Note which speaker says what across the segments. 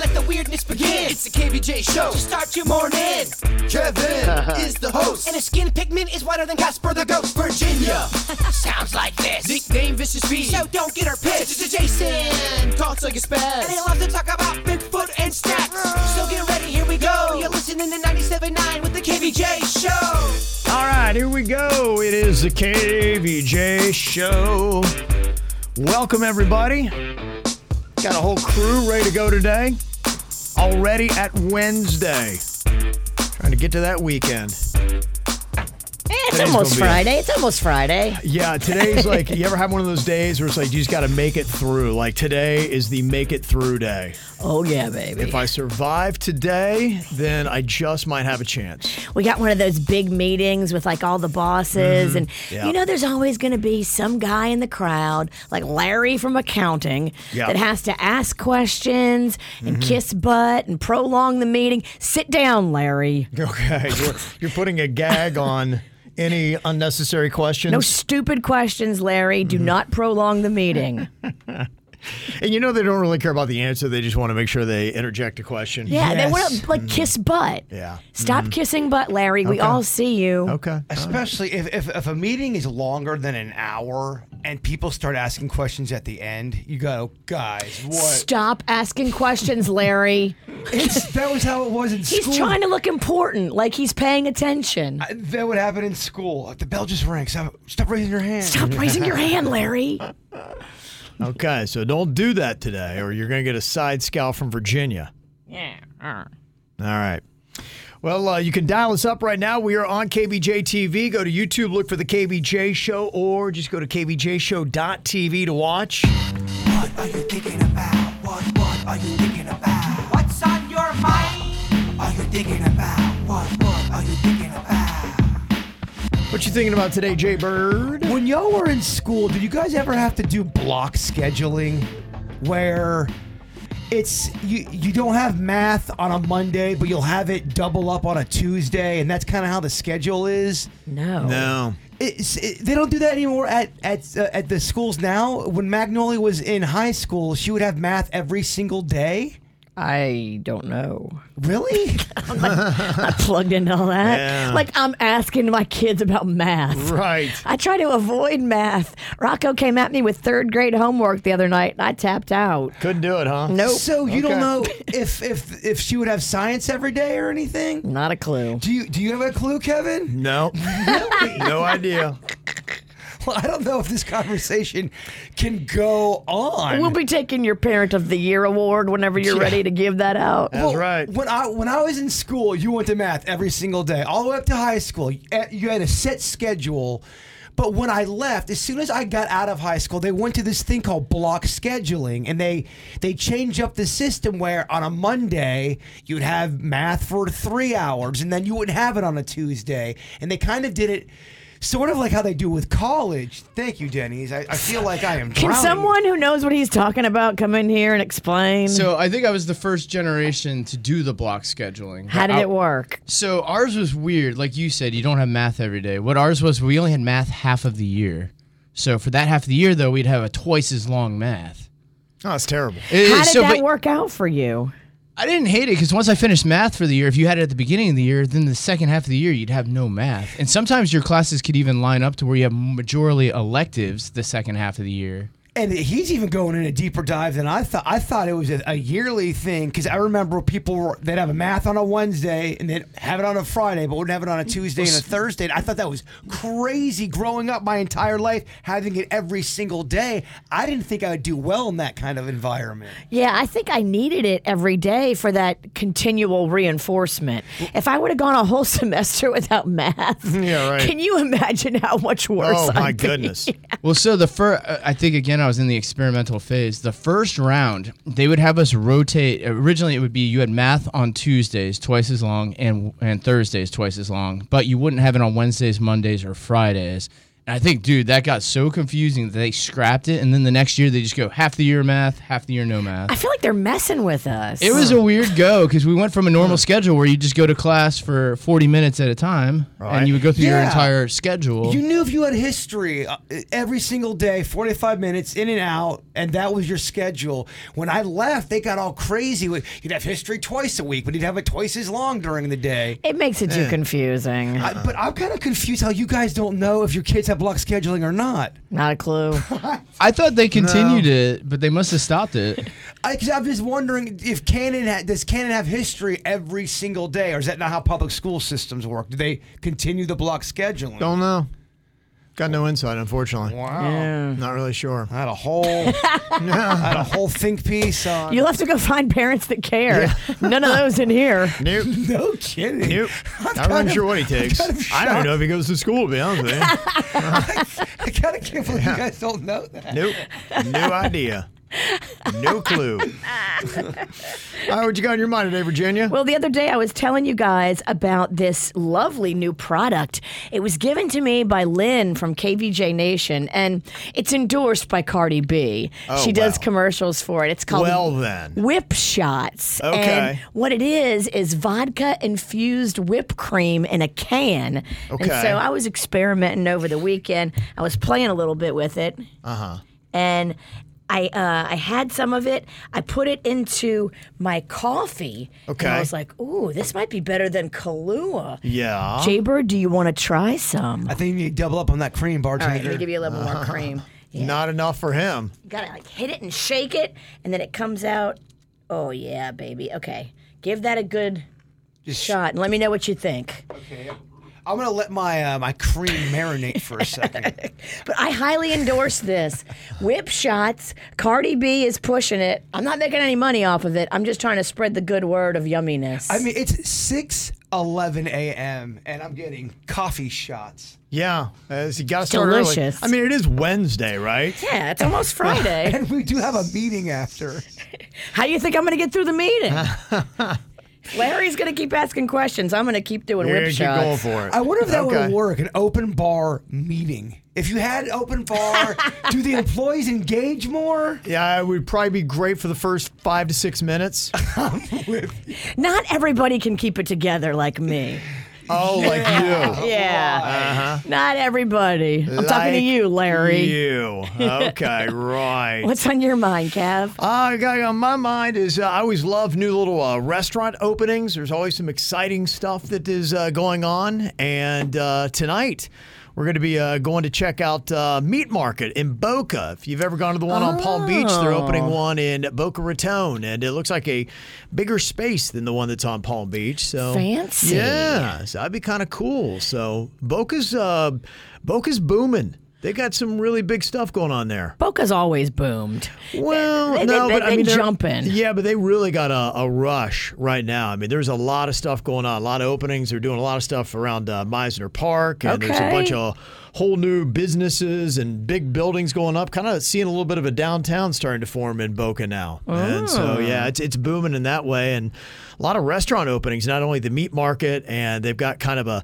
Speaker 1: let the weirdness begin. It's the KVJ show. So start your morning.
Speaker 2: Kevin is the host.
Speaker 1: And his skin pigment is whiter than Casper the Ghost. Virginia sounds like this.
Speaker 2: Nickname Vicious B.
Speaker 1: So don't get her pissed. It's Jason.
Speaker 2: Talks like a spaz.
Speaker 1: And he loves to talk about Bigfoot and snacks. So get ready, here we go. You're listening to 97.9 with the KVJ show.
Speaker 3: All right, here we go. It is the KVJ show. Welcome, everybody. Got a whole crew ready to go today. Already at Wednesday. Trying to get to that weekend.
Speaker 4: Eh, it's
Speaker 3: Today's
Speaker 4: almost
Speaker 3: gonna be-
Speaker 4: Friday. It's almost Friday.
Speaker 3: Yeah, today's like, you ever have one of those days where it's like, you just got to make it through? Like, today is the make it through day.
Speaker 4: Oh, yeah, baby.
Speaker 3: If I survive today, then I just might have a chance.
Speaker 4: we got one of those big meetings with like all the bosses and
Speaker 3: Mm-hmm. Yeah.
Speaker 4: you know there's always going to be some guy in the crowd like larry from accounting
Speaker 3: Yeah. Mm-hmm.
Speaker 4: that has to ask questions and kiss butt and prolong the meeting sit down larry
Speaker 3: Okay. You're, you're putting a gag on any unnecessary questions.
Speaker 4: no stupid questions larry
Speaker 3: Mm-hmm.
Speaker 4: do not prolong the meeting
Speaker 3: And you know they don't really care about the answer; they just want to make sure they interject a question.
Speaker 4: yeah they want
Speaker 3: Yes.
Speaker 4: to like kiss butt
Speaker 3: Yeah.
Speaker 4: stop kissing butt larry we all see you
Speaker 3: Okay.
Speaker 2: Especially
Speaker 1: if, if, if a meeting is longer than an hour and people start asking questions at the end, you go, guys,
Speaker 4: Stop asking questions, Larry.
Speaker 1: It's, that was how it was in
Speaker 4: He's
Speaker 1: school.
Speaker 4: trying to look important, like he's paying attention.
Speaker 1: I- that would happen in school. The bell just rang. Stop, stop raising your hand.
Speaker 4: Stop raising your hand, Larry.
Speaker 3: Okay. So don't do that today, or you're going to get a side scowl from Virginia. Yeah. All right. Well, uh, you can dial us up right now. We are on KBJ TV. Go to YouTube, look for the KBJ Show, or just go to KBJShow.tv to watch.
Speaker 2: What are you thinking about? What what are you thinking about?
Speaker 1: What's on your mind?
Speaker 2: Are you thinking about? What what are you thinking about?
Speaker 3: What you thinking about today, Jay Bird?
Speaker 1: When y'all were in school, did you guys ever have to do block scheduling where it's you you don't have math on a Monday, but you'll have it double up on a Tuesday, and that's kind of how the schedule is?
Speaker 4: No.
Speaker 3: No.
Speaker 1: It's, it, they don't do that anymore at at uh, at the schools now. When Magnolia was in high school, she would have math every single day.
Speaker 4: I don't know.
Speaker 1: Really?
Speaker 4: I plugged into all that.
Speaker 1: Uh.
Speaker 3: Yeah.
Speaker 4: Like I'm asking my kids about math.
Speaker 3: Right.
Speaker 4: I try to avoid math. Rocco came at me with third grade homework the other night and I tapped out.
Speaker 3: Couldn't do it, huh?
Speaker 4: Nope.
Speaker 1: so you don't
Speaker 3: Okay.
Speaker 1: know if if if she would have science every day or anything?
Speaker 4: Not a clue.
Speaker 1: Do you do you have a clue, Kevin?
Speaker 3: No. no idea.
Speaker 1: Well, I don't know if this conversation can go on.
Speaker 4: We'll be taking your Parent of the Year award whenever you're ready to give that out.
Speaker 3: That's right.
Speaker 1: When I when I was in school, you went to math every single day, all the way up to high school. You had- You had a set schedule. But when I left, as soon as I got out of high school, they went to this thing called block scheduling, and they they changed up the system where on a Monday you'd have math for three hours, and then you wouldn't have it on a Tuesday, and they kind of did it. Sort of like how they do with college. Thank you, Denny's. I, I feel like I am.
Speaker 4: Can
Speaker 1: drowning.
Speaker 4: someone who knows what he's talking about come in here and explain
Speaker 5: So I think I was the first generation to do the block scheduling.
Speaker 4: how did
Speaker 5: I-
Speaker 4: it work?
Speaker 5: So ours was weird. Like you said, you don't have math every day. What ours was, we only had math half of the year. So for that half of the year, though, we'd have a twice as long math.
Speaker 3: Oh, it's terrible.
Speaker 5: It-
Speaker 4: How did
Speaker 5: so-
Speaker 4: that
Speaker 5: but
Speaker 4: work out for you?
Speaker 5: I didn't hate it because once I finished math for the year, if you had it at the beginning of the year, then the second half of the year you'd have no math. And sometimes your classes could even line up to where you have majorly electives the second half of the year.
Speaker 1: And he's even going in a deeper dive than I thought. I thought it was a, a yearly thing because I remember people were, they'd have a math on a Wednesday and they'd have it on a Friday, but wouldn't have it on a Tuesday and a Thursday. And I thought that was crazy. Growing up my entire life, having it every single day, I didn't think I would do well in that kind of environment.
Speaker 4: Yeah, I think I needed it every day for that continual reinforcement. If I would have gone a whole semester without math,
Speaker 3: Yeah, right.
Speaker 4: can you imagine how much worse?
Speaker 3: Oh, my
Speaker 4: I'd be?
Speaker 3: goodness.
Speaker 5: Well, so the first, I think again, I was in the experimental phase. The first round, they would have us rotate. Originally, it would be you had math on Tuesdays twice as long and and Thursdays twice as long, but you wouldn't have it on Wednesdays, Mondays, or Fridays. And I think, dude, that got so confusing that they scrapped it. And then the next year, they just go half the year math, half the year no math.
Speaker 4: I feel like they're messing with us.
Speaker 5: It was a weird go because we went from a normal schedule where you just go to class for 40 minutes at a time
Speaker 3: Right.
Speaker 5: and you would go through your
Speaker 1: Yeah.
Speaker 5: entire schedule.
Speaker 1: You knew if you had history uh, every single day, 45 minutes in and out, and that was your schedule. When I left, they got all crazy. with- You'd have history twice a week, but you'd have it twice as long during the day. Eh.
Speaker 4: It makes it too confusing.
Speaker 1: I, but I'm kind of confused how you guys don't know if your kids have block scheduling or not.
Speaker 4: Not a clue.
Speaker 5: I thought they continued it, but they must have stopped it.
Speaker 1: I, cause I'm just wondering if Canon ha- does Canon have history every single day, or is that not how public school systems work? Do they continue the block scheduling?
Speaker 3: Don't know. Got no insight, unfortunately.
Speaker 1: wow.
Speaker 3: Not really sure.
Speaker 1: I had a whole, I had a whole think piece on.
Speaker 4: You'll have to go find parents that care. None of those in here.
Speaker 3: Nope.
Speaker 1: no kidding.
Speaker 3: Nope. Not really sure what he takes.
Speaker 1: kind of
Speaker 3: I don't even
Speaker 1: shocked.
Speaker 3: know if he goes to school, to be honest with you.
Speaker 1: I kind of can't believe you guys don't know that.
Speaker 3: Nope. No idea. No clue. All right, what you got on your mind today, Virginia?
Speaker 4: Well, the other day I was telling you guys about this lovely new product. It was given to me by Lynn from KVJ Nation, and it's endorsed by Cardi B. she does
Speaker 3: Oh, wow.
Speaker 4: commercials for it. It's called
Speaker 3: Well, then.
Speaker 4: Whip Shots. And
Speaker 3: Okay.
Speaker 4: what it is is vodka infused whipped cream in a can.
Speaker 3: Okay.
Speaker 4: And so I was experimenting over the weekend. I was playing a little bit with it
Speaker 3: Uh-huh.
Speaker 4: and I uh, I had some of it. I put it into my coffee. And
Speaker 3: Okay.
Speaker 4: I was like, ooh, this might be better than Kahlua.
Speaker 3: yeah.
Speaker 4: Jaybird, do you want to try some?
Speaker 1: I think you need to double up on that cream,
Speaker 4: All right, let
Speaker 1: bartender.
Speaker 4: me give you a little more cream. Yeah.
Speaker 3: Not enough for him.
Speaker 4: You gotta like hit it and shake it, and then it comes out. Oh yeah, baby. Okay, give that a good shot, and let me know what you think.
Speaker 1: I'm gonna let my uh, my cream marinate for a second.
Speaker 4: But I highly endorse this. Whip shots. Cardi B is pushing it. I'm not making any money off of it. I'm just trying to spread the good word of yumminess.
Speaker 1: I mean, it's six eleven a.m. and I'm getting coffee shots.
Speaker 3: Yeah. As you got to start early.
Speaker 4: Delicious.
Speaker 3: I mean, it is Wednesday, right?
Speaker 4: yeah, it's almost Friday.
Speaker 1: And we do have a meeting after.
Speaker 4: How do you think I'm going to get through the meeting? Larry's going to keep asking questions. I'm going to keep doing
Speaker 3: You're
Speaker 4: whip
Speaker 3: gonna
Speaker 4: shots.
Speaker 3: keep going for it.
Speaker 1: I wonder if that
Speaker 3: Okay.
Speaker 1: would work. An open bar meeting. If you had an open bar, do the employees engage more?
Speaker 3: Yeah, it would probably be great for the first five to six minutes.
Speaker 4: Not everybody can keep it together like me.
Speaker 3: Oh, like you. Uh-huh.
Speaker 4: Yeah. Not everybody. I'm talking to you, Larry.
Speaker 3: You. Okay, right.
Speaker 4: What's on your mind, Cav?
Speaker 3: Uh, guy on my mind is uh, I always love new little uh, restaurant openings. There's always some exciting stuff that is uh, going on. And uh, tonight, we're going to be uh, going to check out uh, Meat Market in Boca. If you've ever gone to the one on Palm Beach, they're
Speaker 4: Oh.
Speaker 3: opening one in Boca Raton. And it looks like a bigger space than the one that's on Palm Beach. So
Speaker 4: Fancy.
Speaker 3: Yeah, so that'd be kind of cool. So Boca's, uh, Boca's booming. They got some really big stuff going on there.
Speaker 4: Boca's always boomed.
Speaker 3: Well,
Speaker 4: They- they-
Speaker 3: no,
Speaker 4: they-
Speaker 3: but I
Speaker 4: they
Speaker 3: mean, they're-
Speaker 4: jumping.
Speaker 3: Yeah, but they really got a, a rush right now. I mean, there's a lot of stuff going on, a lot of openings. They're doing a lot of stuff around uh, Meisner Park, and there's a
Speaker 4: Okay.
Speaker 3: bunch of whole new businesses and big buildings going up. Kind of seeing a little bit of a downtown starting to form in Boca now, and so yeah, it's it's booming in that way, and a lot of restaurant openings. Not only the meat market, and they've got kind of a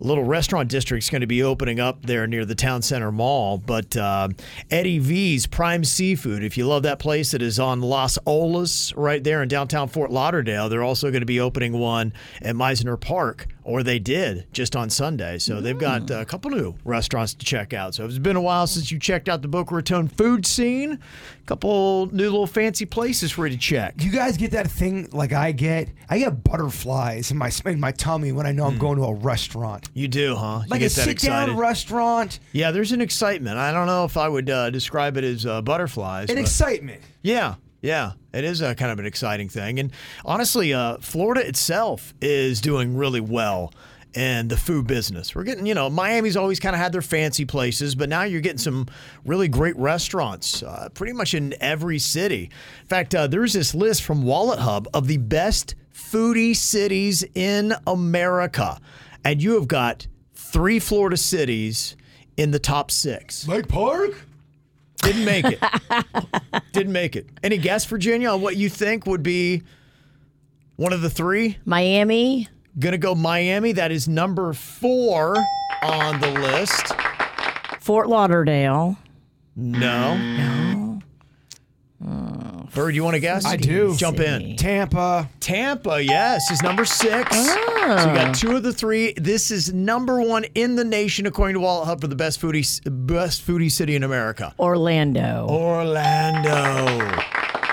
Speaker 3: little restaurant district's going to be opening up there near the town center mall. But uh, Eddie V's Prime Seafood, if you love that place, it is on Las Olas right there in downtown Fort Lauderdale. They're also going to be opening one at Meisner Park, or they did just on Sunday. So they've got uh, a couple new restaurants to check out. So it's been a while since you checked out the Boca Raton food scene. A couple new little fancy places for you to check.
Speaker 1: Do you guys get that thing like I get? I get butterflies in my in my tummy when I know I'm
Speaker 3: Hmm.
Speaker 1: going to a restaurant.
Speaker 3: You do, huh? You
Speaker 1: Like a
Speaker 3: get that
Speaker 1: sit down
Speaker 3: excited.
Speaker 1: restaurant
Speaker 3: Yeah, there's an excitement. I don't know if I would uh, describe it as uh, butterflies.
Speaker 1: and
Speaker 3: but-
Speaker 1: excitement.
Speaker 3: Yeah, yeah, it is a kind of an exciting thing, and honestly, uh, Florida itself is doing really well in the food business. We're getting, you know, Miami's always kind of had their fancy places, but now you're getting some really great restaurants, uh, pretty much in every city. In fact, uh, there's this list from Wallet Hub of the best foodie cities in America, and you have got three Florida cities in the top six.
Speaker 1: Lake Park?
Speaker 3: Didn't make it. Didn't make it. Any guess, Virginia, on what you think would be one of the three?
Speaker 4: Miami.
Speaker 3: Gonna go Miami. That is number four on the list.
Speaker 4: Fort Lauderdale.
Speaker 3: No. No. Bird, you want to guess?
Speaker 1: I do.
Speaker 3: Jump in.
Speaker 1: Tampa.
Speaker 3: Tampa, yes, is number six.
Speaker 4: Oh.
Speaker 3: So we got two of the three. This is number one in the nation according to Wallet Hub for the best foodie best foodie city in America.
Speaker 4: Orlando.
Speaker 3: Orlando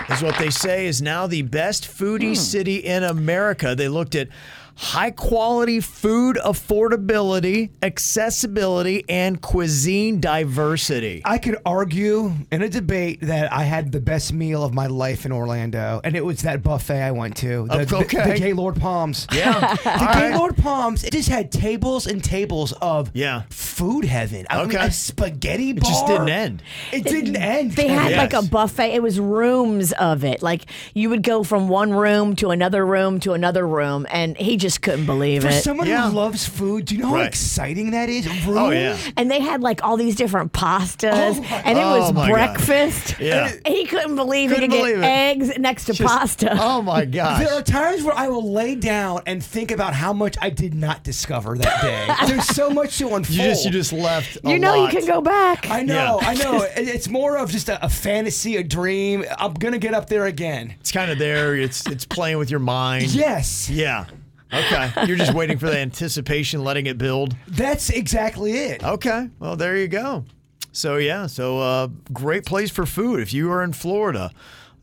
Speaker 3: is what they say is now the best foodie city in America. They looked at high quality food affordability, accessibility, and cuisine diversity.
Speaker 1: I could argue in a debate that I had the best meal of my life in Orlando, and it was that buffet I went to. The, the-
Speaker 3: Okay.
Speaker 1: the Gaylord Palms.
Speaker 3: Yeah.
Speaker 1: The Gaylord Palms, it just had tables and tables of
Speaker 3: Yeah.
Speaker 1: food heaven. I mean,
Speaker 3: Okay.
Speaker 1: a spaghetti bar.
Speaker 3: It just didn't end.
Speaker 1: It didn't end.
Speaker 4: They had
Speaker 3: Yes.
Speaker 4: like a buffet. It was rooms of it. Like you would go from one room to another room to another room, and he just couldn't believe
Speaker 1: For
Speaker 4: it.
Speaker 1: someone
Speaker 3: Yeah.
Speaker 1: who loves food, do you know how
Speaker 3: Right.
Speaker 1: exciting that is? Room?
Speaker 3: Oh, yeah.
Speaker 4: and they had like all these different pastas,
Speaker 1: Oh my-
Speaker 4: and it was
Speaker 3: Oh my God.
Speaker 4: breakfast.
Speaker 3: Yeah.
Speaker 4: he couldn't believe he
Speaker 3: Couldn't
Speaker 4: could get
Speaker 3: believe it.
Speaker 4: eggs next to pasta.
Speaker 3: Oh my gosh.
Speaker 1: There are times where I will lay down and think about how much I did not discover that day. There's so much to unfold.
Speaker 3: You just you just left. a
Speaker 4: you know
Speaker 3: lot.
Speaker 4: you can go back.
Speaker 1: I know,
Speaker 3: Yeah.
Speaker 1: I know. It- It's more of just a, a fantasy, a dream. I'm gonna get up there again.
Speaker 3: It's kind of there. It's it's playing with your mind.
Speaker 1: Yes,
Speaker 3: Yeah. Okay. You're just waiting for the anticipation, letting it build.
Speaker 1: that's exactly it.
Speaker 3: Okay. Well, there you go. So yeah. So uh, great place for food if you are in Florida.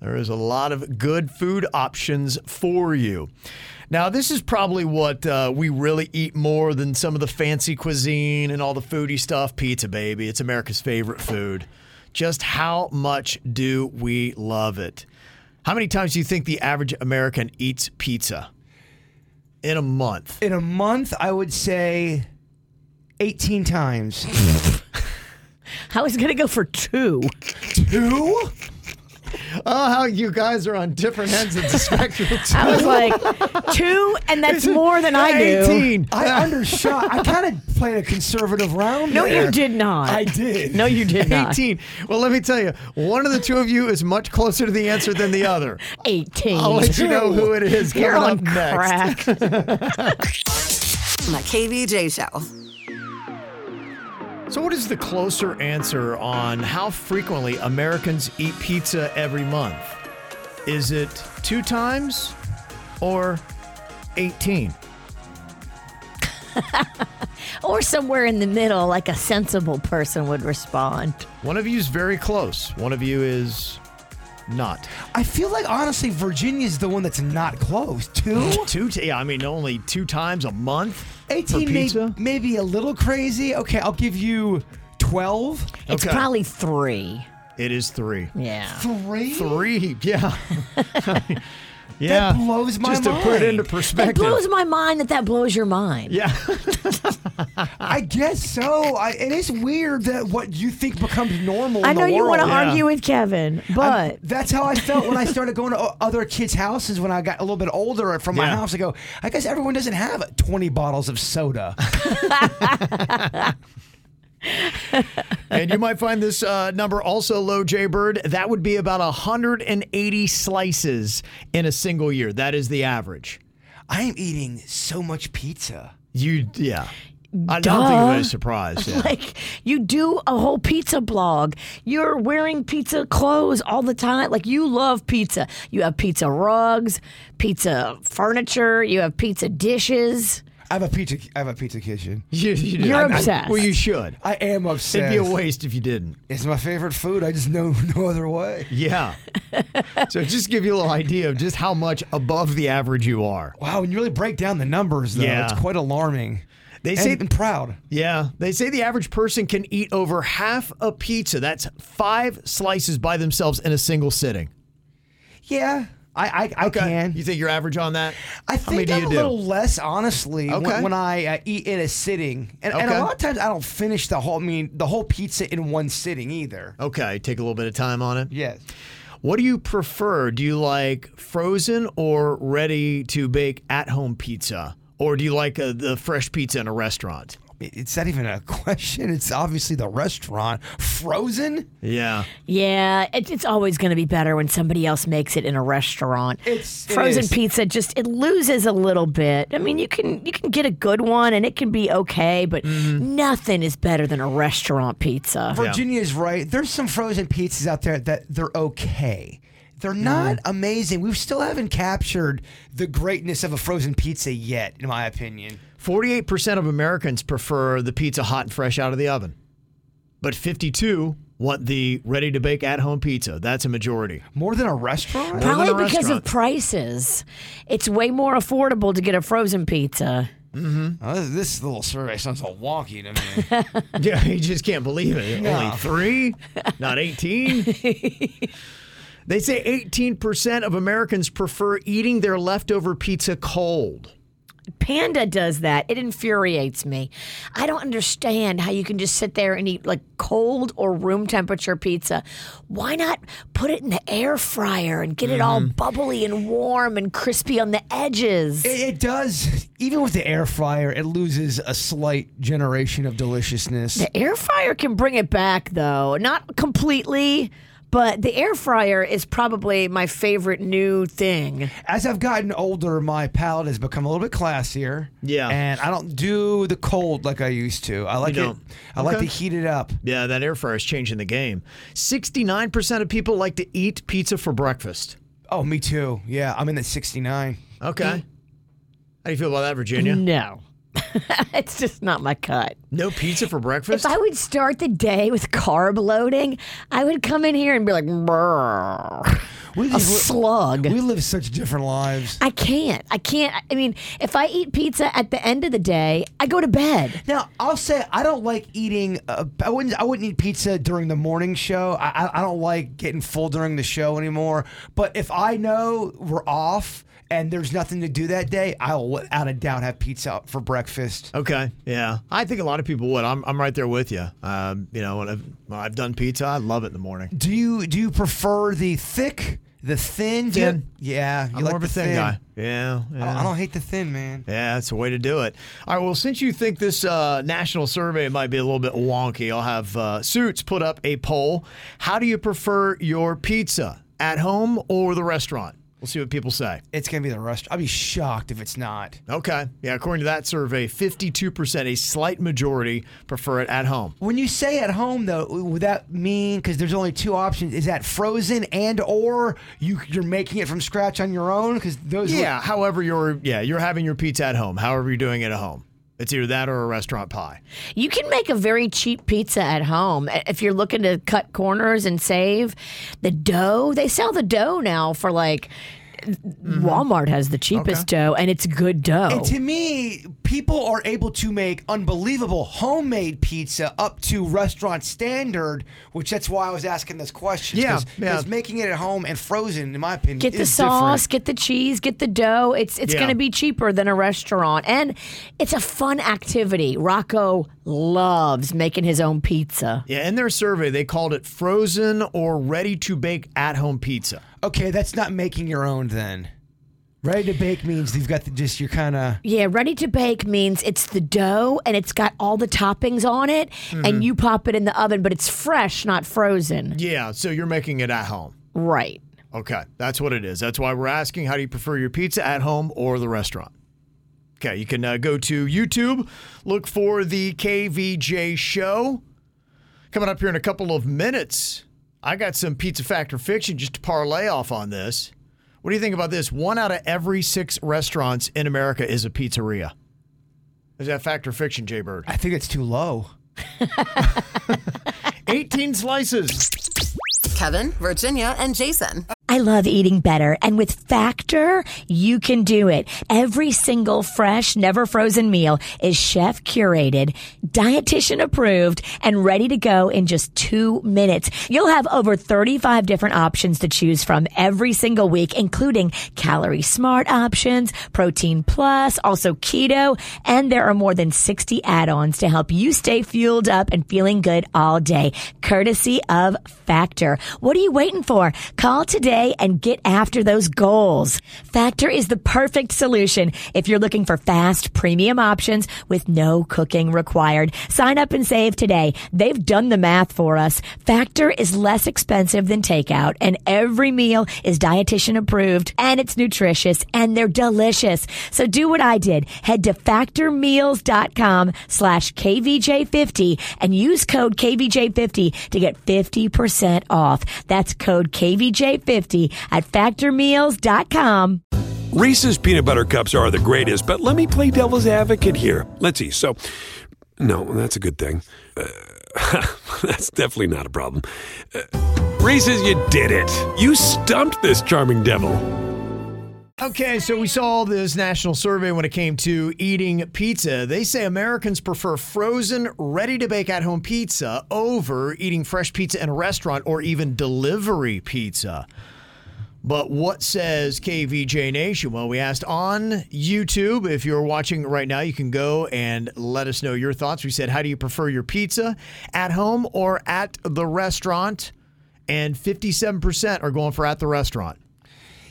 Speaker 3: There is a lot of good food options for you. Now, this is probably what uh, we really eat more than some of the fancy cuisine and all the foodie stuff. Pizza, baby. It's America's favorite food. Just how much do we love it? How many times do you think the average American eats pizza in a month?
Speaker 1: In a month, I would say 18 times.
Speaker 4: I was gonna go for two.
Speaker 1: Two?
Speaker 3: Oh, how you guys are on different ends of the spectrum.
Speaker 4: I was like two, and that's more than I do.
Speaker 3: 18.
Speaker 1: I undershot. I kind of played a conservative round.
Speaker 4: No,
Speaker 1: there.
Speaker 4: you did not.
Speaker 1: I did.
Speaker 4: No, you did not.
Speaker 3: 18. Well, let me tell you, one of the two of you is much closer to the answer than the other.
Speaker 4: 18.
Speaker 3: I'll let you know who it is
Speaker 4: You're
Speaker 3: coming
Speaker 4: on
Speaker 3: up next.
Speaker 4: crack.
Speaker 6: My KVJ show.
Speaker 3: So, what is the closer answer on how frequently Americans eat pizza every month? Is it two times or 18?
Speaker 4: or somewhere in the middle, like a sensible person would respond.
Speaker 3: One of you is very close, one of you is not.
Speaker 1: I feel like honestly, Virginia's the one that's not close. Two?
Speaker 3: Two, t- yeah, I mean, only two times a month. for
Speaker 1: 18 may,
Speaker 3: pizza?
Speaker 1: maybe a little crazy. Okay, I'll give you 12.
Speaker 4: It's
Speaker 3: Okay.
Speaker 4: probably three.
Speaker 3: It is three.
Speaker 4: Yeah.
Speaker 1: Three?
Speaker 3: Three, yeah. yeah.
Speaker 1: blows my
Speaker 3: Just to put
Speaker 1: mind.
Speaker 3: it into
Speaker 1: It
Speaker 4: It
Speaker 3: perspective.
Speaker 4: blows my mind that that blows your mind.
Speaker 3: yeah.
Speaker 1: I guess so. I, it is weird that what you think becomes normal.
Speaker 4: I
Speaker 1: in
Speaker 4: know
Speaker 1: the
Speaker 4: you
Speaker 1: world.
Speaker 4: want to
Speaker 3: Yeah.
Speaker 4: argue with Kevin, but
Speaker 1: That's how I felt when I started going to o- other kids' houses when I got a little bit older from my
Speaker 3: Yeah.
Speaker 1: house. I go, I guess everyone doesn't have 20 bottles of soda.
Speaker 3: and you might find this uh, number also low, Jaybird. That would be about 180 slices in a single year. That is the average.
Speaker 1: I am eating so much pizza.
Speaker 3: You, yeah. I don't think anybody's surprised. Yeah.
Speaker 4: like you do a whole pizza blog. You're wearing pizza clothes all the time. Like you love pizza. You have pizza rugs, pizza furniture, you have pizza dishes.
Speaker 1: I have a pizza. I have a pizza kitchen.
Speaker 3: you, you do.
Speaker 4: You're
Speaker 3: I- I-
Speaker 4: obsessed.
Speaker 3: well, you should.
Speaker 1: I am
Speaker 3: It'd
Speaker 1: obsessed.
Speaker 3: be a waste if you didn't.
Speaker 1: It's my favorite food. I just know no other way.
Speaker 3: Yeah. so just give you a little idea of just how much above the average you are.
Speaker 1: Wow, Oh, when you really break down the numbers, though,
Speaker 3: Yeah.
Speaker 1: it's quite alarming.
Speaker 3: They
Speaker 1: and,
Speaker 3: say
Speaker 1: and proud.
Speaker 3: Yeah, they say the average person can eat over half a pizza. That's five slices by themselves in a single sitting.
Speaker 1: Yeah, I I, I can.
Speaker 3: You think you're average on that?
Speaker 1: I
Speaker 3: How many
Speaker 1: think
Speaker 3: do
Speaker 1: I'm
Speaker 3: you
Speaker 1: a
Speaker 3: do?
Speaker 1: little less, honestly, when-
Speaker 3: Okay.
Speaker 1: when, I uh, eat in a sitting, and, and
Speaker 3: Okay.
Speaker 1: a lot of times I don't finish the whole. I mean, the whole pizza in one sitting either.
Speaker 3: Okay, take a little bit of time on it.
Speaker 1: Yes,
Speaker 3: What do you prefer? Do you like frozen or ready to bake at home pizza? Or do you like uh the fresh pizza in a restaurant?
Speaker 1: it- it's not even a question. It's obviously the restaurant. Frozen?
Speaker 3: Yeah.
Speaker 4: Yeah, it, it's always going to be better when somebody else makes it in a restaurant.
Speaker 1: It's- it
Speaker 4: frozen
Speaker 1: is.
Speaker 4: pizza just it loses a little bit. I mean, you can you can get a good one and it can be okay, but nothing is better than a restaurant pizza.
Speaker 1: Mm-hmm. Virginia is right. There's some frozen pizzas out there that they're okay. They're
Speaker 3: Mm-hmm.
Speaker 1: not amazing. We still haven't captured the greatness of a frozen pizza yet, in my opinion.
Speaker 3: 48% of Americans prefer the pizza hot and fresh out of the oven. But 52 want the ready to bake at home pizza. That's a majority.
Speaker 1: More than a restaurant?
Speaker 3: than
Speaker 4: Probably
Speaker 3: a
Speaker 4: because of
Speaker 3: restaurant.
Speaker 4: prices. It's way more affordable to get a frozen pizza.
Speaker 1: Oh, this- this little survey sounds so wonky to me.
Speaker 3: Yeah, you just can't believe it. Only 3, not 18. they say 18% of Americans prefer eating their leftover pizza cold.
Speaker 4: Panda does that. It infuriates me. I don't understand how you can just sit there and eat like cold or room temperature pizza. Why not put it in the air fryer and get it
Speaker 1: Mm-hmm.
Speaker 4: all bubbly and warm and crispy on the edges?
Speaker 1: It, it does. Even with the air fryer, it loses a slight generation of deliciousness.
Speaker 4: the air fryer can bring it back though, not completely. But the air fryer is probably my favorite new thing.
Speaker 1: As I've gotten older, my palate has become a little bit classier.
Speaker 3: Yeah.
Speaker 1: And I don't do the cold like I used to. I like it.
Speaker 3: don't.
Speaker 1: I like
Speaker 3: Okay.
Speaker 1: to heat it up.
Speaker 3: Yeah, that air fryer is changing the game. 69% of people like to eat pizza for breakfast.
Speaker 1: Oh, me too. Yeah, I'm in the Mm. 69.
Speaker 3: Okay. How do you feel about that, Virginia?
Speaker 4: No, it's just not my cut.
Speaker 3: No pizza for breakfast?
Speaker 4: If I would start the day with carb loading, I would come in here and be like, "Brrr."
Speaker 1: We
Speaker 4: a
Speaker 1: just li-
Speaker 4: slug.
Speaker 1: we live such different lives.
Speaker 4: I can't. I can't. I mean, if I eat pizza at the end of the day, I go to bed.
Speaker 1: Now, I'll say I don't like eating. Uh, I wouldn't. I wouldn't eat pizza during the morning show. I, I, I don't like getting full during the show anymore. But if I know we're off and there's nothing to do that day, I'll without a doubt have pizza for breakfast.
Speaker 3: Okay. Yeah. I think a lot of people would. I'm, I'm right there with you. Um, you know, when I've, when I've done pizza, I love it in the morning.
Speaker 1: Do you do you prefer the thick, the thin? Do you-
Speaker 3: Thin.
Speaker 1: yeah, you
Speaker 3: I'm
Speaker 1: like
Speaker 3: more of
Speaker 1: the
Speaker 3: a thin, guy. Yeah.
Speaker 1: I don't,
Speaker 3: yeah.
Speaker 1: I don't hate the thin man.
Speaker 3: Yeah, that's a way to do it. All right. Well, since you think this uh, national survey might be a little bit wonky, I'll have uh, Suits put up a poll. How do you prefer your pizza, at home or the restaurant? We'll see what people say.
Speaker 1: It's gonna be the rest. I'd be shocked if it's not.
Speaker 3: Okay. Yeah. According to that survey, 52%, a slight majority, prefer it at home.
Speaker 1: When you say at home, though, would that mean because there's only two options? Is that frozen and or you you're making it from scratch on your own? Because those, would-
Speaker 3: Yeah. However, you're yeah you're having your pizza at home. However, you're doing it at home. It's either that or a restaurant pie.
Speaker 4: You can make a very cheap pizza at home I- if you're looking to cut corners and save the dough. They sell the dough now for like
Speaker 1: Mm-hmm.
Speaker 4: Walmart has the cheapest dough, and it's good dough.
Speaker 1: and to me, people are able to make unbelievable homemade pizza up to restaurant standard, which that's why I was asking this question.
Speaker 3: Yeah,
Speaker 1: because
Speaker 3: yeah.
Speaker 1: making it at home and frozen, in my opinion,
Speaker 4: Get the
Speaker 1: is different.
Speaker 4: sauce, get the cheese, get the dough. It's it's
Speaker 3: Yeah.
Speaker 4: going to be cheaper than a restaurant, and it's a fun activity. Rocco loves making his own pizza.
Speaker 3: Yeah. In their survey, they called it frozen or ready to bake at home pizza.
Speaker 1: Okay, that's not making your own then. Ready to bake means you've got the, just you're kind of.
Speaker 4: Yeah, ready to bake means it's the dough and it's got all the toppings on it, and you pop it in the oven, but it's fresh, not frozen.
Speaker 3: Mm-hmm. Yeah. So you're making it at home.
Speaker 4: Right.
Speaker 3: Okay. That's what it is. That's why we're asking how do you prefer your pizza at home or the restaurant? Okay. You can uh, go to YouTube, look for the KVJ show. Coming up here in a couple of minutes, I got some Pizza Factor fiction just to parlay off on this. What do you think about this? One out of every six restaurants in America is a pizzeria. Is that fact or fiction, Jay Bird?
Speaker 1: I think it's too low.
Speaker 3: 18 slices.
Speaker 6: Kevin, Virginia, and Jason.
Speaker 4: I love eating better, and with Factor, you can do it. Every single fresh, never frozen meal is chef curated, dietitian approved, and ready to go in just two minutes. You'll have over 35 different options to choose from every single week, including calorie smart options, protein plus, also keto, and there are more than 60 add-ons to help you stay fueled up and feeling good all day, courtesy of Factor. What are you waiting for? Call today day and get after those goals. Factor is the perfect solution if you're looking for fast premium options with no cooking required. Sign up and save today. They've done the math for us. Factor is less expensive than takeout and every meal is dietitian approved and it's nutritious and they're delicious. So do what I did. Head to factormeals.com slash KVJ50 and use code KVJ50 to get 50% off. That's code KVJ50 at factormeals.com.
Speaker 7: Reese's peanut butter cups are the greatest, but let me play devil's advocate here. Let's see. So, no, that's a good thing. Uh, that's definitely not a problem. Uh, Reese's, you did it. You stumped this charming devil.
Speaker 3: Okay, so we saw this national survey when it came to eating pizza. They say Americans prefer frozen, ready to bake at home pizza over eating fresh pizza in a restaurant or even delivery pizza. But what says KVJ Nation? Well, we asked on YouTube. If you're watching right now, you can go and let us know your thoughts. We said, How do you prefer your pizza? At home or at the restaurant? And 57% are going for at the restaurant.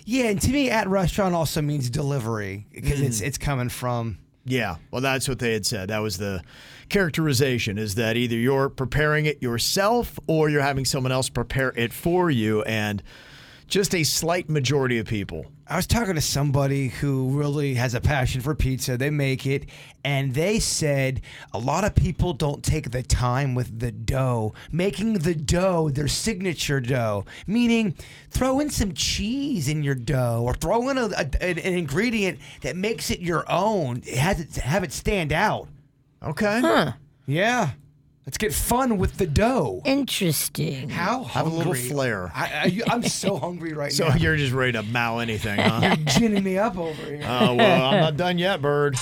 Speaker 1: Yeah, and to me, at restaurant also means delivery because it's it's coming from.
Speaker 3: Mm. Yeah, well, that's what they had said. That was the characterization is that either you're preparing it yourself or you're having someone else prepare it for you. And just a slight majority of people.
Speaker 1: I was talking to somebody who really has a passion for pizza. They make it, and they said a lot of people don't take the time with the dough, making the dough their signature dough, meaning throw in some cheese in your dough or throw in a, a- an, an ingredient that makes it your own. It has it, have it stand out.
Speaker 3: Okay.
Speaker 1: Yeah. Let's get fun with the dough.
Speaker 4: Interesting.
Speaker 1: How
Speaker 3: Have a
Speaker 1: hungry.
Speaker 3: little flair.
Speaker 1: I, I, I'm so hungry right
Speaker 3: So
Speaker 1: now.
Speaker 3: you're just ready to mow anything, huh?
Speaker 1: ginning me up over here.
Speaker 3: Oh, well, I'm not done yet, Bird.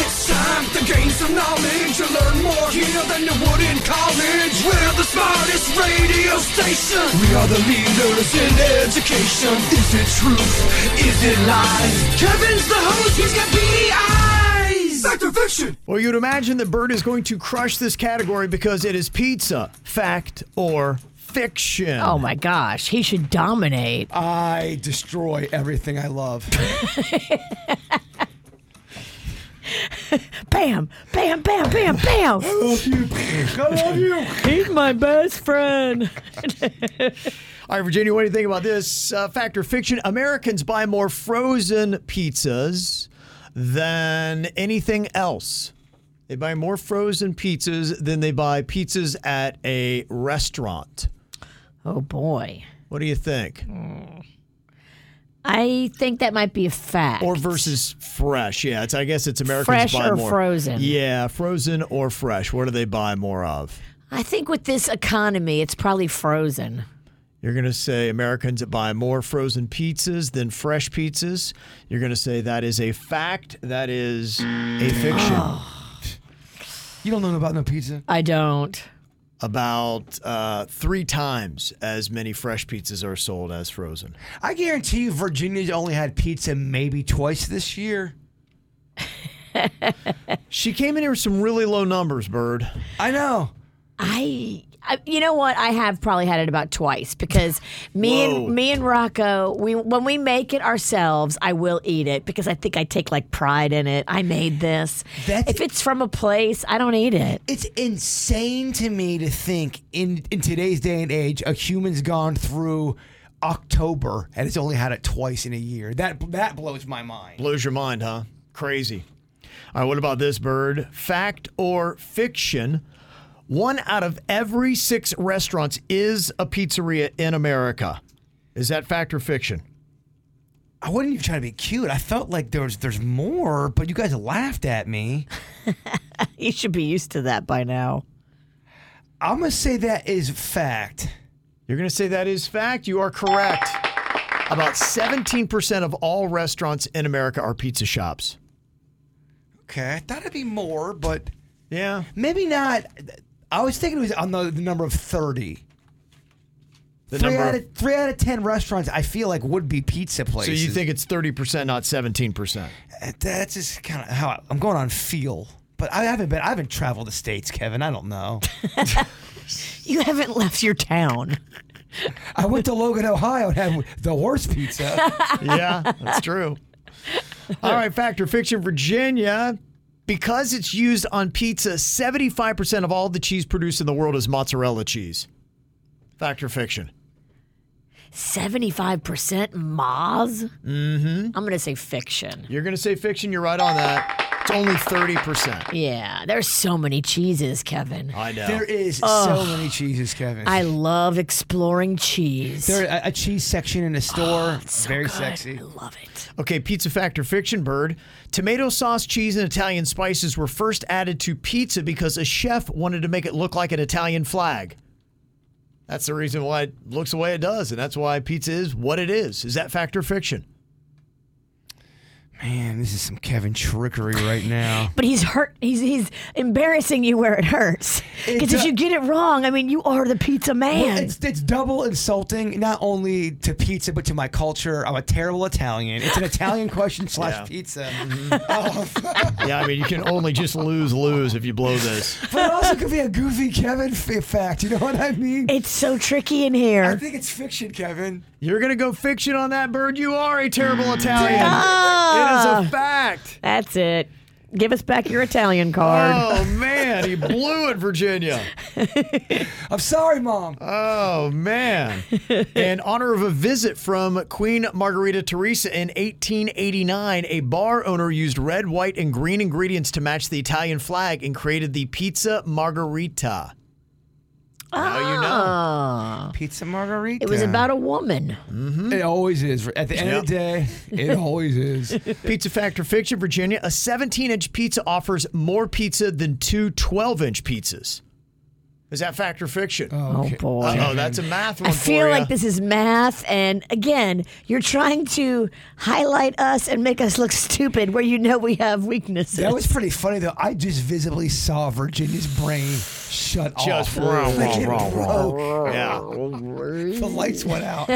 Speaker 2: It's time to gain some knowledge. You learn more here than you would in college. We're the smartest radio station. We are the leaders in education. Is it truth? Is it lies? Kevin's the host. He's got beady eyes. Fact or fiction?
Speaker 3: Well, you'd imagine that Bird is going to crush this category because it is pizza, fact or fiction.
Speaker 4: Oh my gosh, he should dominate.
Speaker 1: I destroy everything I love.
Speaker 4: Bam, bam, bam, bam, bam.
Speaker 1: love you. I love you.
Speaker 4: He's my best friend.
Speaker 3: All right, Virginia, what do you think about this? Uh, fact or fiction? Americans buy more frozen pizzas than anything else. They buy more frozen pizzas than they buy pizzas at a restaurant.
Speaker 4: Oh boy.
Speaker 3: What do you think?
Speaker 4: I think that might be a fact.
Speaker 3: Or versus fresh? Yeah, it's, I guess it's Americans
Speaker 4: Fresh
Speaker 3: buy
Speaker 4: or
Speaker 3: more.
Speaker 4: frozen?
Speaker 3: Yeah, frozen or fresh. What do they buy more of?
Speaker 4: I think with this economy, it's probably frozen.
Speaker 3: You're going to say Americans buy more frozen pizzas than fresh pizzas. You're going to say that is a fact. That is a fiction.
Speaker 1: You don't know about no pizza.
Speaker 4: I don't.
Speaker 3: About uh, three times as many fresh pizzas are sold as frozen.
Speaker 1: I guarantee you Virginia's only had pizza maybe twice this year.
Speaker 3: She came in here with some really low numbers, Bird.
Speaker 1: I know.
Speaker 4: I, I you know what? I have probably had it about twice because me
Speaker 3: Whoa.
Speaker 4: and me and Rocco, we when we make it ourselves, I will eat it because I think I take like pride in it. I made this.
Speaker 1: That's-
Speaker 4: if it's from a place, I don't eat it.
Speaker 1: It's insane to me to think in, in today's day and age, a human's gone through October and it's only had it twice in a year. That that blows my mind.
Speaker 3: Blows your mind, huh? Crazy. All right, what about this, Bird? Fact or fiction? One out of every six restaurants is a pizzeria in America. Is that fact or fiction?
Speaker 1: I wasn't even trying to be cute. I felt like there was there's more, but you guys laughed at me.
Speaker 4: You should be used to that by now.
Speaker 1: I'm gonna say that is fact.
Speaker 3: You're going to say that is fact. You are correct. About 17% of all restaurants in America are pizza shops.
Speaker 1: Okay, I thought it'd be more, but
Speaker 3: Yeah.
Speaker 1: maybe not. I was thinking it was on the, the number of thirty.
Speaker 3: The
Speaker 1: three
Speaker 3: number
Speaker 1: out
Speaker 3: of-
Speaker 1: of three out of ten restaurants, I feel like would be pizza
Speaker 3: so
Speaker 1: places. Uh,
Speaker 3: you think it's 30%, not 17%.
Speaker 1: that's just kind of how I, I'm going on feel. But I haven't been. I haven't traveled the states, Kevin. I don't know.
Speaker 4: You haven't left your town.
Speaker 1: I went to Logan, Ohio, and had the worst pizza.
Speaker 3: yeah, that's true. All right, Factor Fiction Virginia. Because it's used on pizza, 75% of all the cheese produced in the world is mozzarella cheese. Factor Fiction.
Speaker 4: 75% Moz? Mm-hmm. I'm going to say fiction.
Speaker 3: You're going to say fiction, you're right on that. It's only 30%.
Speaker 4: Yeah, there's so many cheeses, Kevin.
Speaker 3: I know.
Speaker 1: There is so many cheeses, Kevin.
Speaker 4: I love exploring cheese. Oh,
Speaker 1: there a, a cheese section in a store.
Speaker 4: So
Speaker 1: very
Speaker 4: good.
Speaker 1: sexy.
Speaker 4: I love it.
Speaker 3: Okay, Pizza Factor Fiction Bird. Tomato sauce, cheese, and Italian spices were first added to pizza because a chef wanted to make it look like an Italian flag. That's the reason why it looks the way it does, and that's why pizza is what it is. Is that fact or fiction?
Speaker 1: Man, this is some Kevin trickery right now.
Speaker 4: But he's hurt. He's he's embarrassing you where it hurts.
Speaker 1: It
Speaker 4: Because if
Speaker 1: do-
Speaker 4: you get it wrong, I mean, you are the pizza
Speaker 1: Well,
Speaker 4: man.
Speaker 1: it's, it's double insulting, not only to pizza, but to my culture. I'm a terrible Italian. It's an Italian question slash
Speaker 3: Yeah.
Speaker 1: pizza. Oh,
Speaker 3: Yeah, I mean, you can only just lose, lose if you blow this.
Speaker 1: but it also could be a goofy Kevin f- fact. You know what I mean?
Speaker 4: It's so tricky in
Speaker 1: I
Speaker 4: here.
Speaker 1: think it's fiction, Kevin.
Speaker 3: You're going to go fiction on that bird. You are a terrible Italian. It
Speaker 4: Ah.
Speaker 3: is a fact.
Speaker 4: That's it. Give us back your Italian card.
Speaker 3: Oh, man. He blew it, Virginia.
Speaker 1: I'm sorry, Mom.
Speaker 3: Oh man! in honor of a visit from Queen Margarita Teresa in 1889, a bar owner used red, white, and green ingredients to match the Italian flag and created the pizza margherita. Now you know.
Speaker 1: Pizza margarita.
Speaker 4: Ah. It was about a woman.
Speaker 3: Mm-hmm.
Speaker 1: It always is. At the end of the day, it always is.
Speaker 3: Pizza Factor Fiction, Virginia. A 17-inch pizza offers more pizza than two 12-inch pizzas. Is that fact or fiction? Oh,
Speaker 4: Oh boy.
Speaker 3: that's a math one
Speaker 4: I feel
Speaker 3: for ya.
Speaker 4: like this is math, and again, you're trying to highlight us and make us look stupid where you know we have weaknesses.
Speaker 1: That was pretty funny though. I just visibly saw Virginia's brain shut
Speaker 3: Just
Speaker 1: off.
Speaker 3: wrong,
Speaker 1: Freaking
Speaker 3: wrong, wrong,
Speaker 1: broke.
Speaker 3: Yeah.
Speaker 1: The lights went out.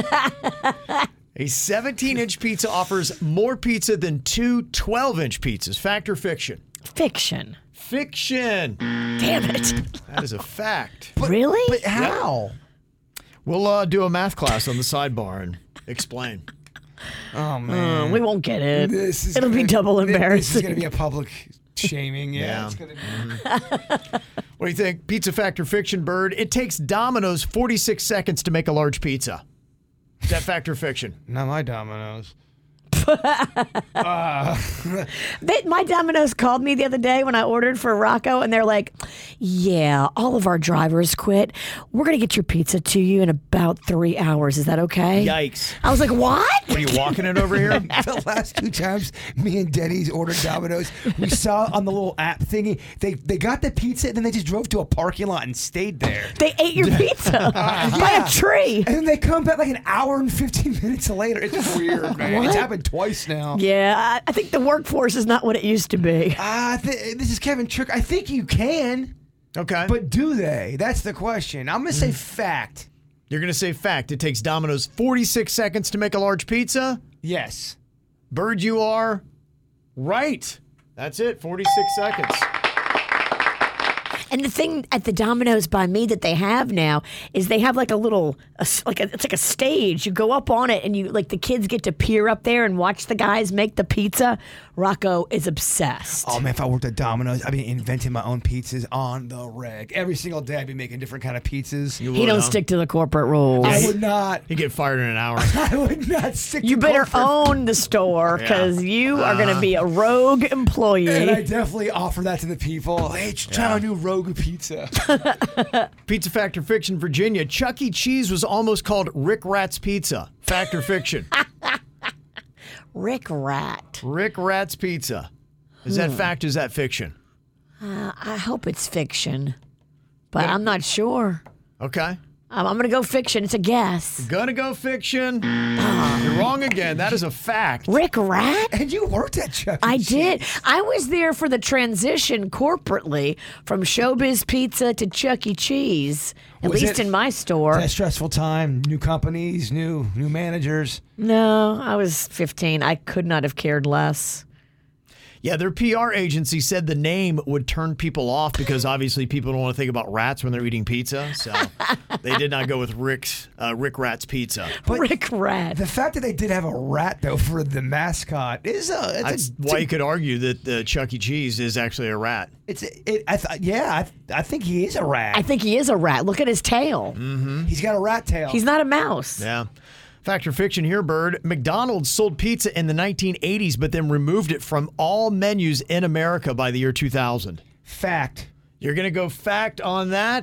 Speaker 3: A 17 inch pizza offers more pizza than two 12 inch pizzas. Fact or fiction?
Speaker 4: fiction.
Speaker 3: Fiction.
Speaker 4: Damn it!
Speaker 3: That is a fact.
Speaker 4: really?
Speaker 1: But how?
Speaker 3: We'll uh, do a math class on the sidebar and explain.
Speaker 1: Oh man,
Speaker 4: Uh, we won't get it.
Speaker 1: this is
Speaker 4: It'll be
Speaker 1: gonna-
Speaker 4: double
Speaker 1: thi- This is
Speaker 4: embarrassing.
Speaker 1: gonna be a public shaming. Yeah,
Speaker 3: Yeah.
Speaker 1: it's gonna be.
Speaker 3: What do you think? Pizza Factor Fiction Bird. It takes Domino's 46 seconds to make a large pizza. Is that fact or fiction?
Speaker 1: Not my Domino's.
Speaker 4: They, my Domino's called me the other day when I ordered for Rocco, and they're like, "Yeah, all of our drivers quit. We're gonna get your pizza to you in about three hours. Is that okay?"
Speaker 3: Yikes.
Speaker 4: I was like,
Speaker 3: What
Speaker 4: "What?"
Speaker 3: are you walking it over here?
Speaker 1: The last two times me and Denny's ordered Domino's, we saw on the little app thingy they they got the pizza and then they just drove to a parking lot and stayed there.
Speaker 4: They ate your pizza by a tree.
Speaker 1: And then they come back like an hour and 15 minutes later. It's weird, man. It's happened twice now.
Speaker 4: Yeah, I, I think the workforce is not what it used to be.
Speaker 1: I thi- this is Kevin Trick. I think you can,
Speaker 3: Okay.
Speaker 1: but do they? That's the question. I'm going
Speaker 4: Mm.
Speaker 1: to say fact.
Speaker 3: You're going to say fact. It takes Domino's 46 seconds to make a large pizza.
Speaker 1: Yes.
Speaker 3: Bird, you are right. That's it. 46 seconds.
Speaker 4: And the thing at the Domino's by me that they have now is they have like a little, a s like a, it's like a stage. You go up on it, and you like the kids get to peer up there and watch the guys make the pizza. Rocco is obsessed.
Speaker 1: Oh man, if I worked at Domino's, I'd be inventing my own pizzas on the reg. Every single day, I'd be making different kind of pizzas.
Speaker 4: he don't stick to the corporate rules.
Speaker 1: I would not.
Speaker 3: You get fired in an hour.
Speaker 1: I would not stick.
Speaker 4: you
Speaker 1: to
Speaker 4: better
Speaker 1: comfort.
Speaker 4: own the store because you are going to be a rogue
Speaker 1: And I
Speaker 4: employee.
Speaker 1: definitely offer that to the people. Hey, try our new rogue pizza.
Speaker 3: Pizza Factor Fiction, Virginia. Chuck E. Cheese was almost called Rick Rat's Pizza. Factor Fiction.
Speaker 4: Rick Rat.
Speaker 3: Rick Rat's Pizza. Is that fact? Is that fiction?
Speaker 4: Uh, I hope it's fiction, but I'm not sure.
Speaker 3: Okay.
Speaker 4: Um, I'm going to go fiction. It's a guess.
Speaker 3: Gonna go fiction. You're wrong again. That is a fact.
Speaker 4: Rick Rat?
Speaker 1: and you worked at Chuck. E.
Speaker 4: I
Speaker 1: Cheese.
Speaker 4: did. I was there for the transition corporately from Showbiz Pizza to Chuck E. Cheese, at
Speaker 1: Was
Speaker 4: least
Speaker 1: it-
Speaker 4: in my store.
Speaker 1: That stressful time, new companies, new new managers.
Speaker 4: No, I was 15. I could not have cared less.
Speaker 3: Yeah, their PR agency said the name would turn people off because obviously people don't want to think about rats when they're eating pizza. So they did not go with Rick's uh, Rick Rat's Pizza.
Speaker 4: Rick Rat.
Speaker 1: The fact that they did have a rat though for the mascot is uh, it's a.
Speaker 3: That's
Speaker 1: it's
Speaker 3: why
Speaker 1: a-
Speaker 3: you could argue that the Chuck E. Cheese is actually a rat.
Speaker 1: It's a- it. I th- yeah, I, th- I think he is a rat.
Speaker 4: I think he is a rat. Look at his tail.
Speaker 3: Mm-hmm.
Speaker 1: He's got a rat tail.
Speaker 4: He's not a mouse.
Speaker 3: Yeah. Fact or fiction here, Bird. McDonald's sold pizza in the 1980s, but then removed it from all menus in America by the year 2000.
Speaker 1: fact.
Speaker 3: You're going to go fact on that?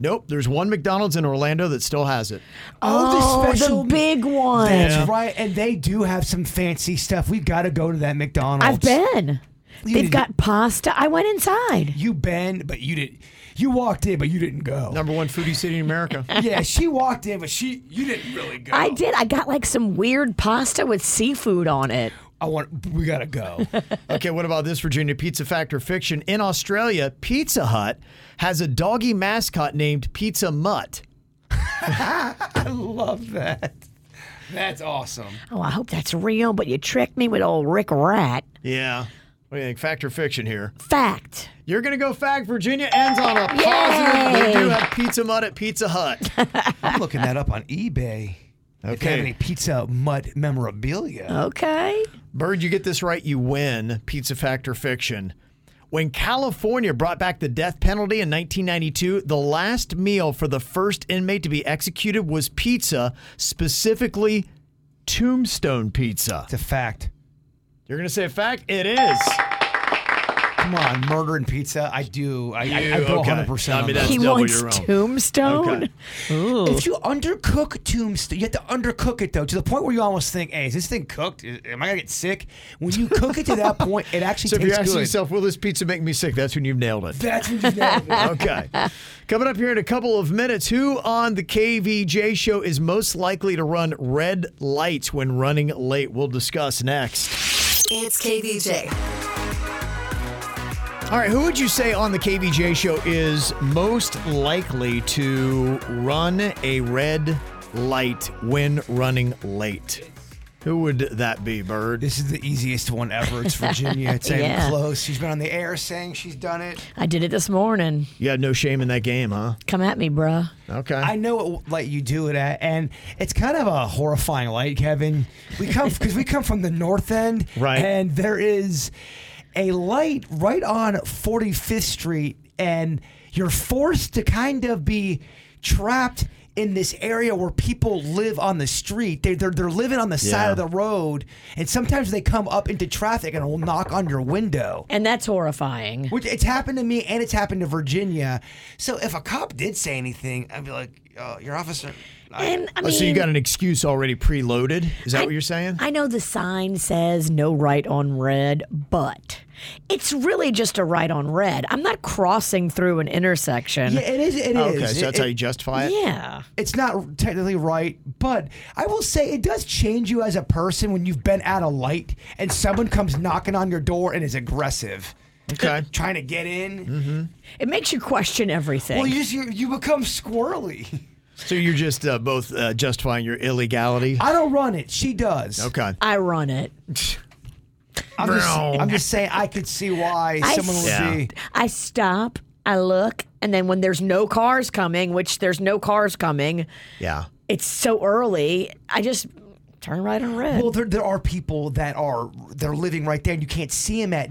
Speaker 3: Nope. There's one McDonald's in Orlando that still has it.
Speaker 4: Oh, the big one.
Speaker 1: That's right, and they do have some fancy stuff. We got to go to that McDonald's.
Speaker 4: I've been.
Speaker 1: You
Speaker 4: They've
Speaker 1: did-
Speaker 4: got pasta. I went inside.
Speaker 1: You been, but you didn't. You walked in, but you didn't go.
Speaker 3: Number one foodie city in America.
Speaker 1: Yeah, she walked in, but she you didn't really go.
Speaker 4: I did. I got like some weird pasta with seafood on it.
Speaker 1: I want. We gotta go.
Speaker 3: Oh. Okay, what about this, Virginia? Pizza fact or fiction? In Australia, Pizza Hut has a doggy mascot named Pizza Mutt.
Speaker 1: I love that. That's awesome.
Speaker 4: Oh, I hope that's real, but you tricked me with old Rick Rat.
Speaker 3: Yeah. What do you think? Fact or fiction here?
Speaker 4: Fact.
Speaker 3: You're going to go fact. Virginia ends on a positive. They do have Pizza Mutt at Pizza Hut.
Speaker 1: I'm looking that up on eBay. If they have
Speaker 3: Okay.
Speaker 1: any pizza mutt memorabilia?
Speaker 4: Okay.
Speaker 3: Bird, you get this right, you win. Pizza fact or fiction? When California brought back the death penalty in 1992, the last meal for the first inmate to be executed was pizza, specifically tombstone pizza.
Speaker 1: It's a fact.
Speaker 3: You're going to say a fact? It is.
Speaker 1: Come on, murder and pizza. I do. I, I, I
Speaker 3: You-
Speaker 1: go
Speaker 3: okay.
Speaker 1: 100 percent.
Speaker 3: I
Speaker 1: on
Speaker 3: mean,
Speaker 1: that.
Speaker 3: that's
Speaker 4: he
Speaker 3: double
Speaker 4: wants
Speaker 3: your own.
Speaker 4: tombstone.
Speaker 3: Okay.
Speaker 4: Ooh.
Speaker 1: If you undercook tombstone, you have to undercook it though to the point where you almost think, "Hey, is this thing cooked? Is- Am I gonna get sick?" When you cook it to that point, it actually
Speaker 3: So if you're
Speaker 1: tastes
Speaker 3: asking
Speaker 1: good.
Speaker 3: yourself, will this pizza make me sick? That's when you've nailed it.
Speaker 1: That's when you know. it.
Speaker 3: Okay. Coming up here in a couple of minutes, who on the KVJ show is most likely to run red lights when running late? We'll discuss next.
Speaker 6: It's KVJ.
Speaker 3: All right, who would you say on the KVJ show is most likely to run a red light when running late? Who would that be, Bird?
Speaker 1: This is the easiest one ever. It's Virginia. It's ain't
Speaker 4: Yeah.
Speaker 1: close. She's been on the air saying she's done it.
Speaker 4: I did it this morning.
Speaker 3: You had no shame in that game, huh?
Speaker 4: Come at me, bruh.
Speaker 3: Okay.
Speaker 1: I know what light you do it at, and it's kind of a horrifying light, Kevin. We come because we come from the north end,
Speaker 3: Right.
Speaker 1: And there is a light right on 45th Street, and you're forced to kind of be trapped in this area where people live on the street. They, they're they're living on the side
Speaker 3: Yeah.
Speaker 1: of the road, and sometimes they come up into traffic and will knock on your window.
Speaker 4: And that's horrifying.
Speaker 1: Which it's happened to me and it's happened to Virginia. So if a cop did say anything, I'd be like, uh, "Your officer." I-
Speaker 4: And I
Speaker 3: Oh,
Speaker 4: mean,
Speaker 3: so you got an excuse already preloaded? Is that what you're saying?
Speaker 4: I know the sign says no right on red, but it's really just a right on red. I'm not crossing through an intersection.
Speaker 1: yeah, it is. It is.
Speaker 3: okay, so that's
Speaker 1: It-
Speaker 3: how you justify it?
Speaker 4: Yeah.
Speaker 1: it's not technically right, but I will say it does change you as a person when you've been at a light and someone comes knocking on your door and is aggressive,
Speaker 3: Okay.
Speaker 1: trying to get in.
Speaker 3: Mm-hmm.
Speaker 4: It makes you question everything.
Speaker 1: Well, you just you, you become squirrely.
Speaker 3: So you're just uh, both uh, justifying your illegality.
Speaker 1: I don't run it. She does.
Speaker 3: Okay.
Speaker 4: I run it.
Speaker 1: I'm just, I'm just saying I could see why
Speaker 4: I
Speaker 1: someone would
Speaker 3: Oh. Yeah.
Speaker 1: be.
Speaker 4: I stop, I look, and then when there's no cars coming, which there's no cars coming,
Speaker 3: Yeah.
Speaker 4: it's so early, I just turn right on red.
Speaker 1: Well, there, there are people that are they're living right there, and you can't see them at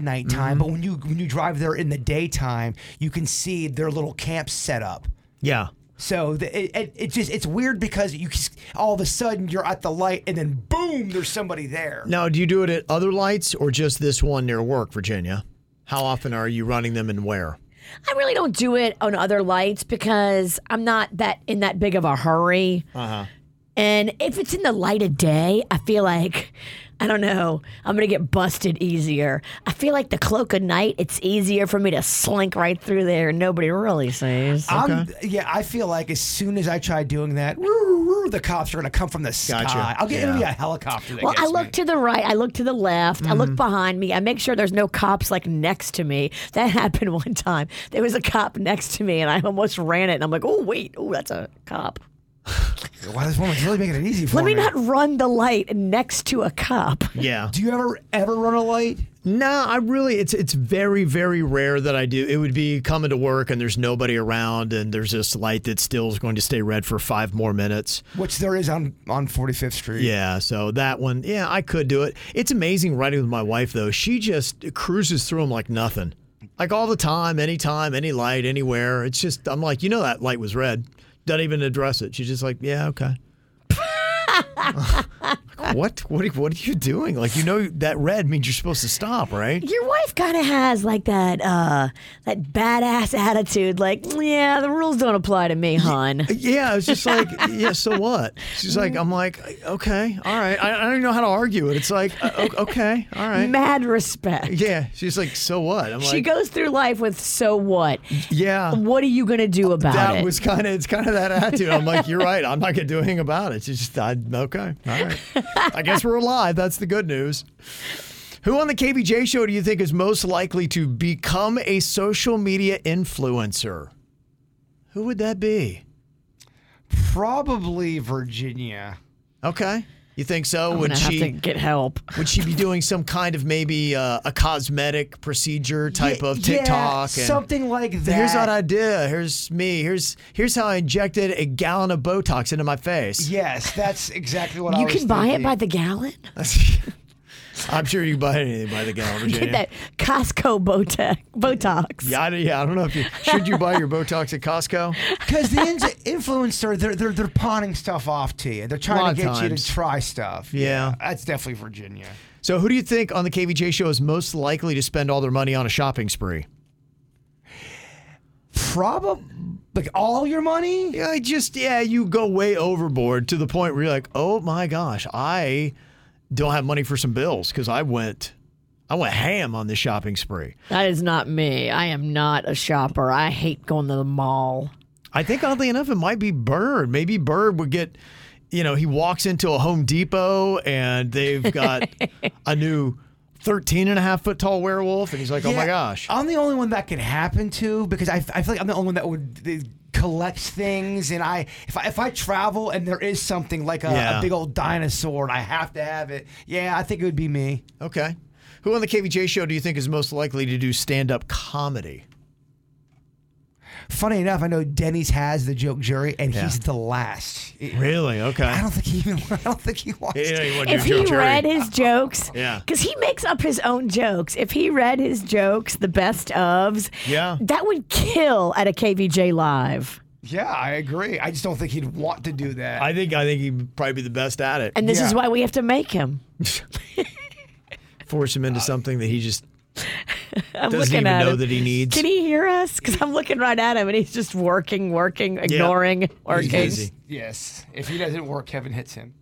Speaker 3: Mm-hmm.
Speaker 1: nighttime. But when you when you drive there in the daytime, you can see their little camp set up.
Speaker 3: Yeah.
Speaker 1: So the, it, it, it's just it's weird because you s- all of a sudden you're at the light, and then boom, there's somebody there.
Speaker 3: Now, do you do it at other lights or just this one near work, Virginia? How often are you running them and where?
Speaker 4: I really don't do it on other lights because I'm not that in that big of a hurry.
Speaker 3: Uh-huh.
Speaker 1: Uh-huh.
Speaker 4: And if it's in the light of day, I feel like I don't know, I'm going to get busted easier. I feel like the cloak of night, it's easier for me to slink right through there and nobody really sees.
Speaker 1: I'm, yeah, I feel like as soon as I try doing that, woo, woo, woo, the cops are gonna come from the sky. I'll get it'll be a helicopter. That
Speaker 4: Well, I
Speaker 1: gets
Speaker 4: look
Speaker 1: me.
Speaker 4: to the right. I look to the left. I look behind me. I make sure there's no cops like next to me. That happened one time. There was a cop next to me, and I almost ran it. And I'm like, oh wait, oh that's a cop.
Speaker 1: Wow, this woman's really making it easy for
Speaker 4: Let
Speaker 1: me.
Speaker 4: me not run the light next to a cop.
Speaker 3: Yeah.
Speaker 1: Do you ever ever run a light?
Speaker 3: No, I really it's it's very very rare that I do. It would be coming to work and there's nobody around and there's this light that still is going to stay red for 5 more minutes.
Speaker 1: Which there is on on 45th Street.
Speaker 3: Yeah, so that one, yeah, I could do it. It's amazing riding with my wife though. She just cruises through them like nothing. Like all the time, anytime, any light, anywhere. It's just I'm like, you know that light was red. Doesn't even address it. She's just like, yeah, okay. Like, what? What? are- What are you doing? Like you know that red means you're supposed to stop, right?
Speaker 4: Your wife kind of has like that uh that badass attitude like, "Yeah, the rules don't apply to me, hon."
Speaker 3: Uh, Yeah, it's just like, yeah, so what? She's like, I'm like, okay, all right. I, I don't even know how to argue it. It's like, uh, o- okay, all right.
Speaker 4: Mad respect.
Speaker 3: Yeah, she's like, so what? I'm
Speaker 4: She
Speaker 3: like,
Speaker 4: goes through life with so what?
Speaker 3: yeah.
Speaker 4: What are you going to do about
Speaker 3: That
Speaker 4: it?
Speaker 3: was kind of it's kind of that attitude. I'm like, you're right. I'm not gonna do anything about it. She's just, I, okay, all right. I guess we're alive. That's the good news. Who on the KBJ show do you think is most likely to become a social media influencer? Who would that be?
Speaker 1: Probably Virginia.
Speaker 3: Okay. You think so?
Speaker 4: I'm
Speaker 3: would
Speaker 4: gonna have
Speaker 3: she
Speaker 4: to get help.
Speaker 3: would she be doing some kind of maybe uh, a cosmetic procedure type
Speaker 1: Yeah,
Speaker 3: of
Speaker 1: yeah,
Speaker 3: TikTok? and-
Speaker 1: something like that.
Speaker 3: Here's what I did. Here's me. Here's here's how I injected a gallon of Botox into my face.
Speaker 1: Yes, that's exactly what I
Speaker 4: You
Speaker 1: was
Speaker 4: can buy it
Speaker 1: thinking.
Speaker 4: by the gallon.
Speaker 3: I'm sure you can buy anything by the gallon, Virginia.
Speaker 4: Get that Costco Botox. Botox.
Speaker 3: Yeah, I, don't- yeah, I don't know if you should you buy your Botox at Costco.
Speaker 1: Because the ins- influencer, they're, they're they're pawning stuff off to you. They're
Speaker 3: Lot
Speaker 1: trying
Speaker 3: of
Speaker 1: to get you
Speaker 3: times.
Speaker 1: to try stuff.
Speaker 3: Yeah.
Speaker 1: that's definitely Virginia.
Speaker 3: So, who do you think on the KVJ show is most likely to spend all their money on a shopping spree?
Speaker 1: Probably like all your money.
Speaker 3: Yeah, I just yeah, you go way overboard to the point where you're like, oh my gosh, I don't have money for some bills because I went, I went ham on this shopping spree.
Speaker 4: That is not me. I am not a shopper. I hate going to the mall.
Speaker 3: I think oddly enough, it might be Bird. Maybe Bird would get, you know, he walks into a Home Depot and they've got a new 13 and a half foot tall werewolf. And he's like, oh my
Speaker 1: Yeah,
Speaker 3: gosh.
Speaker 1: I'm the only one that could happen to because I, I feel like I'm the only one that would uh, collect things and I if I if I travel and there is something like a,
Speaker 3: Yeah.
Speaker 1: a big old dinosaur and I have to have it. Yeah, I think it would be me.
Speaker 3: Okay. Who on the KVJ show do you think is most likely to do stand up comedy?
Speaker 1: Funny enough, I know Denny's has the joke jury and
Speaker 3: Yeah.
Speaker 1: he's the last.
Speaker 3: Really? Okay.
Speaker 1: I don't think he even I don't think he wants to.
Speaker 4: If he read his jokes,
Speaker 3: Yeah.
Speaker 4: because he makes up his own jokes. If he read his jokes, the best ofs,
Speaker 3: Yeah.
Speaker 4: that would kill at a KVJ live.
Speaker 1: Yeah, I agree. I just don't think he'd want to do that.
Speaker 3: I think I think he'd probably be the best at it.
Speaker 4: And this is
Speaker 1: Yeah.
Speaker 4: why we have to make him.
Speaker 3: Force him into something that he just
Speaker 4: I'm
Speaker 3: doesn't
Speaker 4: looking
Speaker 3: even
Speaker 4: at
Speaker 3: know
Speaker 4: him.
Speaker 3: that he needs.
Speaker 4: Can he hear us? Because I'm looking right at him, and he's just working, working, ignoring,
Speaker 3: He's
Speaker 4: working.
Speaker 3: busy.
Speaker 1: yes, if he doesn't work, Kevin hits him.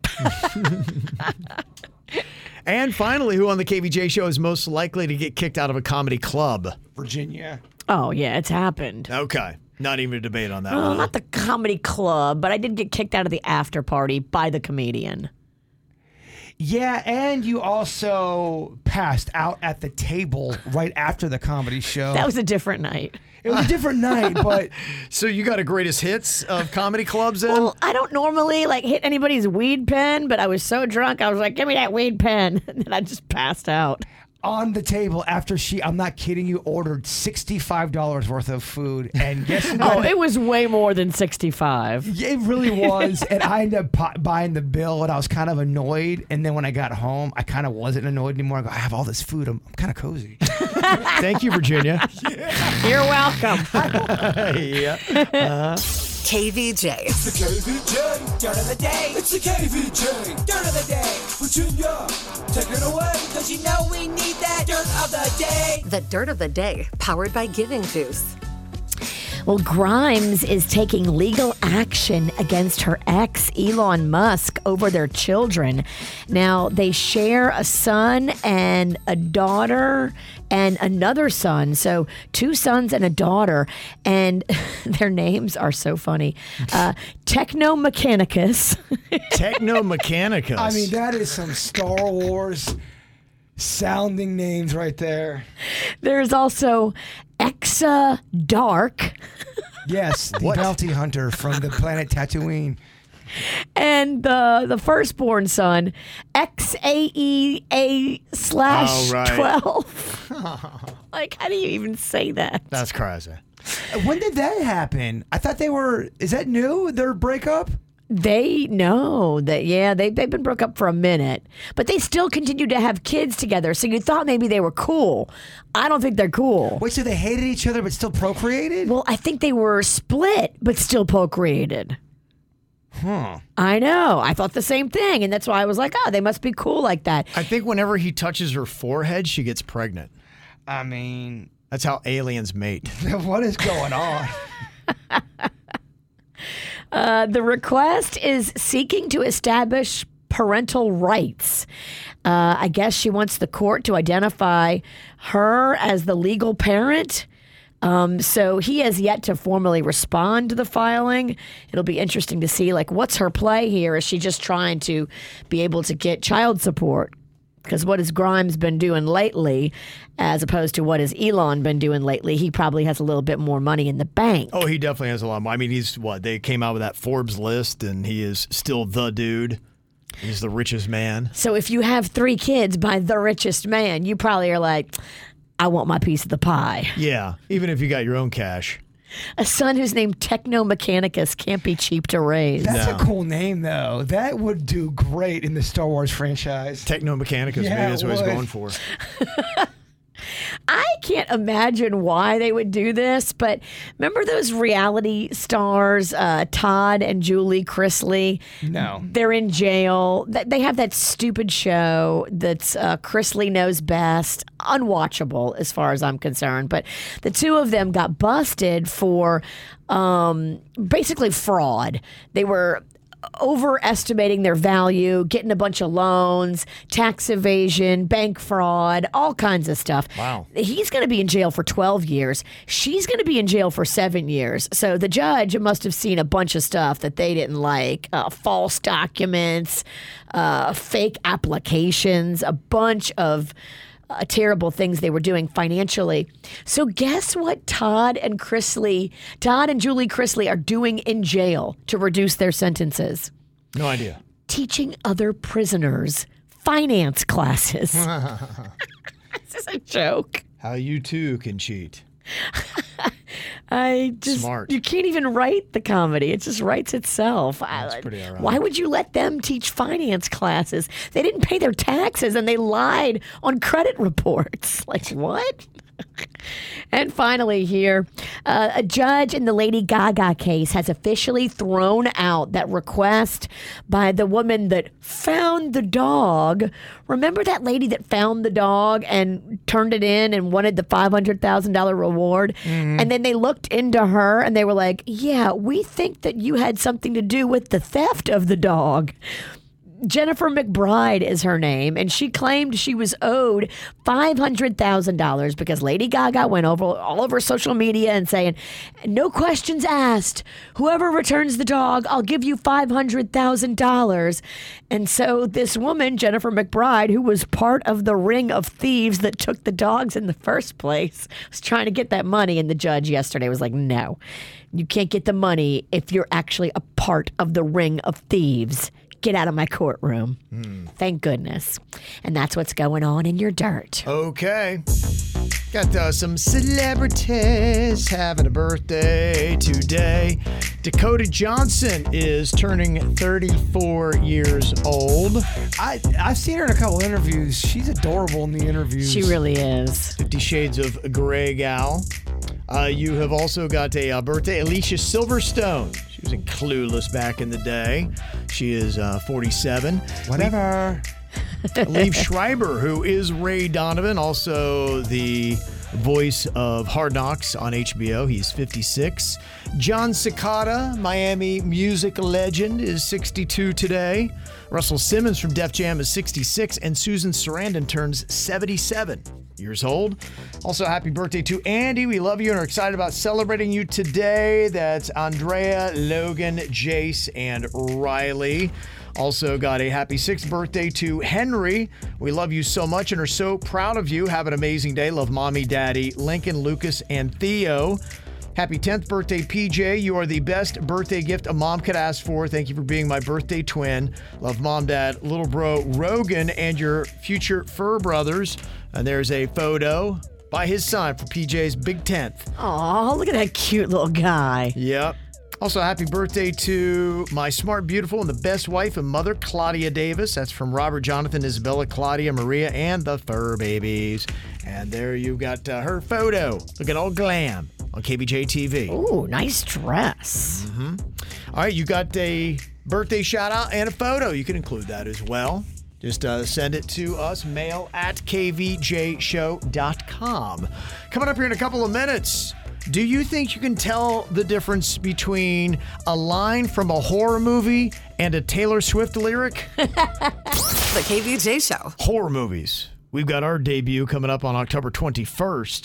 Speaker 3: And finally, who on the KVJ show is most likely to get kicked out of a comedy club?
Speaker 1: Virginia.
Speaker 4: Oh yeah, it's happened. Uh-huh.
Speaker 3: Okay. Not even a debate on that
Speaker 4: Well,
Speaker 3: one.
Speaker 4: not the comedy club, but I did get kicked out of the after party by the comedian.
Speaker 1: Yeah, and you also passed out at the table right after the comedy show.
Speaker 4: That was a different night.
Speaker 1: it was a different night, but
Speaker 3: So you got a greatest hits of comedy clubs in?
Speaker 4: Well, I don't normally like hit anybody's weed pen, but I was so drunk, I was like, "Give me that weed pen," and then I just passed out.
Speaker 1: on the table after she, I'm not kidding you, ordered $65 worth of food. And guess
Speaker 4: Oh,
Speaker 1: what?
Speaker 4: it was way more than sixty-five.
Speaker 1: Yeah, It really was, and I ended up pu- buying the bill, and I was kind of annoyed. And then when I got home, I kind of wasn't annoyed anymore. I go, I have all this food. I'm, I'm kind of cozy.
Speaker 3: Thank you, Virginia.
Speaker 4: You're welcome.
Speaker 3: Uh-huh. yeah.
Speaker 6: KVJ.
Speaker 2: The KVJ, dirt of the day. It's the KVJ, dirt of the day. Virginia, take it away. Cause you know we need that dirt of the day.
Speaker 6: The dirt of the day, powered by Giving Juice.
Speaker 4: Well, Grimes is taking legal action against her ex, Elon Musk, over their children. Now, they share a son and a daughter and another son. So, two sons and a daughter. And their names are so funny uh, Technomechanicus.
Speaker 3: Techno Mechanicus.
Speaker 1: I mean, that is some Star Wars sounding names right there.
Speaker 4: There's also Exa Dark
Speaker 1: Yes, the bounty hunter from the planet Tatooine.
Speaker 4: and the the firstborn son, X A E A slash
Speaker 3: Oh, right.
Speaker 4: twelve. like, how do you even say that?
Speaker 3: That's crazy.
Speaker 1: When did that happen? I thought they were. Is that new? Their breakup?
Speaker 4: They know that, yeah, they, they've been broke up for a minute, but they still continue to have kids together. So you thought maybe they were cool. I don't think they're cool.
Speaker 1: Wait, so they hated each other but still procreated?
Speaker 4: Well, I think they were split, but still procreated. Huh. I know. I thought the same thing. And that's why I was like, oh, they must be cool like that.
Speaker 3: I think whenever he touches her forehead, she gets pregnant.
Speaker 8: I mean,
Speaker 3: That's how aliens mate.
Speaker 1: what is going on?
Speaker 4: Uh, the request is seeking to establish parental rights. Uh, I guess she wants the court to identify her as the legal parent. Um, so he has yet to formally respond to the filing. It'll be interesting to see, like, what's her play here? Is she just trying to be able to get child support? Because what has Grimes been doing lately, as opposed to what has Elon been doing lately? He probably has a little bit more money in the bank.
Speaker 3: Oh, he definitely has a lot. More. I mean, he's what they came out with that Forbes list, and he is still the dude. He's the richest man.
Speaker 4: So if you have three kids by the richest man, you probably are like, I want my piece of the pie.
Speaker 3: Yeah, even if you got your own cash.
Speaker 4: A son who's named Techno Mechanicus can't be cheap to raise.
Speaker 1: That's a cool name, though. That would do great in the Star Wars franchise.
Speaker 3: Technomechanicus,
Speaker 1: Yeah,
Speaker 3: maybe that's what he's
Speaker 1: it would.
Speaker 3: going for.
Speaker 4: I can't imagine why they would do this, but remember those reality stars, uh, Todd and Julie Chrisley?
Speaker 1: No.
Speaker 4: They're in jail. Th- They have that stupid show that's uh, Chrisley Knows Best, unwatchable as far as I'm concerned. But the two of them got busted for um, basically fraud. They were overestimating their value, getting a bunch of loans, tax evasion, bank fraud, all kinds of stuff.
Speaker 3: Wow.
Speaker 4: He's going to be in jail for 12 years. She's going to be in jail for seven years. So the judge must have seen a bunch of stuff that they didn't like uh, false documents, uh, fake applications, a bunch of. Uh, terrible things they were doing financially. So, guess what Todd and Chrisley, Todd and Julie Chrisley are doing in jail to reduce their sentences?
Speaker 3: No idea.
Speaker 4: Teaching other prisoners finance classes. this is a joke.
Speaker 3: How you too can cheat.
Speaker 4: I just
Speaker 3: Smart.
Speaker 4: you can't even write the comedy; it just writes itself. That's
Speaker 3: pretty ironic.
Speaker 4: Why would you let them teach finance classes? They didn't pay their taxes and they lied on credit reports. Like what? and finally, here, uh, a judge in the Lady Gaga case has officially thrown out that request by the woman that found the dog. Remember that lady that found the dog and turned it in and wanted the $500,000 reward? And then they looked into her and they were like, Yeah, we think that you had something to do with the theft of the dog. Jennifer McBride is her name, and she claimed she was owed five hundred thousand dollars because Lady Gaga went over all over social media and saying, "No questions asked. Whoever returns the dog, I'll give you five hundred thousand dollars." And so this woman, Jennifer McBride, who was part of the ring of thieves that took the dogs in the first place, was trying to get that money, and the judge yesterday was like, "No, you can't get the money if you're actually a part of the ring of thieves." get out of my courtroom. Thank goodness. And that's what's going on in your dirt.
Speaker 3: Okay. Got uh, some celebrities having a birthday today. Dakota Johnson is turning 34 years old.
Speaker 1: I, I've seen her in a couple interviews. She's adorable in the interviews.
Speaker 4: She really is.
Speaker 3: Fifty Shades of Grey gal. Uh, you have also got a uh, birthday, Alicia Silverstone. She was in Clueless back in the day. She is uh, 47.
Speaker 1: Whatever.
Speaker 3: Liev Schreiber, who is Ray Donovan, also the voice of Hard Knocks on HBO. He's 56. John Cicada, Miami music legend, is 62 today. Russell Simmons from Def Jam is 66, and Susan Sarandon turns 77 years old. Also, happy birthday to Andy. We love you and are excited about celebrating you today. That's Andrea, Logan, Jace, and Riley. Also, got a happy sixth birthday to Henry. We love you so much and are so proud of you. Have an amazing day. Love mommy, daddy, Lincoln, Lucas, and Theo. Happy 10th birthday, PJ. You are the best birthday gift a mom could ask for. Thank you for being my birthday twin. Love mom, dad, little bro Rogan, and your future fur brothers. And there's a photo by his son for PJ's big 10th.
Speaker 4: Oh, look at that cute little guy.
Speaker 3: Yep. Also, happy birthday to my smart, beautiful, and the best wife and mother, Claudia Davis. That's from Robert, Jonathan, Isabella, Claudia, Maria, and the fur babies. And there you got uh, her photo. Look at all glam on KBJ TV.
Speaker 4: Ooh, nice dress.
Speaker 3: All right, you got a birthday shout out and a photo. You can include that as well. Just uh, send it to us, mail at kvjshow.com. Coming up here in a couple of minutes, do you think you can tell the difference between a line from a horror movie and a Taylor Swift lyric?
Speaker 6: The KVJ Show.
Speaker 3: horror movies. We've got our debut coming up on October 21st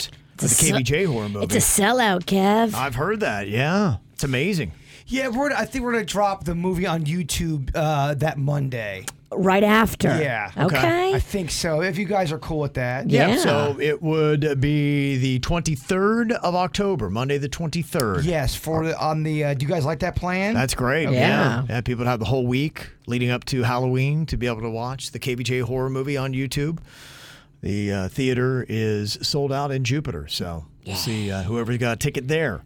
Speaker 3: for
Speaker 4: It's
Speaker 3: the
Speaker 4: a se-
Speaker 3: KBJ horror movie.
Speaker 4: It's a sellout, Kev.
Speaker 3: I've heard that, yeah. It's amazing.
Speaker 1: Yeah, we're. I think we're gonna drop the movie on YouTube uh, that Monday.
Speaker 4: right after.
Speaker 1: Yeah.
Speaker 4: Okay.
Speaker 1: I think so. If you guys are cool with that.
Speaker 4: Yeah.
Speaker 3: Yep, So it would be the 23rd of October, Monday the 23rd.
Speaker 1: Yes. For the, on the. Uh, do you guys like that plan?
Speaker 3: That's great.
Speaker 4: Yeah.
Speaker 3: yeah. Yeah, People have the whole week leading up to Halloween to be able to watch the KBJ horror movie on YouTube. The uh, theater is sold out in Jupiter. So we'll see uh, whoever's got a ticket there.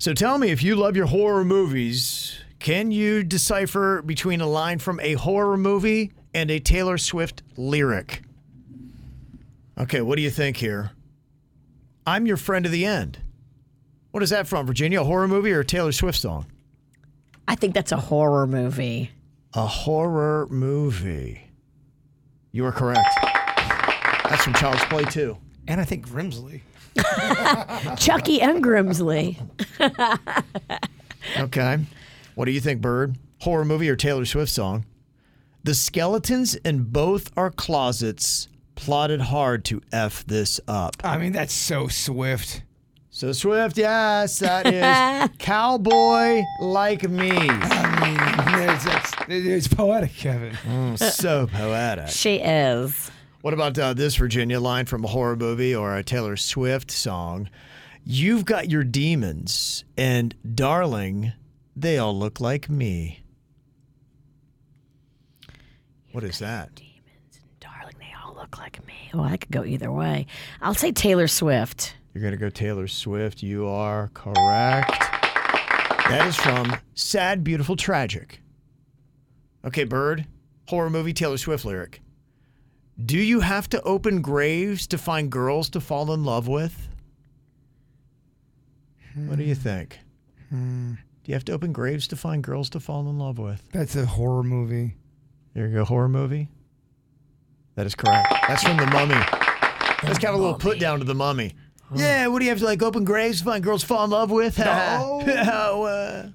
Speaker 3: So tell me if you love your horror movies, can you decipher between a line from a horror movie and a Taylor Swift lyric? Okay, what do you think here? I'm your friend to the end. What is that from, Virginia? A horror movie or a Taylor Swift song?
Speaker 4: I think that's a horror movie.
Speaker 3: A horror movie. You are correct. That's from Child's Play 2.
Speaker 1: and I think Grimsley.
Speaker 4: Chucky and Grimsley.
Speaker 3: Okay. What do you think, Bird? Horror movie or Taylor Swift song? The skeletons in both our closets plotted hard to F this up.
Speaker 1: I mean, that's so Swift.
Speaker 3: So, Swift, yes, that is Cowboy Like Me.
Speaker 1: It's, it's, it's poetic, Kevin.
Speaker 3: Mm, So poetic.
Speaker 4: Uh, She is.
Speaker 3: What about uh, this Virginia line from a horror movie or a Taylor Swift song? You've got your demons, and darling, they all look like me. What is that?
Speaker 4: Darling, they all look like me. Oh, I could go either way. I'll say Taylor Swift.
Speaker 3: You're going to go Taylor Swift. You are correct. That is from Sad, Beautiful, Tragic. Okay, Bird, horror movie, Taylor Swift lyric. Do you have to open graves to find girls to fall in love with? What do you think? Do you have to open graves to find girls to fall in love with?
Speaker 1: That's a horror movie.
Speaker 3: There you go, horror movie. That is correct. That's from The Mummy. That's kind of a little put down to The Mummy. Yeah, what do you have to like open graves, find girls fall in love with? No.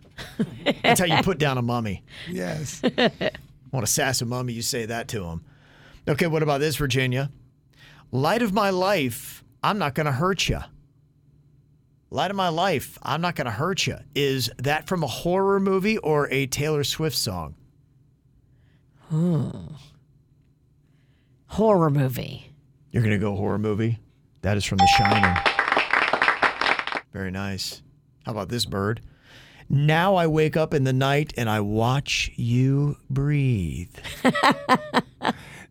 Speaker 3: That's how you put down a mummy.
Speaker 1: Yes.
Speaker 3: Want to sass a mummy, you say that to him. Okay, what about this, Virginia? Light of my life, I'm not going to hurt you. Light of my life, I'm not going to hurt you. Is that from a horror movie or a Taylor Swift song?
Speaker 4: Hmm. Horror movie.
Speaker 3: You're going to go horror movie? That is from The Shining. Very nice. How about this bird? Now I wake up in the night and I watch you breathe.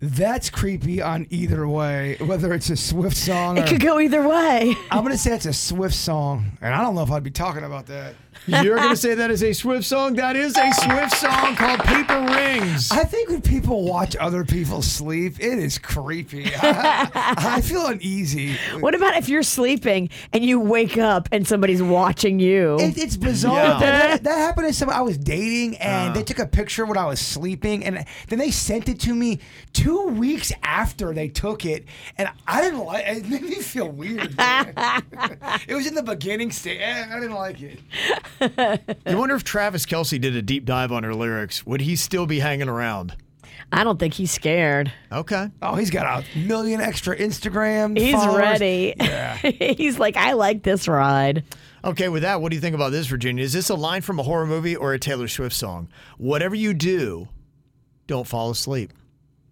Speaker 1: That's creepy on either way, whether it's a Swift song or.
Speaker 4: It could go either way.
Speaker 1: I'm going to say it's a Swift song, and I don't know if I'd be talking about that.
Speaker 3: You're going to say that is a Swift song? That is a Swift song called Paper Rings.
Speaker 1: I think when people watch other people sleep, it is creepy. I, I feel uneasy.
Speaker 4: What about if you're sleeping and you wake up and somebody's watching you?
Speaker 1: It, it's bizarre.
Speaker 3: Oh, Yeah. Uh.
Speaker 1: That, that happened to someone I was dating, and they took a picture when I was sleeping, and then they sent it to me two weeks after they took it, and I didn't like. It made me feel weird. man. it was in the beginning state. eh, I didn't like it.
Speaker 3: You wonder if Travis Kelsey did a deep dive on her lyrics, would he still be hanging around?
Speaker 4: I don't think he's scared.
Speaker 3: Okay.
Speaker 1: Oh, he's got a million extra Instagram.
Speaker 4: He's
Speaker 1: followers.
Speaker 4: ready. he's like, I like this ride.
Speaker 3: Okay, with that, what do you think about this, Virginia? Is this a line from a horror movie or a Taylor Swift song? Whatever you do, don't fall asleep.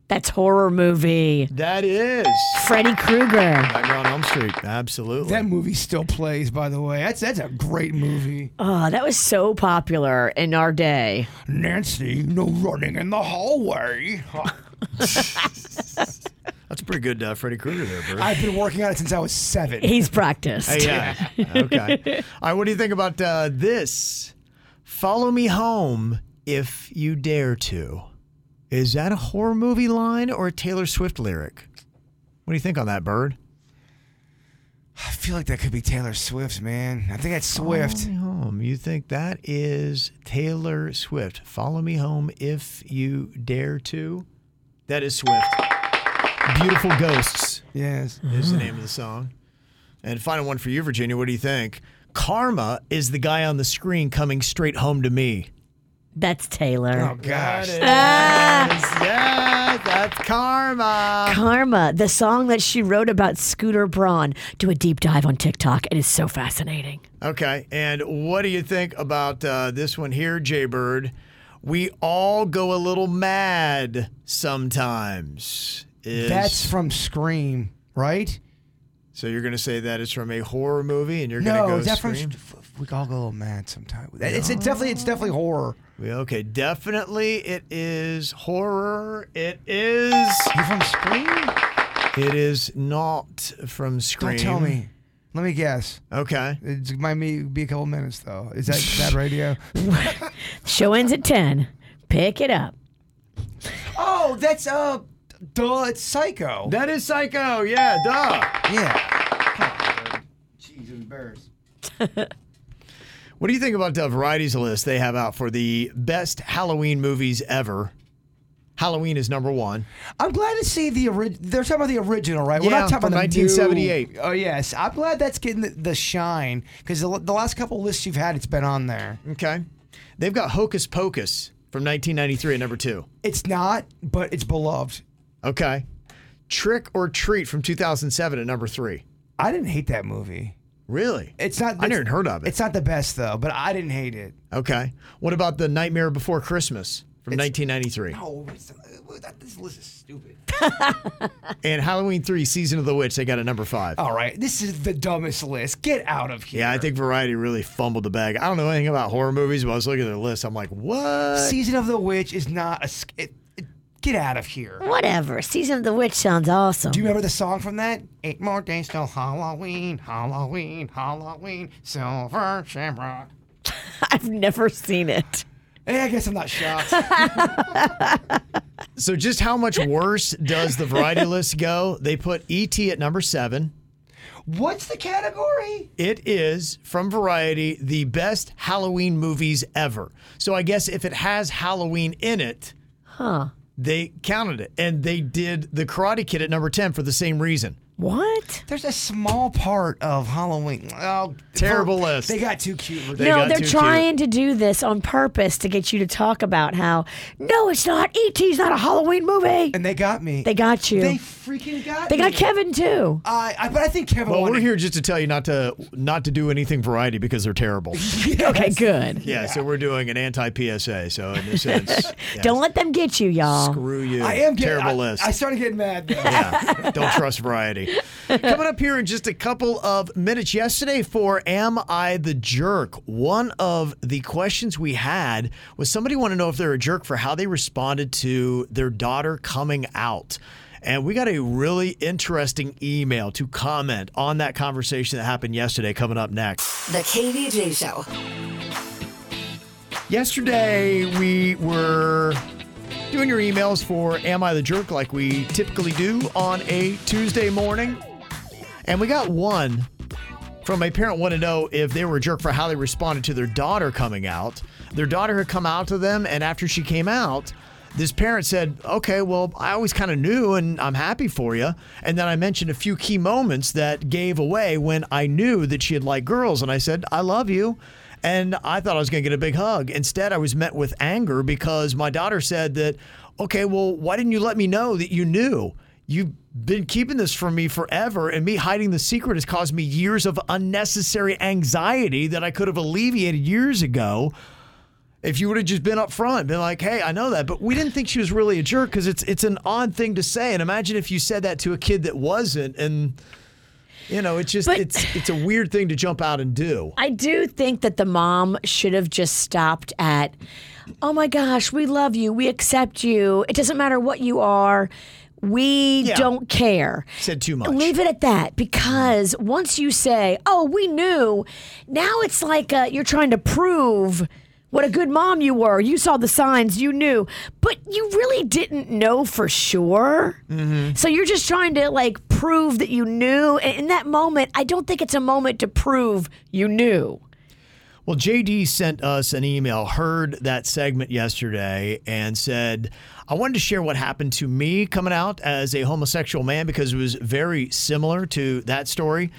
Speaker 4: That's horror movie.
Speaker 3: That is.
Speaker 4: Freddy Krueger.
Speaker 3: Nightmare on Elm Street. Absolutely.
Speaker 1: That movie still plays, by the way. That's that's a great movie.
Speaker 4: Oh, that was so popular in our day.
Speaker 1: Nancy, no running in the hallway.
Speaker 3: That's a pretty good uh, Freddy Krueger there, Bruce.
Speaker 1: I've been working on it since I was seven.
Speaker 4: He's practiced.
Speaker 3: Hey, yeah. okay. All right. What do you think about uh, this? Follow me home if you dare to. Is that a horror movie line or a Taylor Swift lyric? What do you think on that, Bird?
Speaker 1: I feel like that could be Taylor Swift, man. I think that's Swift.
Speaker 3: Follow me home. You think that is Taylor Swift? Follow me home if you dare to. That is Swift. Beautiful Ghosts
Speaker 1: Yes.
Speaker 3: is the name of the song. And final one for you, Virginia. What do you think? Karma is the guy on the screen coming straight home to me.
Speaker 4: That's Taylor.
Speaker 1: Oh gosh.
Speaker 4: Ah.
Speaker 3: Yeah, that's karma.
Speaker 4: Karma, the song that she wrote about Scooter Braun. Do a deep dive on TikTok. It is so fascinating.
Speaker 3: Okay, and what do you think about uh, this one here, Jaybird? We all go a little mad sometimes. Is-
Speaker 1: That's from Scream, right?
Speaker 3: so you're going to say that it's from a horror movie, and you're going to
Speaker 1: No,
Speaker 3: go
Speaker 1: is that from?
Speaker 3: scream?
Speaker 1: We all go a little mad sometimes. It's, it's definitely it's definitely horror.
Speaker 3: We- Okay, definitely it is horror. It is.
Speaker 1: You from Scream?
Speaker 3: It is not from Scream.
Speaker 1: Don't tell me. Let me guess.
Speaker 3: Okay.
Speaker 1: It might me- be a couple minutes though. Is that is that radio?
Speaker 4: Show ends at 10. Pick it up.
Speaker 1: oh, that's uh, duh, it's Psycho.
Speaker 3: That is Psycho. Yeah, duh.
Speaker 1: yeah. Jeez, embarrassed.
Speaker 3: What do you think about the varieties list they have out for the best Halloween movies ever? Halloween is number one.
Speaker 1: I'm glad to see the original. They're talking about the original, right? We're
Speaker 3: Yeah,
Speaker 1: not talking
Speaker 3: from
Speaker 1: about the new-
Speaker 3: 1978.
Speaker 1: Oh yes, I'm glad that's getting the, the shine because the, the last couple lists you've had, it's been on there.
Speaker 3: Okay. They've got Hocus Pocus from 1993 at number two.
Speaker 1: It's not, but it's beloved.
Speaker 3: Okay. Trick or Treat from 2007 at number three.
Speaker 1: I didn't hate that movie.
Speaker 3: Really?
Speaker 1: It's not.
Speaker 3: I never even heard of it.
Speaker 1: It's not the best though, but I didn't hate it.
Speaker 3: okay. What about The Nightmare Before Christmas from 1993?
Speaker 1: Oh, it's, uh, this list is stupid.
Speaker 3: And Halloween 3 Season of the Witch, they got a number five.
Speaker 1: All right, this is the dumbest list. Get out of here.
Speaker 3: Yeah, I think Variety really fumbled the bag. I don't know anything about horror movies, but I was looking at their list. I'm like,
Speaker 4: Uh,
Speaker 3: what?
Speaker 1: Season of the Witch is not a. sk- It, it, get out of here.
Speaker 4: Whatever. Season of the Witch sounds awesome.
Speaker 1: Do you remember the song from that? Eight more days till Halloween, Halloween, Halloween, Silver Shamrock.
Speaker 4: I've never seen it.
Speaker 1: Hey, I guess I'm not shocked.
Speaker 3: So just how much worse does the variety list go? They put ET at number seven.
Speaker 1: What's the category?
Speaker 3: It is from Variety the best Halloween movies ever. So I guess if it has Halloween in it, they counted it, and they did the Karate Kid at number ten for the same reason.
Speaker 4: What?
Speaker 1: There's a small part of Halloween. Oh,
Speaker 3: Terrible list.
Speaker 1: They got too cute. for
Speaker 3: got
Speaker 4: no, they're
Speaker 3: too
Speaker 4: trying to do this on purpose to get you to talk about how, no, it's not. E.T.'s not a Halloween movie.
Speaker 1: And they got me.
Speaker 4: They got you.
Speaker 1: They
Speaker 4: They,
Speaker 1: freaking got me.
Speaker 4: got Kevin, too.
Speaker 1: I, I, but I think Kevin.
Speaker 3: Well,
Speaker 1: won
Speaker 3: we're
Speaker 1: it.
Speaker 3: here just to tell you not to not to do anything Variety because they're terrible.
Speaker 4: Okay, good.
Speaker 3: Yeah, so we're doing an anti PSA. So in this sense, yeah,
Speaker 4: Don't let them get you, y'all.
Speaker 3: screw you.
Speaker 1: I am getting,
Speaker 3: terrible
Speaker 1: I,
Speaker 3: list.
Speaker 1: I started getting mad. Though.
Speaker 3: Yeah, don't trust variety. Coming up here in just a couple of minutes yesterday for Am I the Jerk? One of the questions we had was somebody wanted to know if they're a jerk for how they responded to their daughter coming out. And we got a really interesting email to comment on that conversation that happened yesterday coming up next.
Speaker 6: The KVJ Show.
Speaker 3: Yesterday, we were doing your emails for Am I the Jerk like we typically do on a Tuesday morning. And we got one from a parent wanted to know if they were a jerk for how they responded to their daughter coming out. Their daughter had come out to them, and after she came out, this parent said, Okay, well, I always kind of knew, and I'm happy for you. And then I mentioned a few key moments that gave away when I knew that she had liked girls, and I said, I love you. And I thought I was going to get a big hug. Instead, I was met with anger because my daughter said that, Okay, well, why didn't you let me know that you knew? You've been keeping this from me forever, and me hiding the secret has caused me years of unnecessary anxiety that I could have alleviated years ago. If you would have just been up front, been like, "Hey, I know that," but we didn't think she was really a jerk because it's it's an odd thing to say. And imagine if you said that to a kid that wasn't, and you know, it's just
Speaker 4: But-
Speaker 3: it's it's a weird thing to jump out and do.
Speaker 4: I do think that the mom should have just stopped at, oh my gosh, we love you. We accept you. It doesn't matter what you are. We
Speaker 3: Yeah.
Speaker 4: don't care.
Speaker 3: Said too much.
Speaker 4: Leave it at that because once you say, oh, we knew, now it's like uh, you're trying to prove what a good mom you were. You saw the signs, you knew, but you really didn't know for sure. So you're just trying to like prove that you knew. And in that moment, I don't think it's a moment to prove you knew.
Speaker 3: Well, JD sent us an email, heard that segment yesterday, and said, I wanted to share what happened to me coming out as a homosexual man because it was very similar to that story.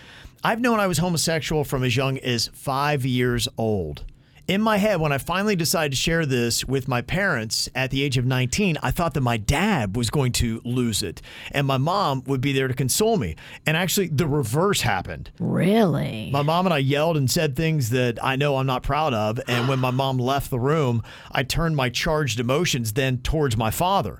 Speaker 3: I've known I was homosexual from as young as five years old. In my head, when I finally decided to share this with my parents at the age of 19, I thought that my dad was going to lose it and my mom would be there to console me. And actually, the reverse happened.
Speaker 4: Really?
Speaker 3: My mom and I yelled and said things that I know I'm not proud of. And when my mom left the room, I turned my charged emotions then towards my father.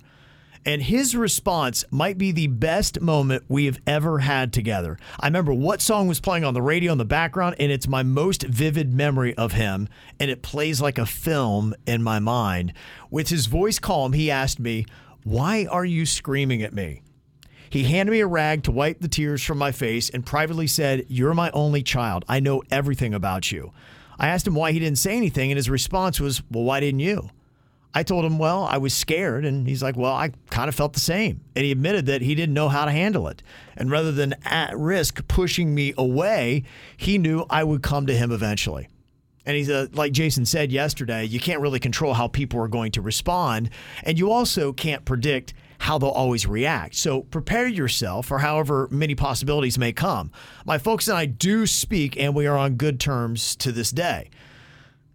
Speaker 3: And his response might be the best moment we have ever had together. I remember what song was playing on the radio in the background, and it's my most vivid memory of him. And it plays like a film in my mind. With his voice calm, he asked me, Why are you screaming at me? He handed me a rag to wipe the tears from my face and privately said, You're my only child. I know everything about you. I asked him why he didn't say anything, and his response was, Well, why didn't you? I told him, Well, I was scared. And he's like, Well, I kind of felt the same. And he admitted that he didn't know how to handle it. And rather than at risk pushing me away, he knew I would come to him eventually. And he's uh, like Jason said yesterday, you can't really control how people are going to respond. And you also can't predict how they'll always react. So prepare yourself for however many possibilities may come. My folks and I do speak, and we are on good terms to this day.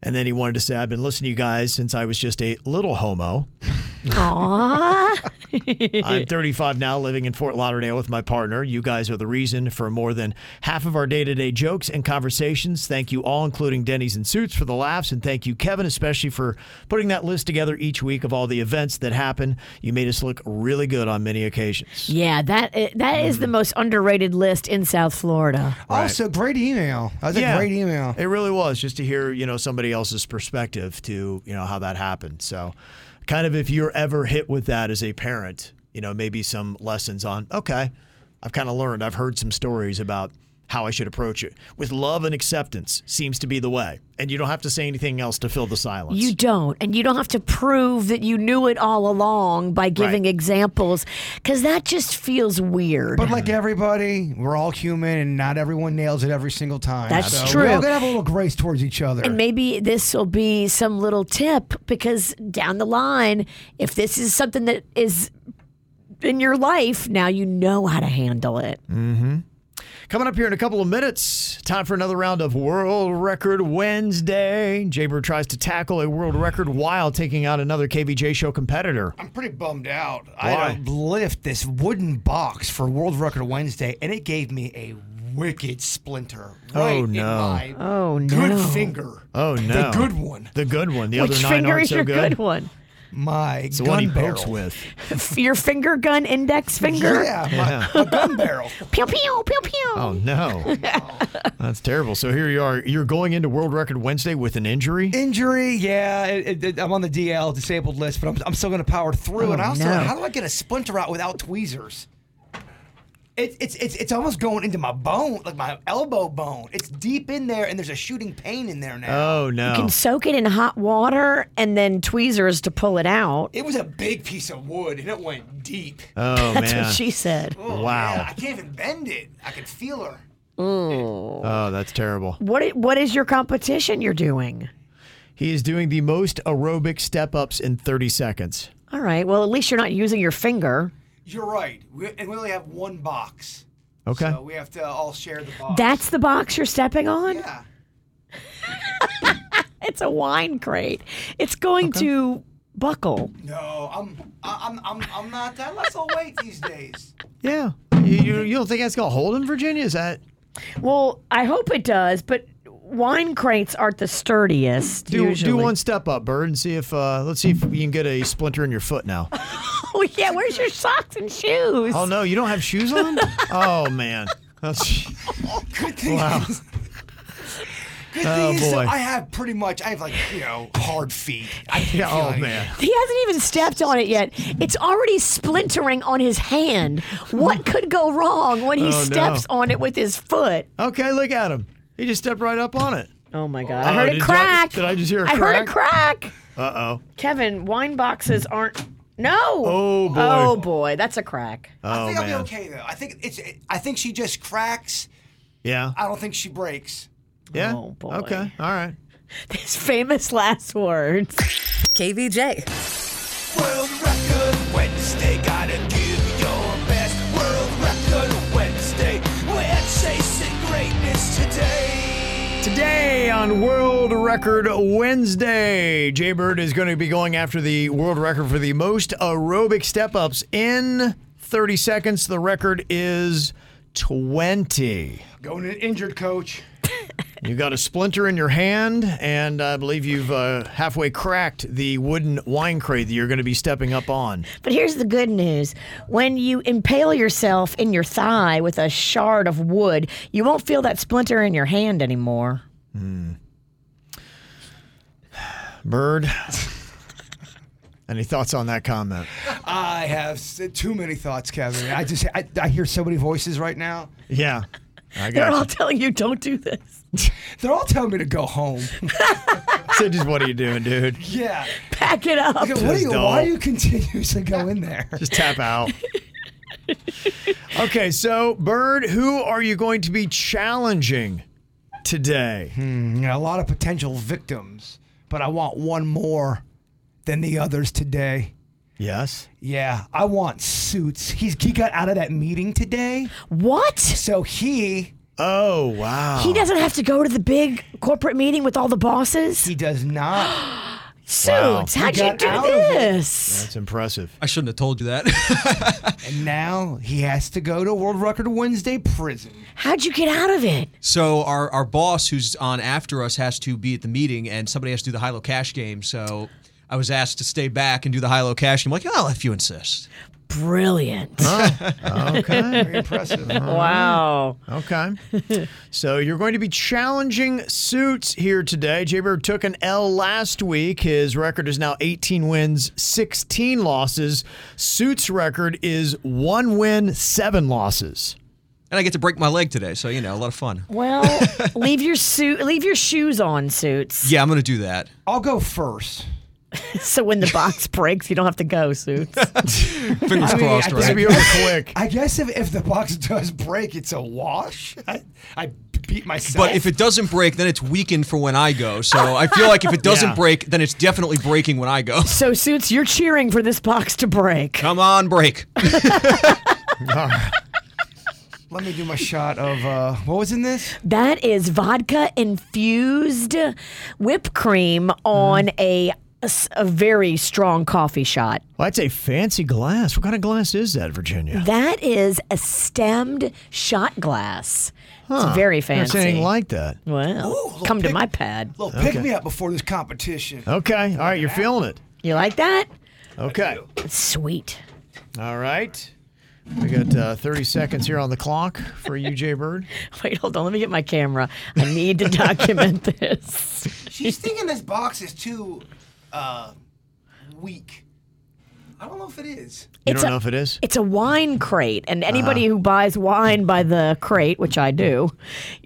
Speaker 3: And then he wanted to say, I've been listening to you guys since I was just a little homo.
Speaker 4: Aww.
Speaker 3: I'm 35 now, living in Fort Lauderdale with my partner. You guys are the reason for more than half of our day to day jokes and conversations. Thank you all, including Denny's and Suits, for the laughs. And thank you, Kevin, especially for putting that list together each week of all the events that happen. You made us look really good on many occasions.
Speaker 4: yeah, that i- that is the most underrated list in South Florida.
Speaker 1: Also, great email. That was a great email.
Speaker 3: It really was just to hear, you know, somebody else's perspective to, you know, how that happened. So, kind of if you're ever hit with that as a parent, you know, maybe some lessons on, okay, I've kind of learned, I've heard some stories about how I should approach it with love and acceptance seems to be the way. And you don't have to say anything else to fill the silence.
Speaker 4: You don't. And you don't have to prove that you knew it all along by giving
Speaker 3: Right.
Speaker 4: examples because that just feels weird.
Speaker 1: But like everybody, we're all human, and not everyone nails it every single time.
Speaker 4: That's
Speaker 1: So
Speaker 4: true.
Speaker 1: We're all gonna have a little grace towards each other.
Speaker 4: And maybe this will be some little tip because down the line, if this is something that is in your life, now you know how to handle it.
Speaker 3: Mm-hmm. Coming up here in a couple of minutes, time for another round of World Record Wednesday. Jaybird tries to tackle a world record while taking out another KVJ show competitor.
Speaker 1: I'm pretty bummed out.
Speaker 3: Why?
Speaker 1: I had to lift this wooden box for World Record Wednesday, and it gave me a wicked splinter right
Speaker 3: Oh,
Speaker 1: in
Speaker 3: no.
Speaker 1: my
Speaker 4: Oh,
Speaker 1: good
Speaker 4: no.
Speaker 1: finger.
Speaker 3: Oh no,
Speaker 1: the good one.
Speaker 3: The good one. The
Speaker 4: Which
Speaker 3: other nine
Speaker 4: finger
Speaker 3: aren't
Speaker 4: is
Speaker 3: so
Speaker 4: your
Speaker 3: good.
Speaker 4: good one?
Speaker 1: My
Speaker 3: It's the
Speaker 1: gun
Speaker 3: one he
Speaker 1: barrel.
Speaker 3: pokes with.
Speaker 4: Your finger gun, index finger?
Speaker 1: Yeah, my, my gun barrel.
Speaker 4: Pew, pew, pew, pew.
Speaker 3: Oh no, that's terrible. So here you are. You're going into World Record Wednesday with an injury.
Speaker 1: Injury, yeah. It, it, I'm on the DL disabled list, but I'm, I'm still going to power through. and I also,
Speaker 4: Oh, no.
Speaker 1: how do I get a splinter out without tweezers? It, it's it's it's almost going into my bone, like my elbow bone. It's deep in there, and there's a shooting pain in there now.
Speaker 3: Oh
Speaker 4: You
Speaker 3: no.
Speaker 4: can soak it in hot water and then tweezers to pull it out.
Speaker 1: It was a big piece of wood, and it went deep.
Speaker 3: Oh
Speaker 4: That's
Speaker 3: man.
Speaker 4: what she said.
Speaker 1: Oh,
Speaker 3: Wow.
Speaker 1: man, I can't even bend it. I can feel her.
Speaker 3: Oh, that's terrible.
Speaker 4: Mm. What i- what is your competition you're doing?
Speaker 3: He is doing the most aerobic step ups in 30 seconds.
Speaker 4: All right. Well, at least you're not using your finger.
Speaker 1: You're right, we, and we only have one box,
Speaker 3: Okay.
Speaker 1: so we have to all share the box.
Speaker 4: That's the box you're stepping on?
Speaker 1: yeah.
Speaker 4: It's a wine crate. It's going to buckle.
Speaker 1: No, I'm I- I'm I'm I'm not that little weight these days.
Speaker 3: Yeah. You, you, you don't think that's gonna hold in Virginia? Is that?
Speaker 4: Well, I hope it does, but wine crates aren't the sturdiest.
Speaker 3: Do,
Speaker 4: usually.
Speaker 3: do one step up, Bird, and see if uh, let's see if you can get a splinter in your foot now.
Speaker 4: Oh yeah, where's your socks and shoes?
Speaker 3: Oh no, you don't have shoes on. Oh man, that's
Speaker 1: Good thing
Speaker 3: Wow.
Speaker 1: is, good thing
Speaker 3: Oh,
Speaker 1: is that
Speaker 3: boy.
Speaker 1: I have pretty much, I have like, you know, hard feet. I can't
Speaker 3: yeah.
Speaker 1: feel
Speaker 3: Oh
Speaker 1: anything.
Speaker 3: man,
Speaker 4: He hasn't even stepped on it yet. It's already splintering on his hand. What could go wrong when he
Speaker 3: Oh, no.
Speaker 4: steps on it with his foot?
Speaker 3: okay, look at him. He just stepped right up on it.
Speaker 4: Oh my god! I
Speaker 3: Oh,
Speaker 4: heard
Speaker 3: did
Speaker 4: it
Speaker 3: I-
Speaker 4: crack.
Speaker 3: did I just hear a
Speaker 4: I heard it crack.
Speaker 3: Uh oh.
Speaker 4: Kevin, wine boxes aren't. No.
Speaker 3: Oh, boy.
Speaker 4: Oh boy, that's a crack.
Speaker 3: Oh
Speaker 1: I think I'll
Speaker 3: man.
Speaker 1: be okay though. I think it's. I think she just cracks.
Speaker 3: Yeah.
Speaker 1: I don't think she breaks.
Speaker 3: Yeah.
Speaker 4: Oh, boy.
Speaker 3: Okay. All right.
Speaker 4: His famous last words.
Speaker 6: KVJ.
Speaker 2: World Record Wednesday, gotta give your best. World Record Wednesday, we're chasing greatness today.
Speaker 3: Today on World Record Wednesday, Jay Bird is going to be going after the world record for the most aerobic step ups in 30 seconds. The record is 20.
Speaker 1: Going in injured, coach.
Speaker 3: You got a splinter in your hand, and I believe you've uh, halfway cracked the wooden wine crate that you're going to be stepping up on.
Speaker 4: But here's the good news when you impale yourself in your thigh with a shard of wood, you won't feel that splinter in your hand anymore.
Speaker 3: Hmm. Bird, any thoughts on that comment?
Speaker 1: I have s- too many thoughts, Kevin. I just. I, I hear so many voices right now.
Speaker 3: Yeah. I
Speaker 4: They're
Speaker 3: got
Speaker 4: all
Speaker 3: you.
Speaker 4: telling you don't do this.
Speaker 1: They're all telling me to go home.
Speaker 3: So just what are you doing, dude?
Speaker 1: yeah.
Speaker 4: Pack it up.
Speaker 1: I go, what are you?
Speaker 3: Just
Speaker 1: Why
Speaker 3: don't.
Speaker 1: do you continuously go in there?
Speaker 3: Just tap out. okay, so Bird, who are you going to be challenging today?
Speaker 1: You know, Hmm, a lot of potential victims, but I want one more than the others today.
Speaker 3: Yes.
Speaker 1: Yeah, I want suits. He's he got out of that meeting today,
Speaker 4: What?
Speaker 1: so he
Speaker 3: Oh wow.
Speaker 4: He doesn't have to go to the big corporate meeting with all the bosses?
Speaker 1: he does not.
Speaker 4: Suits,
Speaker 3: He
Speaker 4: how'd you
Speaker 1: got
Speaker 4: do
Speaker 1: out of it.
Speaker 4: this?
Speaker 3: That's impressive.
Speaker 8: I shouldn't have told you that.
Speaker 1: And now he has to go to World Record Wednesday prison.
Speaker 4: How'd you get out of it?
Speaker 8: so our, our boss who's on after us has to be at the meeting and somebody has to do the high low cash game. So I was asked to stay back and do the high low cash game. I'm like, oh, if you insist.
Speaker 4: Brilliant.
Speaker 3: Okay.
Speaker 1: Very impressive.
Speaker 4: Wow.
Speaker 3: okay. So you're going to be challenging suits here today. Jay Bird took an L last week. His record is now 18 wins, 16 losses. Suits record is one win, seven losses.
Speaker 8: And I get to break my leg today. So, you know, a lot of fun.
Speaker 4: Well, leave your suit, leave your shoes on, suits.
Speaker 8: Yeah, I'm going to do that.
Speaker 1: I'll go first.
Speaker 4: So when the box breaks, you don't have to go, suits.
Speaker 8: Fingers crossed,
Speaker 3: This
Speaker 1: I
Speaker 3: will
Speaker 8: right?
Speaker 3: be over quick.
Speaker 1: I guess if, if the box does break, it's a wash. I, I beat myself.
Speaker 8: But if it doesn't break, then it's weakened for when I go. So I feel like if it doesn't
Speaker 3: Yeah.
Speaker 8: break, then it's definitely breaking when I go.
Speaker 4: So, Suits, you're cheering for this box to break.
Speaker 8: Come on, break.
Speaker 3: Oh, All right.
Speaker 1: let me do my shot of uh, what was in this?
Speaker 4: That is vodka infused whipped cream on
Speaker 1: Mm-hmm.
Speaker 4: a, a s- a very strong coffee shot.
Speaker 3: Well, that's a fancy glass. What kind of glass is that, Virginia?
Speaker 4: That is a stemmed shot glass.
Speaker 3: Huh.
Speaker 4: It's very
Speaker 3: Never seen anything
Speaker 4: fancy.
Speaker 3: like that.
Speaker 4: well, come to my pad.
Speaker 1: Well, pick me up before this competition.
Speaker 3: Okay. All right. You're feeling it.
Speaker 4: You like that?
Speaker 3: Okay.
Speaker 4: It's sweet.
Speaker 3: All right. We got uh, 30 seconds here on the clock for you, Jay Bird.
Speaker 4: Wait, hold on. Let me get my camera. I need to document this.
Speaker 1: She's thinking this box is too uh, weak. I don't know if it is.
Speaker 3: You
Speaker 4: It's
Speaker 3: don't
Speaker 4: a-
Speaker 3: know if it is? Uh-huh.
Speaker 4: It's a wine crate, and anybody who buys wine by the crate, which I do,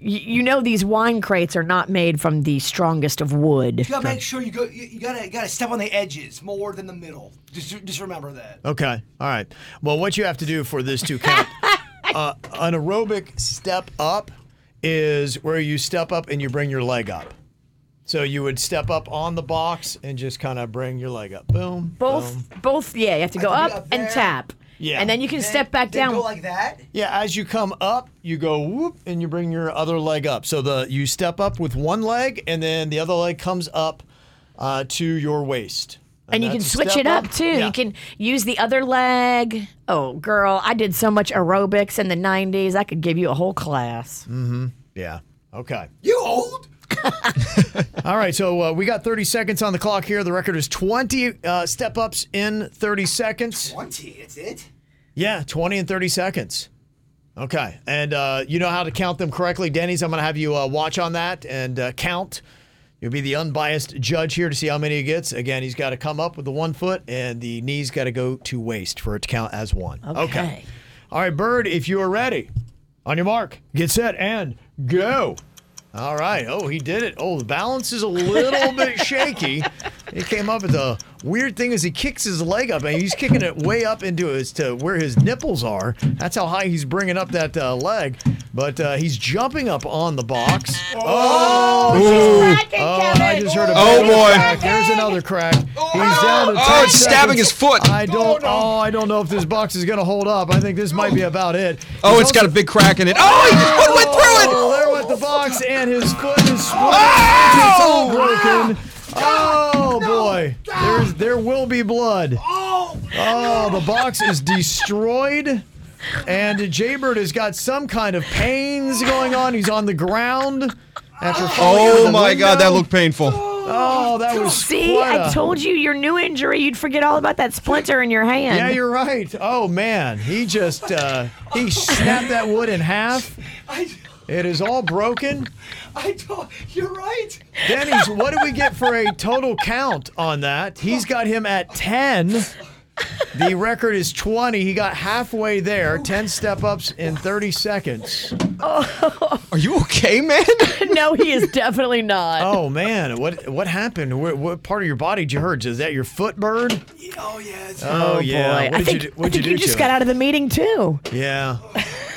Speaker 4: y- you know these wine crates are not made from the strongest of wood.
Speaker 1: You gotta make sure you go. You, you gotta you gotta step on the edges more than the middle. Just just remember that.
Speaker 3: Okay. All right. Well, what you have to do for this to count uh, an aerobic step up is where you step up and you bring your leg up. So you would step up on the box and just kind of bring your leg up. Boom.
Speaker 4: Both,
Speaker 3: boom.
Speaker 4: both, yeah, you have to go
Speaker 1: have
Speaker 4: up,
Speaker 1: to be up
Speaker 4: and
Speaker 1: there.
Speaker 4: tap.
Speaker 3: Yeah.
Speaker 4: And then you can
Speaker 1: Then-
Speaker 4: step back
Speaker 1: then
Speaker 4: down.
Speaker 1: Go like that.
Speaker 3: Yeah, as you come up, you go whoop and you bring your other leg up. So the you step up with one leg and then the other leg comes up uh, to your waist.
Speaker 4: and you can
Speaker 3: that's a
Speaker 4: switch
Speaker 3: step
Speaker 4: it up too.
Speaker 3: Yeah.
Speaker 4: You can use the other leg. Oh, girl, I did so much
Speaker 3: Mm-hmm.
Speaker 4: aerobics in the 90s. I could give you a whole class.
Speaker 3: Yeah. Okay.
Speaker 1: You old?
Speaker 3: All right, so uh, we got 30 seconds on the clock here. The record is 20 uh, step ups in 30 seconds.
Speaker 1: Twenty, that's it.
Speaker 3: Yeah, 20 and 30 seconds. Okay. And uh, you know how to count them correctly, Denny's. I'm going to have you uh, watch on that and uh, count. You'll be the unbiased judge here to see how many he gets. Again, he's got to come up with the one foot, and the knee's got to go to waist for it to count as one.
Speaker 4: Okay.
Speaker 3: All right, Bird, if you are ready, on your mark, get set, and go. All right. Oh, he did it. Oh, the balance is a little bit shaky. He came up with a weird thing as he kicks his leg up, and he's kicking it way up into his to where his nipples are. That's how high he's bringing up that uh, leg. But uh, he's jumping up on the box. Oh, oh, I just heard a
Speaker 9: Oh, boy.
Speaker 3: There's another crack. He's down to
Speaker 9: Oh,
Speaker 3: 10
Speaker 9: it's stabbing
Speaker 3: seconds.
Speaker 9: his foot.
Speaker 3: I don't. Oh, I don't know if this box is gonna hold up. I think this might be about it.
Speaker 9: Oh,
Speaker 3: He's
Speaker 9: it's got a
Speaker 3: also-
Speaker 9: big crack in it. Oh, he, what went through it?
Speaker 3: Oh, there went the box, and his foot is split.
Speaker 9: Oh!
Speaker 3: It's all broken. Oh boy, there's there will be blood. Oh, the box is destroyed. And Jaybird has got some kind of pains going on. He's on the ground after falling out of
Speaker 9: Oh
Speaker 3: the
Speaker 9: my God, that
Speaker 3: window.
Speaker 9: looked painful.
Speaker 3: Oh, that was
Speaker 4: See,
Speaker 3: quite a-
Speaker 4: I told you your new injury, you'd forget all about that splinter in your hand.
Speaker 3: Yeah, you're right. Oh man, he just uh, he snapped that wood in half.
Speaker 1: I,
Speaker 3: It is all broken.
Speaker 1: I don't. You're right.
Speaker 3: Denny's, what do we get for a total count on that? He's got him at 10. The record is 20. He got halfway there. 10 step ups in 30 seconds.
Speaker 9: Are you okay, man?
Speaker 4: no, he is definitely not.
Speaker 3: Oh man, what what happened? What, what part of your body did you hurt? Is that your foot bird?
Speaker 1: Oh yeah. It's,
Speaker 3: Oh, yeah.
Speaker 4: boy. I
Speaker 3: What did
Speaker 4: think,
Speaker 3: you do?
Speaker 4: I
Speaker 3: What'd
Speaker 4: think
Speaker 3: you
Speaker 4: you
Speaker 3: do
Speaker 4: just
Speaker 3: to
Speaker 4: got
Speaker 3: him?
Speaker 4: out of the meeting too.
Speaker 3: Yeah.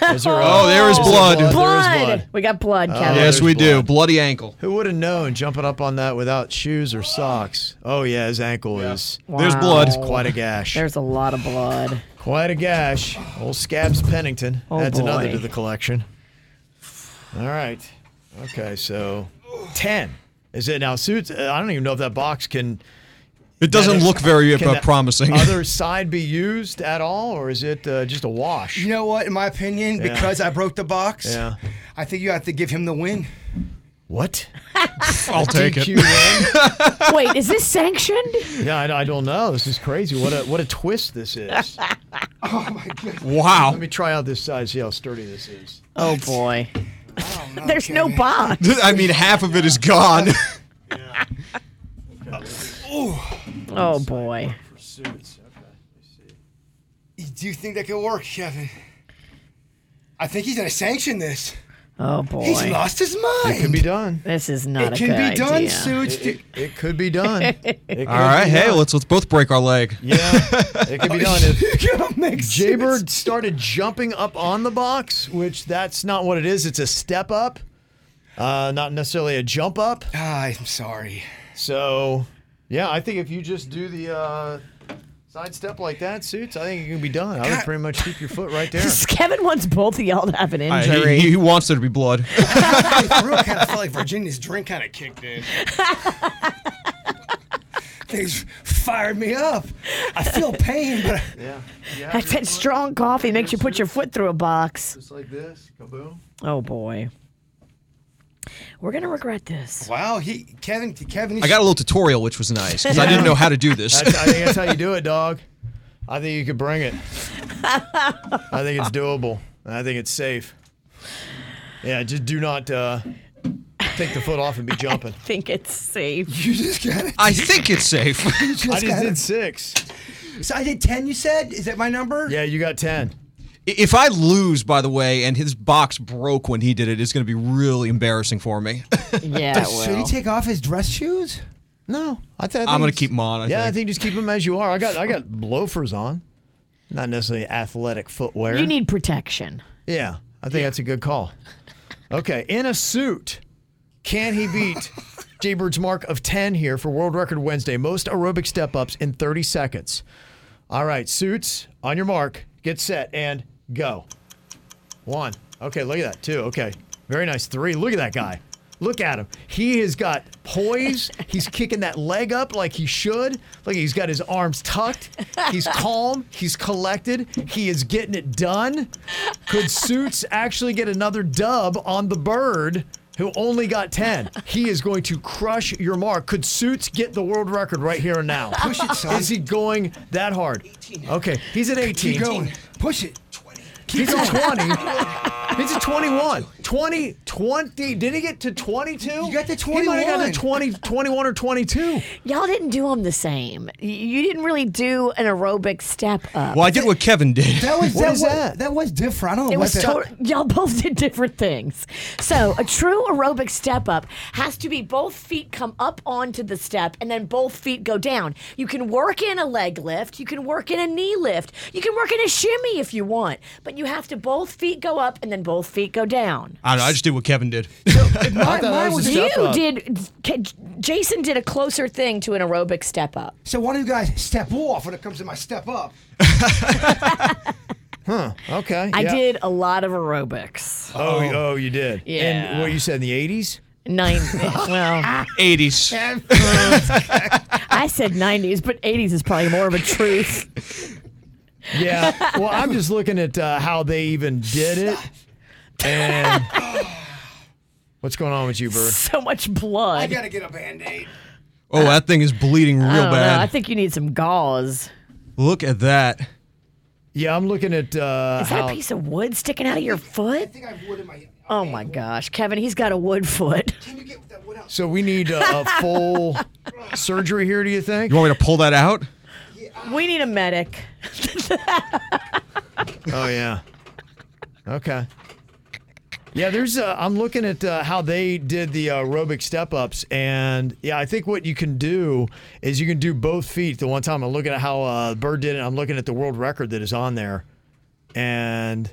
Speaker 3: Was there a-
Speaker 9: Oh, there is
Speaker 3: Is there
Speaker 9: blood.
Speaker 3: There is
Speaker 4: Blood.
Speaker 3: blood.
Speaker 4: We got blood, Kevin.
Speaker 9: Yes, we do.
Speaker 3: blood.
Speaker 9: Bloody ankle.
Speaker 3: Who would have known jumping up on that without shoes or socks? Oh yeah, his ankle is
Speaker 9: There's blood.
Speaker 4: Wow.
Speaker 3: quite a gash.
Speaker 4: There's a lot of blood.
Speaker 3: Quite a gash. Old Scabs Pennington
Speaker 4: Oh,
Speaker 3: adds another
Speaker 4: boy.
Speaker 3: to the collection. All right. Okay, so 10. Is it now suits? uh, I don't even know if that box can.
Speaker 9: It doesn't
Speaker 3: that-
Speaker 9: look very
Speaker 3: can
Speaker 9: uh,
Speaker 3: that
Speaker 9: promising.
Speaker 3: Other side be used at all, or is it uh, just a wash?
Speaker 1: you know what? In my opinion, because I broke the box,
Speaker 3: Yeah.
Speaker 1: I think you have to give him the win.
Speaker 3: What?
Speaker 9: I'll take it.
Speaker 3: DQ win?
Speaker 4: Wait, is this sanctioned?
Speaker 3: yeah, I, I don't know. This is crazy. What a what a twist this is.
Speaker 4: Oh,
Speaker 9: Wow.
Speaker 3: Let me try out this side, see how sturdy this is.
Speaker 4: Oh boy. There's no box.
Speaker 9: I mean, half of it is gone.
Speaker 4: Oh boy.
Speaker 1: Do you think that could work, Kevin? I think he's gonna sanction this.
Speaker 4: Oh boy.
Speaker 1: He's lost his mind.
Speaker 3: It can be done.
Speaker 4: This is not
Speaker 1: It
Speaker 4: a
Speaker 1: can
Speaker 4: good
Speaker 1: be done,
Speaker 4: idea.
Speaker 1: Suits. Dude,
Speaker 3: It could be done. It could
Speaker 9: All right.
Speaker 3: be
Speaker 9: Hey,
Speaker 3: done.
Speaker 9: let's let's both break our leg.
Speaker 3: yeah, it could be
Speaker 1: Uh,
Speaker 3: done. If,
Speaker 1: you gotta make
Speaker 3: Jaybird started jumping up on the box, which that's not what it is. It's a step up, uh, not necessarily a jump up.
Speaker 1: Ah, I'm sorry.
Speaker 3: So, yeah, I think if you just do the uh, side step like that, suits, I think you can be done. I would pretty much keep your foot right there.
Speaker 4: Kevin wants both of y'all to have an
Speaker 9: Uh,
Speaker 4: injury.
Speaker 9: he, he wants there to be blood.
Speaker 1: I really kind of felt like Virginia's drink kind of kicked in. Things fired me up. I feel pain, but
Speaker 4: That's that strong coffee makes you put your foot through a box.
Speaker 3: Just like this, kaboom.
Speaker 4: Oh boy. We're gonna regret this.
Speaker 1: wow, he Kevin Kevin.
Speaker 9: I got a little tutorial, which was nice because I didn't know how to do this.
Speaker 3: That's, I think that's how you do it, dog. I think you could bring it. I think it's doable. and I think it's safe. Yeah, just do not uh, take the foot off and be jumping.
Speaker 4: I think it's safe.
Speaker 1: You just got it.
Speaker 9: I think it's safe.
Speaker 3: I
Speaker 1: Just
Speaker 3: just
Speaker 1: got
Speaker 3: did six.
Speaker 1: it. So I did ten. You said is that my number?
Speaker 3: Yeah, you got ten.
Speaker 9: if I lose, by the way, and his box broke when he did it, it's going to be really embarrassing for me.
Speaker 4: Yeah, it
Speaker 1: Should he
Speaker 4: will.
Speaker 1: take off his dress shoes?
Speaker 3: No, I th- I think
Speaker 9: I'm gonna
Speaker 3: just-
Speaker 9: keep 'em on, I
Speaker 3: yeah, I
Speaker 9: think.
Speaker 3: think just keep them as you are. I got I got loafers on, not necessarily athletic footwear.
Speaker 4: You need protection.
Speaker 3: yeah, I think that's a good call. Okay, in a suit, can he beat Jaybird's mark of ten here for World Record Wednesday? Most aerobic step ups in 30 seconds. All right, suits on your mark, get set and go. One. Okay, look at that. Two. Okay, very nice. Three. Look at that guy. Look at him. He has got poise. He's kicking that leg up like he should. Look, he's got his arms tucked. He's calm. He's collected. He is getting it done. Could Suits actually get another dub on the bird who only got 10. He is going to crush your mark. Could Suits get the world record right here and now?
Speaker 1: Push it, son.
Speaker 3: Is he going that hard? Okay, he's at 18.
Speaker 1: Keep going. Push it.
Speaker 3: He's at 20. He's at 21. 20, 20. Did he get to 22?
Speaker 1: You got to
Speaker 3: He might have got to
Speaker 1: 21.
Speaker 3: 20, 21 or 22.
Speaker 4: Y'all didn't do them the same. Y- You didn't really do an aerobic step up.
Speaker 9: Well, I did what Kevin did.
Speaker 1: That was
Speaker 3: What
Speaker 1: that
Speaker 3: is
Speaker 1: was,
Speaker 3: that?
Speaker 1: That was different. I don't know
Speaker 4: It
Speaker 1: what
Speaker 4: was
Speaker 1: that.
Speaker 4: tot- y'all both did different things. So a true aerobic step up has to be both feet come up onto the step and then both feet go down. You can work in a leg lift, you can work in a knee lift, you can work in a shimmy if you want, but you have to both feet go up and then both feet go down.
Speaker 9: I don't know. I just did what Kevin did.
Speaker 1: mine,
Speaker 3: that
Speaker 1: mine
Speaker 3: was
Speaker 1: was
Speaker 3: a
Speaker 4: You
Speaker 3: step up.
Speaker 4: did. K- Jason did a closer thing to an aerobic step up.
Speaker 1: so. Why do you guys step off when it comes to my step up?
Speaker 3: Okay.
Speaker 4: I
Speaker 3: yeah.
Speaker 4: did a lot of aerobics.
Speaker 3: Oh, y- oh, you did. And
Speaker 4: Yeah.
Speaker 3: what you said in the 80s?
Speaker 4: Nine. well,
Speaker 9: 80s.
Speaker 4: I said 90s, but 80s is probably more of a truth.
Speaker 3: Yeah. Well, I'm just looking at uh, how they even did it. And what's going on with you, Bird?
Speaker 4: so much blood.
Speaker 1: I gotta get a band aid.
Speaker 9: Oh, that thing is bleeding real
Speaker 4: I don't know.
Speaker 9: bad.
Speaker 4: I think you need some gauze.
Speaker 9: Look at that.
Speaker 3: Yeah, I'm looking at uh,
Speaker 4: Is that
Speaker 3: how.
Speaker 4: a piece of wood sticking out of your foot?
Speaker 1: I think I have wood in my.
Speaker 4: Oh my gosh, Kevin, he's got a wood foot.
Speaker 1: Can you get that wood out?
Speaker 3: So we need uh, a full surgery here. Do you think?
Speaker 9: You want me to pull that out?
Speaker 4: We need a medic.
Speaker 3: Oh yeah. Okay. Yeah, there's. Uh, I'm looking at uh, how they did the uh, aerobic step ups, and yeah, I think what you can do is you can do both feet. The one time I'm looking at how uh, Bird did it, I'm looking at the world record that is on there, and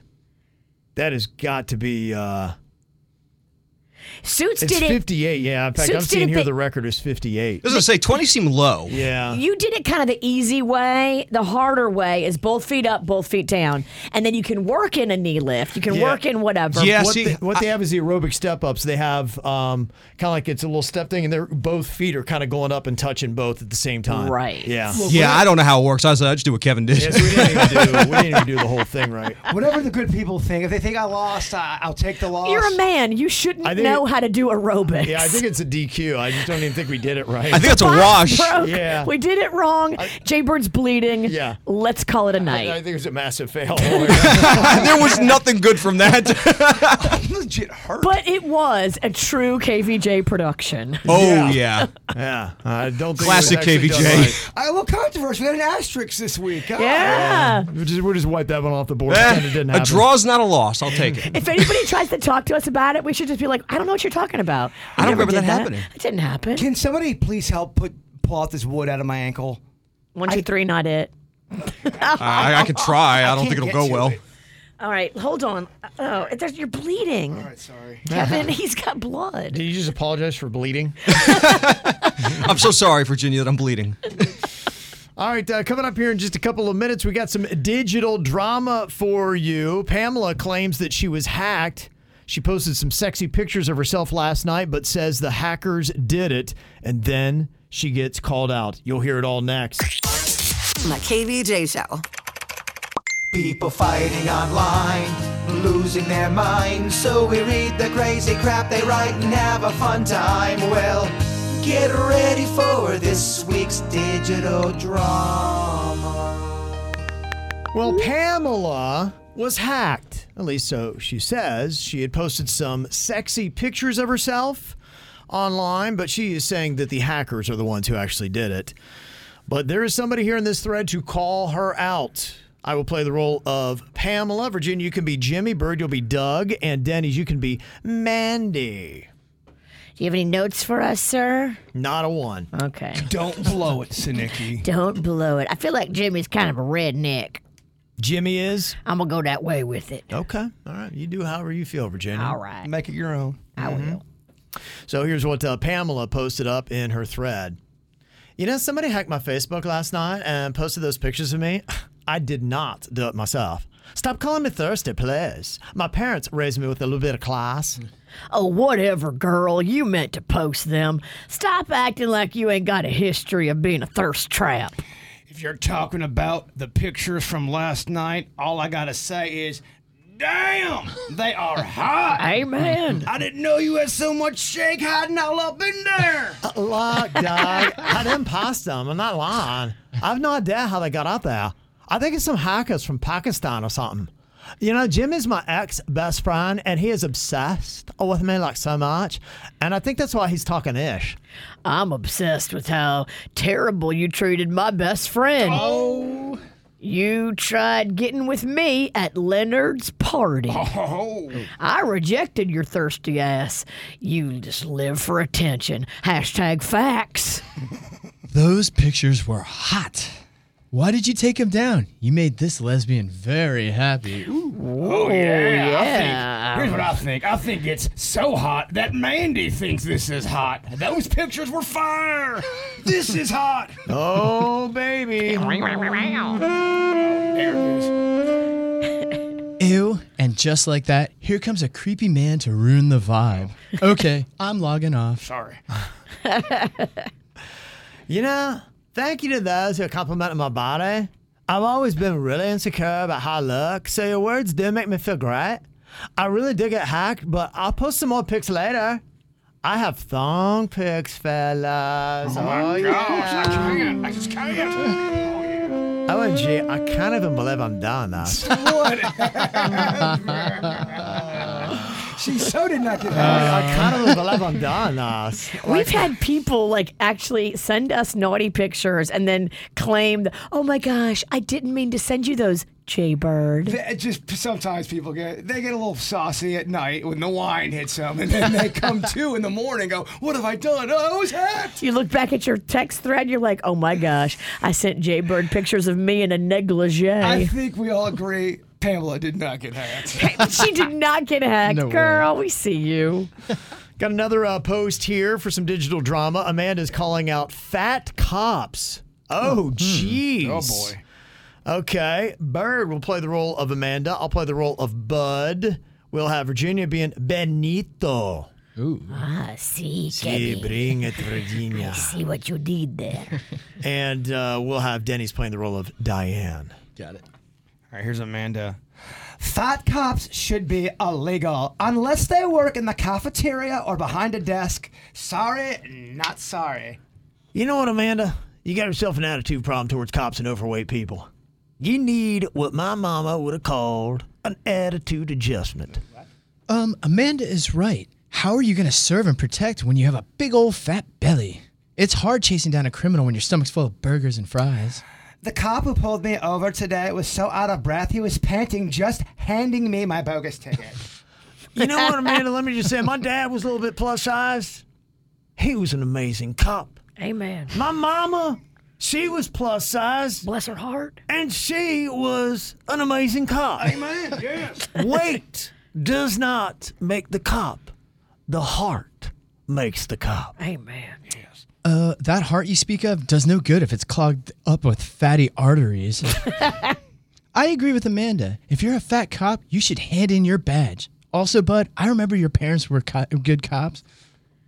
Speaker 3: that has got to be. Uh,
Speaker 4: Suits
Speaker 3: it's
Speaker 4: did it.
Speaker 3: 58. Yeah, in fact,
Speaker 4: Suits
Speaker 3: I'm
Speaker 4: did
Speaker 3: seeing
Speaker 4: it
Speaker 3: here
Speaker 4: the-
Speaker 3: the record is 58.
Speaker 9: I was going to say, 20 seemed low.
Speaker 3: Yeah.
Speaker 4: You did it kind of the easy way. The harder way is both feet up, both feet down. And then you can work in a knee lift. You can
Speaker 3: Yeah.
Speaker 4: work in whatever.
Speaker 9: Yeah.
Speaker 3: what
Speaker 9: see,
Speaker 3: they, what they have is the aerobic step ups. They have um, kind of like it's a little step thing, and they're both feet are kind of going up and touching both at the same time.
Speaker 4: Right.
Speaker 3: Yeah.
Speaker 9: Yeah, I don't know how it works. I was I just do what Kevin did.
Speaker 3: Yes, we didn't even do. We didn't even do the whole thing right.
Speaker 1: Whatever the good people think. If they think I lost, I, I'll take the loss.
Speaker 4: You're a man. You shouldn't
Speaker 3: I think
Speaker 4: know
Speaker 3: it-
Speaker 4: how to do aerobics.
Speaker 3: Yeah, I think it's a DQ. I just don't even think we did it right.
Speaker 9: I think that's a wash.
Speaker 4: Broke.
Speaker 3: Yeah.
Speaker 4: We did it wrong. Jaybird's bleeding.
Speaker 3: Yeah.
Speaker 4: Let's call it a
Speaker 3: I, I
Speaker 4: night.
Speaker 3: think it was a massive fail. Oh,
Speaker 9: there was nothing good from that.
Speaker 1: legit hurt.
Speaker 4: But it was a true KVJ production.
Speaker 9: oh, yeah.
Speaker 3: yeah, I don't think it was
Speaker 9: Classic
Speaker 3: actually done
Speaker 9: KVJ.
Speaker 3: right.
Speaker 1: I a little controversial. We had an asterisk this week. Oh. huh?
Speaker 4: Yeah.
Speaker 3: We'll just, we'll just wipe that one off the board.
Speaker 9: Eh,
Speaker 3: pretend it didn't
Speaker 9: a
Speaker 3: happen.
Speaker 9: draw's not a loss. I'll take it.
Speaker 4: If anybody tries to talk to us about it, we should just be like, I don't know what you're talking about. We
Speaker 9: I don't
Speaker 4: never
Speaker 9: remember
Speaker 4: did
Speaker 9: that happening.
Speaker 4: It didn't happen.
Speaker 1: Can somebody please help put pull out this wood out of my ankle?
Speaker 4: One, two, three, not it.
Speaker 9: I, I could try. I, don't
Speaker 1: can't
Speaker 9: think it'll
Speaker 1: get
Speaker 9: go
Speaker 1: to
Speaker 9: well.
Speaker 1: it.
Speaker 4: All right, hold on. Oh, there's, you're bleeding. All right,
Speaker 1: sorry.
Speaker 4: Kevin, he's got blood.
Speaker 3: Did you just apologize for bleeding?
Speaker 9: I'm so sorry, Virginia, that I'm bleeding.
Speaker 3: All right, uh, coming up here in just a couple of minutes, we got some digital drama for you. Pamela claims that she was hacked. She posted some sexy pictures of herself last night, but says the hackers did it, and then she gets called out. You'll hear it all next.
Speaker 6: The KVJ Show.
Speaker 2: People fighting online, losing their minds. So we read the crazy crap they write and have a fun time. Well, get ready for this week's digital drama.
Speaker 3: Well, Pamela was hacked. At least so she says. She had posted some sexy pictures of herself online, but she is saying that the hackers are the ones who actually did it. But there is somebody here in this thread to call her out. I will play the role of Pamela. Virginia, you can be Jimmy. Bird, you'll be Doug. And Denny's, you can be Mandy.
Speaker 4: Do you have any notes for us, sir?
Speaker 3: Not a one.
Speaker 4: Okay.
Speaker 1: Don't blow it, Sinicki.
Speaker 4: Don't blow it. I feel like Jimmy's kind of a redneck.
Speaker 3: Jimmy is?
Speaker 4: I'm going to go that way with it.
Speaker 3: Okay. All right. You do however you feel, Virginia. Mm-hmm.
Speaker 4: All right.
Speaker 1: Make it your own.
Speaker 4: I will.
Speaker 3: So here's what uh, Pamela posted up in her thread. You know, somebody hacked my Facebook last night and posted those pictures of me. I did not do it myself. Stop calling me thirsty, please. My parents raised me with a little bit of class.
Speaker 4: Oh, whatever, girl. You meant to post them. Stop acting like you ain't got a history of being a thirst trap.
Speaker 10: If you're talking about the pictures from last night, all I gotta say is
Speaker 7: Damn, they are hot.
Speaker 4: Amen.
Speaker 7: I didn't know you had so much shake hiding all up in there.
Speaker 3: Look, Doug, I didn't pass them. I'm not lying. I have no idea how they got out there. I think it's some hackers from Pakistan or something. You know, Jim is my ex best friend, and he is obsessed with me like so much. And I think that's why he's talking ish.
Speaker 4: I'm obsessed with how terrible you treated my best friend. Oh. You tried getting with me at Leonard's party.
Speaker 7: Oh,
Speaker 4: I rejected your thirsty ass. You just live for attention. Hashtag facts.
Speaker 2: Those pictures were hot. Why did you take him down? You made this lesbian very happy.
Speaker 7: oh yeah. I
Speaker 4: yeah.
Speaker 7: think, here's what I think. I think it's so hot that Mandy thinks this is hot. Those pictures were fire. This is hot.
Speaker 3: Oh, baby.
Speaker 7: There it is.
Speaker 2: Ew. And just like that, here comes a creepy man to ruin the vibe. Okay, I'm logging off.
Speaker 7: Sorry.
Speaker 3: You know, thank you to those who complimented my body. I've always been really insecure about how I look, so your words do make me feel great. I really do get hacked, but I'll post some more pics later. I have thong pics, fellas.
Speaker 7: Oh my
Speaker 3: Oh,
Speaker 7: gosh, I
Speaker 3: yeah.
Speaker 7: can't. I just can't. Oh yeah.
Speaker 3: OMG, I can't even believe I'm doing this.
Speaker 4: Uh.
Speaker 1: She so did not get that.
Speaker 3: Uh, I can't even believe I'm doing this.
Speaker 4: We've had people like actually send us naughty pictures and then claim, "Oh my gosh, I didn't mean to send you those, Jaybird."
Speaker 1: It just sometimes people get they get a little saucy at night when the wine hits them, and then they come to in the morning. and Go, what have I done? Oh, I was hacked.
Speaker 4: You look back at your text thread, you're like, "Oh my gosh, I sent Jaybird pictures of me in a negligee."
Speaker 1: I think we all agree. Pamela did not get hacked.
Speaker 4: she did not get hacked,
Speaker 2: No way.
Speaker 4: girl. We see you.
Speaker 3: Got another uh, post here for some digital drama. Amanda's calling out fat cops. Oh, jeez.
Speaker 7: Oh boy.
Speaker 3: Okay, Bird will play the role of Amanda. I'll play the role of Bud. We'll have Virginia being Benito.
Speaker 4: Ah, see,
Speaker 3: Sí, bring it, Virginia.
Speaker 4: see what you did there.
Speaker 3: And uh, we'll have Denny's playing the role of Diane.
Speaker 2: Got it.
Speaker 7: All right, here's Amanda.
Speaker 1: Fat cops should be illegal unless they work in the cafeteria or behind a desk. Sorry, not sorry.
Speaker 3: You know what, Amanda? You got yourself an attitude problem towards cops and overweight people. You need what my mama would have called an attitude adjustment.
Speaker 2: Um, Amanda is right. How are you going to serve and protect when you have a big old fat belly? It's hard chasing down a criminal when your stomach's full of burgers and fries.
Speaker 1: The cop who pulled me over today was so out of breath he was panting just handing me my bogus ticket.
Speaker 3: You know what, Amanda? Let me just say, my dad was a little bit plus size. He was an amazing cop.
Speaker 4: Amen.
Speaker 3: My mama, she was plus size,
Speaker 4: Bless her heart.
Speaker 3: and she was an amazing cop.
Speaker 7: Man, yes.
Speaker 3: Weight does not make the cop, the heart makes the cop.
Speaker 4: Amen.
Speaker 2: Uh, that heart you speak of does no good if it's clogged up with fatty arteries. I agree with Amanda. If you're a fat cop, you should hand in your badge. Also, Bud, I remember your parents were co- good cops,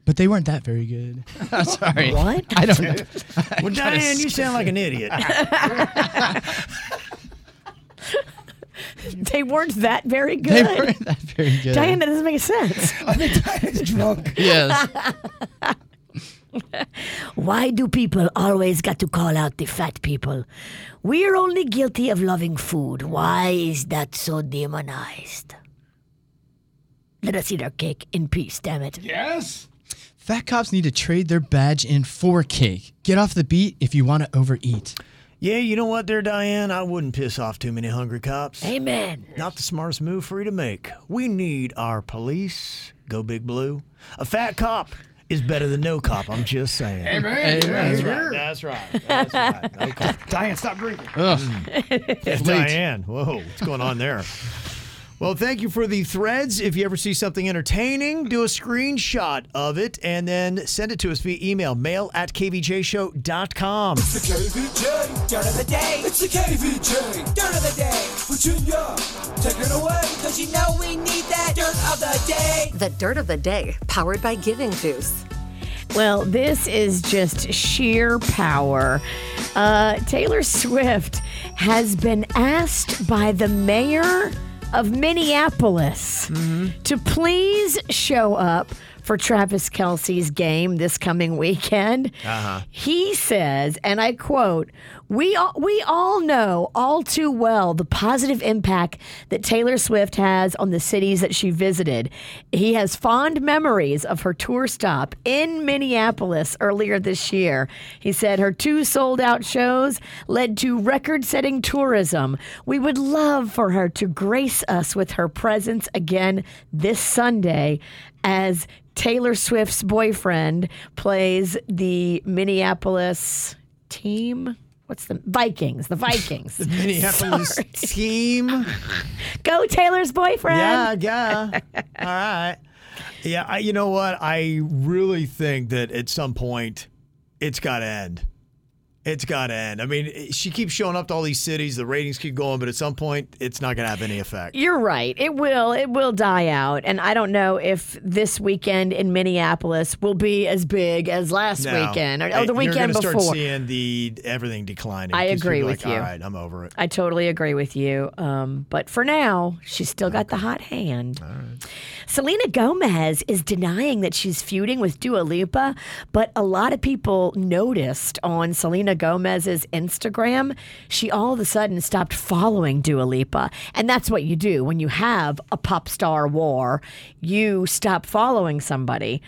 Speaker 2: but they weren't that very good. I'm sorry.
Speaker 4: What?
Speaker 2: I don't know.
Speaker 3: Well, Diane, you sound like an idiot.
Speaker 4: They weren't that very good.
Speaker 2: They weren't that very good.
Speaker 4: Diane, that doesn't make sense.
Speaker 1: I think Diane's drunk.
Speaker 2: Yes.
Speaker 4: Why do people always got to call out the fat people? We're only guilty of loving food. Why is that so demonized? Let us eat our cake in peace, damn it.
Speaker 7: Yes.
Speaker 2: Fat cops need to trade their badge in for cake. Get off the beat if you want to overeat.
Speaker 3: yeah, you know what, there, Diane? I wouldn't piss off too many hungry cops.
Speaker 4: Amen.
Speaker 3: Not the smartest move for you to make. We need our police. Go Big Blue. A fat cop is better than no cop. I'm just saying.
Speaker 7: Amen. yes.
Speaker 3: That's right. That's right. No cop.
Speaker 7: Diane, stop drinking.
Speaker 3: Hmm. Diane, whoa, what's going on there? Well, thank you for the threads. If you ever see something entertaining, do a screenshot of it and then send it to us via email, mail at kvjshow.com.
Speaker 11: It's the KVJ. Dirt of the day. It's the KVJ. Dirt of the day. Virginia, take it away. Cause you know we need that dirt of the day.
Speaker 12: The dirt of the day, powered by Giving Juice.
Speaker 4: Well, this is just sheer power. Uh, Taylor Swift has been asked by the mayor of Minneapolis to please show up for Travis Kelsey's game this coming weekend.
Speaker 3: Uh-huh.
Speaker 4: He says, and I quote, we all, we all know all too well the positive impact that Taylor Swift has on the cities that she visited. He has fond memories of her tour stop in Minneapolis earlier this year. He said her two sold out shows led to record setting tourism. We would love for her to grace us with her presence again this Sunday as Taylor Swift's boyfriend plays the Minneapolis team. What's the Vikings? The Vikings. the
Speaker 3: Minneapolis team.
Speaker 4: Go Taylor's boyfriend.
Speaker 3: Yeah, yeah. All right. Yeah, I, you know what? I really think that at some point it's got to end. It's got to end. I mean, it- she keeps showing up to all these cities, the ratings keep going, but at some point it's not going to have any effect.
Speaker 4: You're right. It will. It will die out. And I don't know if this weekend in Minneapolis will be as big as last
Speaker 3: No.
Speaker 4: weekend or
Speaker 3: Hey,
Speaker 4: oh, the
Speaker 3: eh, you're
Speaker 4: weekend
Speaker 3: gonna
Speaker 4: before.
Speaker 3: Start seeing the everything declining.
Speaker 4: I
Speaker 3: 'cause
Speaker 4: agree
Speaker 3: you're
Speaker 4: with
Speaker 3: like,
Speaker 4: you.
Speaker 3: All right, I'm over it.
Speaker 4: I totally agree with you. Um, but for now, she's still got the hot hand. Selena Gomez is denying that she's feuding with Dua Lipa, but a lot of people noticed on Selena Gomez's Instagram, she all of a sudden stopped following Dua Lipa. And that's what you do when you have a pop star war, you stop following somebody.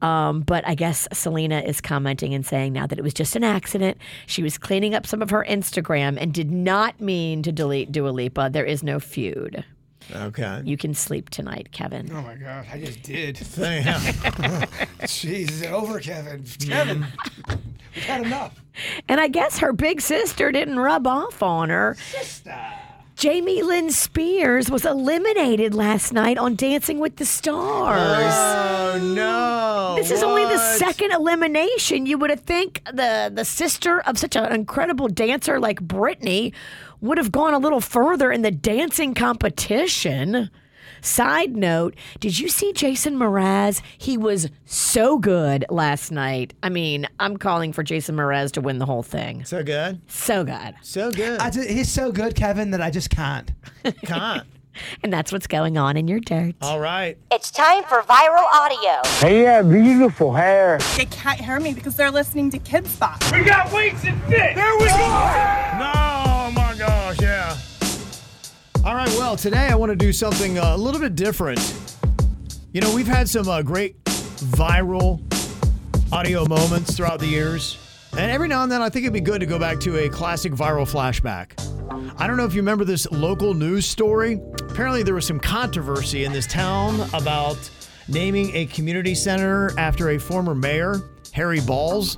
Speaker 4: Um, but I guess Selena is commenting and saying now that it was just an accident. She was cleaning up some of her Instagram and did not mean to delete Dua Lipa. There is no feud.
Speaker 3: Okay.
Speaker 4: You can sleep tonight, Kevin.
Speaker 10: Oh my god, I just did.
Speaker 3: Damn. Mm.
Speaker 10: Jeez, is it over, Kevin? Kevin, we've had enough.
Speaker 4: And I guess her big sister didn't rub off on her. Jamie Lynn Spears was eliminated last night on Dancing with the Stars.
Speaker 3: Oh no!
Speaker 4: This is only the
Speaker 3: What?
Speaker 4: second elimination. You would have think the the sister of such an incredible dancer like Britney would have gone a little further in the dancing competition. Side note, did you see Jason Mraz? He was so good last night. I mean, I'm calling for Jason Mraz to win the whole thing.
Speaker 3: So good,
Speaker 4: So good.
Speaker 3: so good.
Speaker 1: I ju- he's so good, Kevin, that I just can't.
Speaker 3: Can't.
Speaker 4: And that's what's going on in your dirt.
Speaker 3: All right.
Speaker 13: It's time for viral audio.
Speaker 14: He had beautiful hair.
Speaker 15: They can't hear me because they're listening to Kids Box.
Speaker 2: We got weights and fit. There we go.
Speaker 3: Oh my gosh, yeah. All right, well, today I want to do something uh, a little bit different. You know, we've had some uh, great viral audio moments throughout the years. And every now and then, I think it'd be good to go back to a classic viral flashback. I don't know if you remember this local news story. Apparently, there was some controversy in this town about naming a community center after a former mayor, Harry Balls.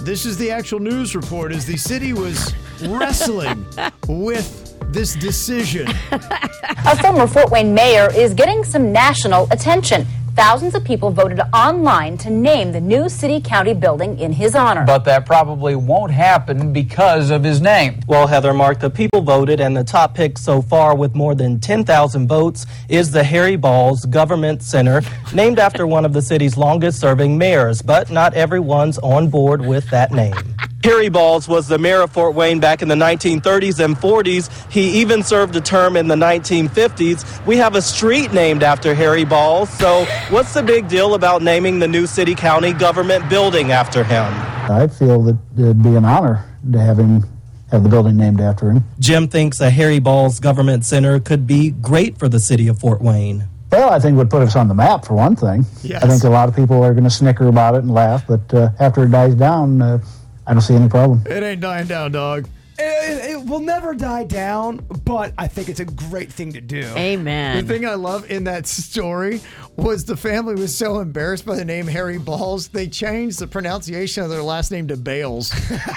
Speaker 3: This is the actual news report is the city was wrestling with this decision.
Speaker 16: A former Fort Wayne mayor is getting some national attention. Thousands of people voted online to name the new city county building in his honor.
Speaker 17: But that probably won't happen because of his name. Well, Heather, Mark, the people voted, and the top pick so far with more than 10,000 votes is the Harry Balls Government Center, named after one of the city's longest serving mayors. But not everyone's on board with that name. Harry Balls was the mayor of Fort Wayne back in the 1930s and 40s. He even served a term in the 1950s. We have a street named after Harry Balls, so what's the big deal about naming the new city county government building after him?
Speaker 18: I feel that it'd be an honor to have him have the building named after him.
Speaker 17: Jim thinks a Harry Balls Government Center could be great for the city of Fort Wayne.
Speaker 18: Well, I think it would put us on the map for one thing.
Speaker 17: Yes.
Speaker 18: I think a lot of people are going to snicker about it and laugh, but uh, after it dies down, uh, I don't see any problem.
Speaker 3: It ain't dying down, dog.
Speaker 1: It, it will never die down, but I think it's a great thing to do.
Speaker 3: The thing I love in that story was the family was so embarrassed by the name Harry Balls, they changed the pronunciation of their last name to Bales.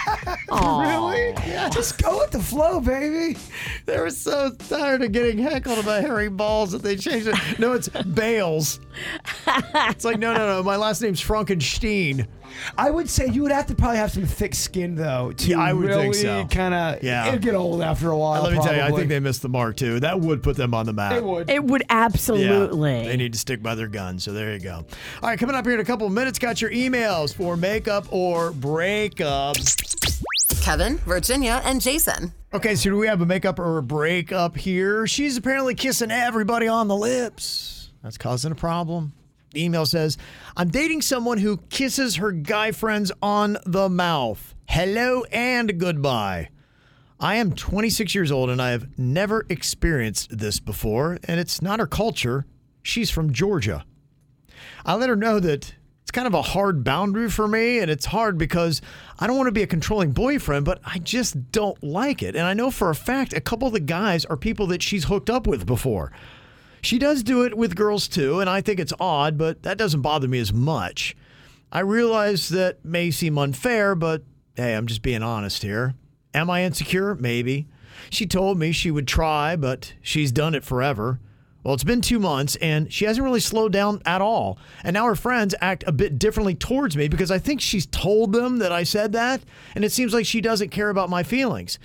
Speaker 3: really? Yeah. Just go with the flow, baby. They were so tired of getting heckled about Harry Balls that they changed it. No, it's Bales. it's like, no, no, no. uh, My last name's Frankenstein.
Speaker 1: I would say you would have to probably have some thick skin though to
Speaker 3: Yeah, I would
Speaker 1: really
Speaker 3: think so.
Speaker 1: kind of
Speaker 3: Yeah.
Speaker 1: it'd get old after a while.
Speaker 3: Let me tell you, I
Speaker 1: probably.
Speaker 3: think they missed the mark too. That would put them on the map.
Speaker 1: It would.
Speaker 4: It would absolutely.
Speaker 3: Yeah, they need to stick by their guns. So there you go. All right, coming up here in a couple of minutes, got your emails for makeup or breakup.
Speaker 6: Kevin, Virginia, and Jason.
Speaker 3: Okay, so do we have a makeup or a breakup here? She's apparently kissing everybody on the lips. That's causing a problem. The email says, I'm dating someone who kisses her guy friends on the mouth. Hello and goodbye. I am 26 years old and I have never experienced this before, and it's not her culture. She's from Georgia. I let her know that it's kind of a hard boundary for me, and it's hard because I don't want to be a controlling boyfriend, but I just don't like it. And I know for a fact a couple of the guys are people that she's hooked up with before. She does do it with girls too, and I think it's odd, but that doesn't bother me as much. I realize that may seem unfair, but hey, I'm just being honest here. Am I insecure? Maybe. She told me she would try, but she's done it forever. Well, it's been two months and she hasn't really slowed down at all. And now her friends act a bit differently towards me because I think she's told them that I said that. And it seems like she doesn't care about my feelings.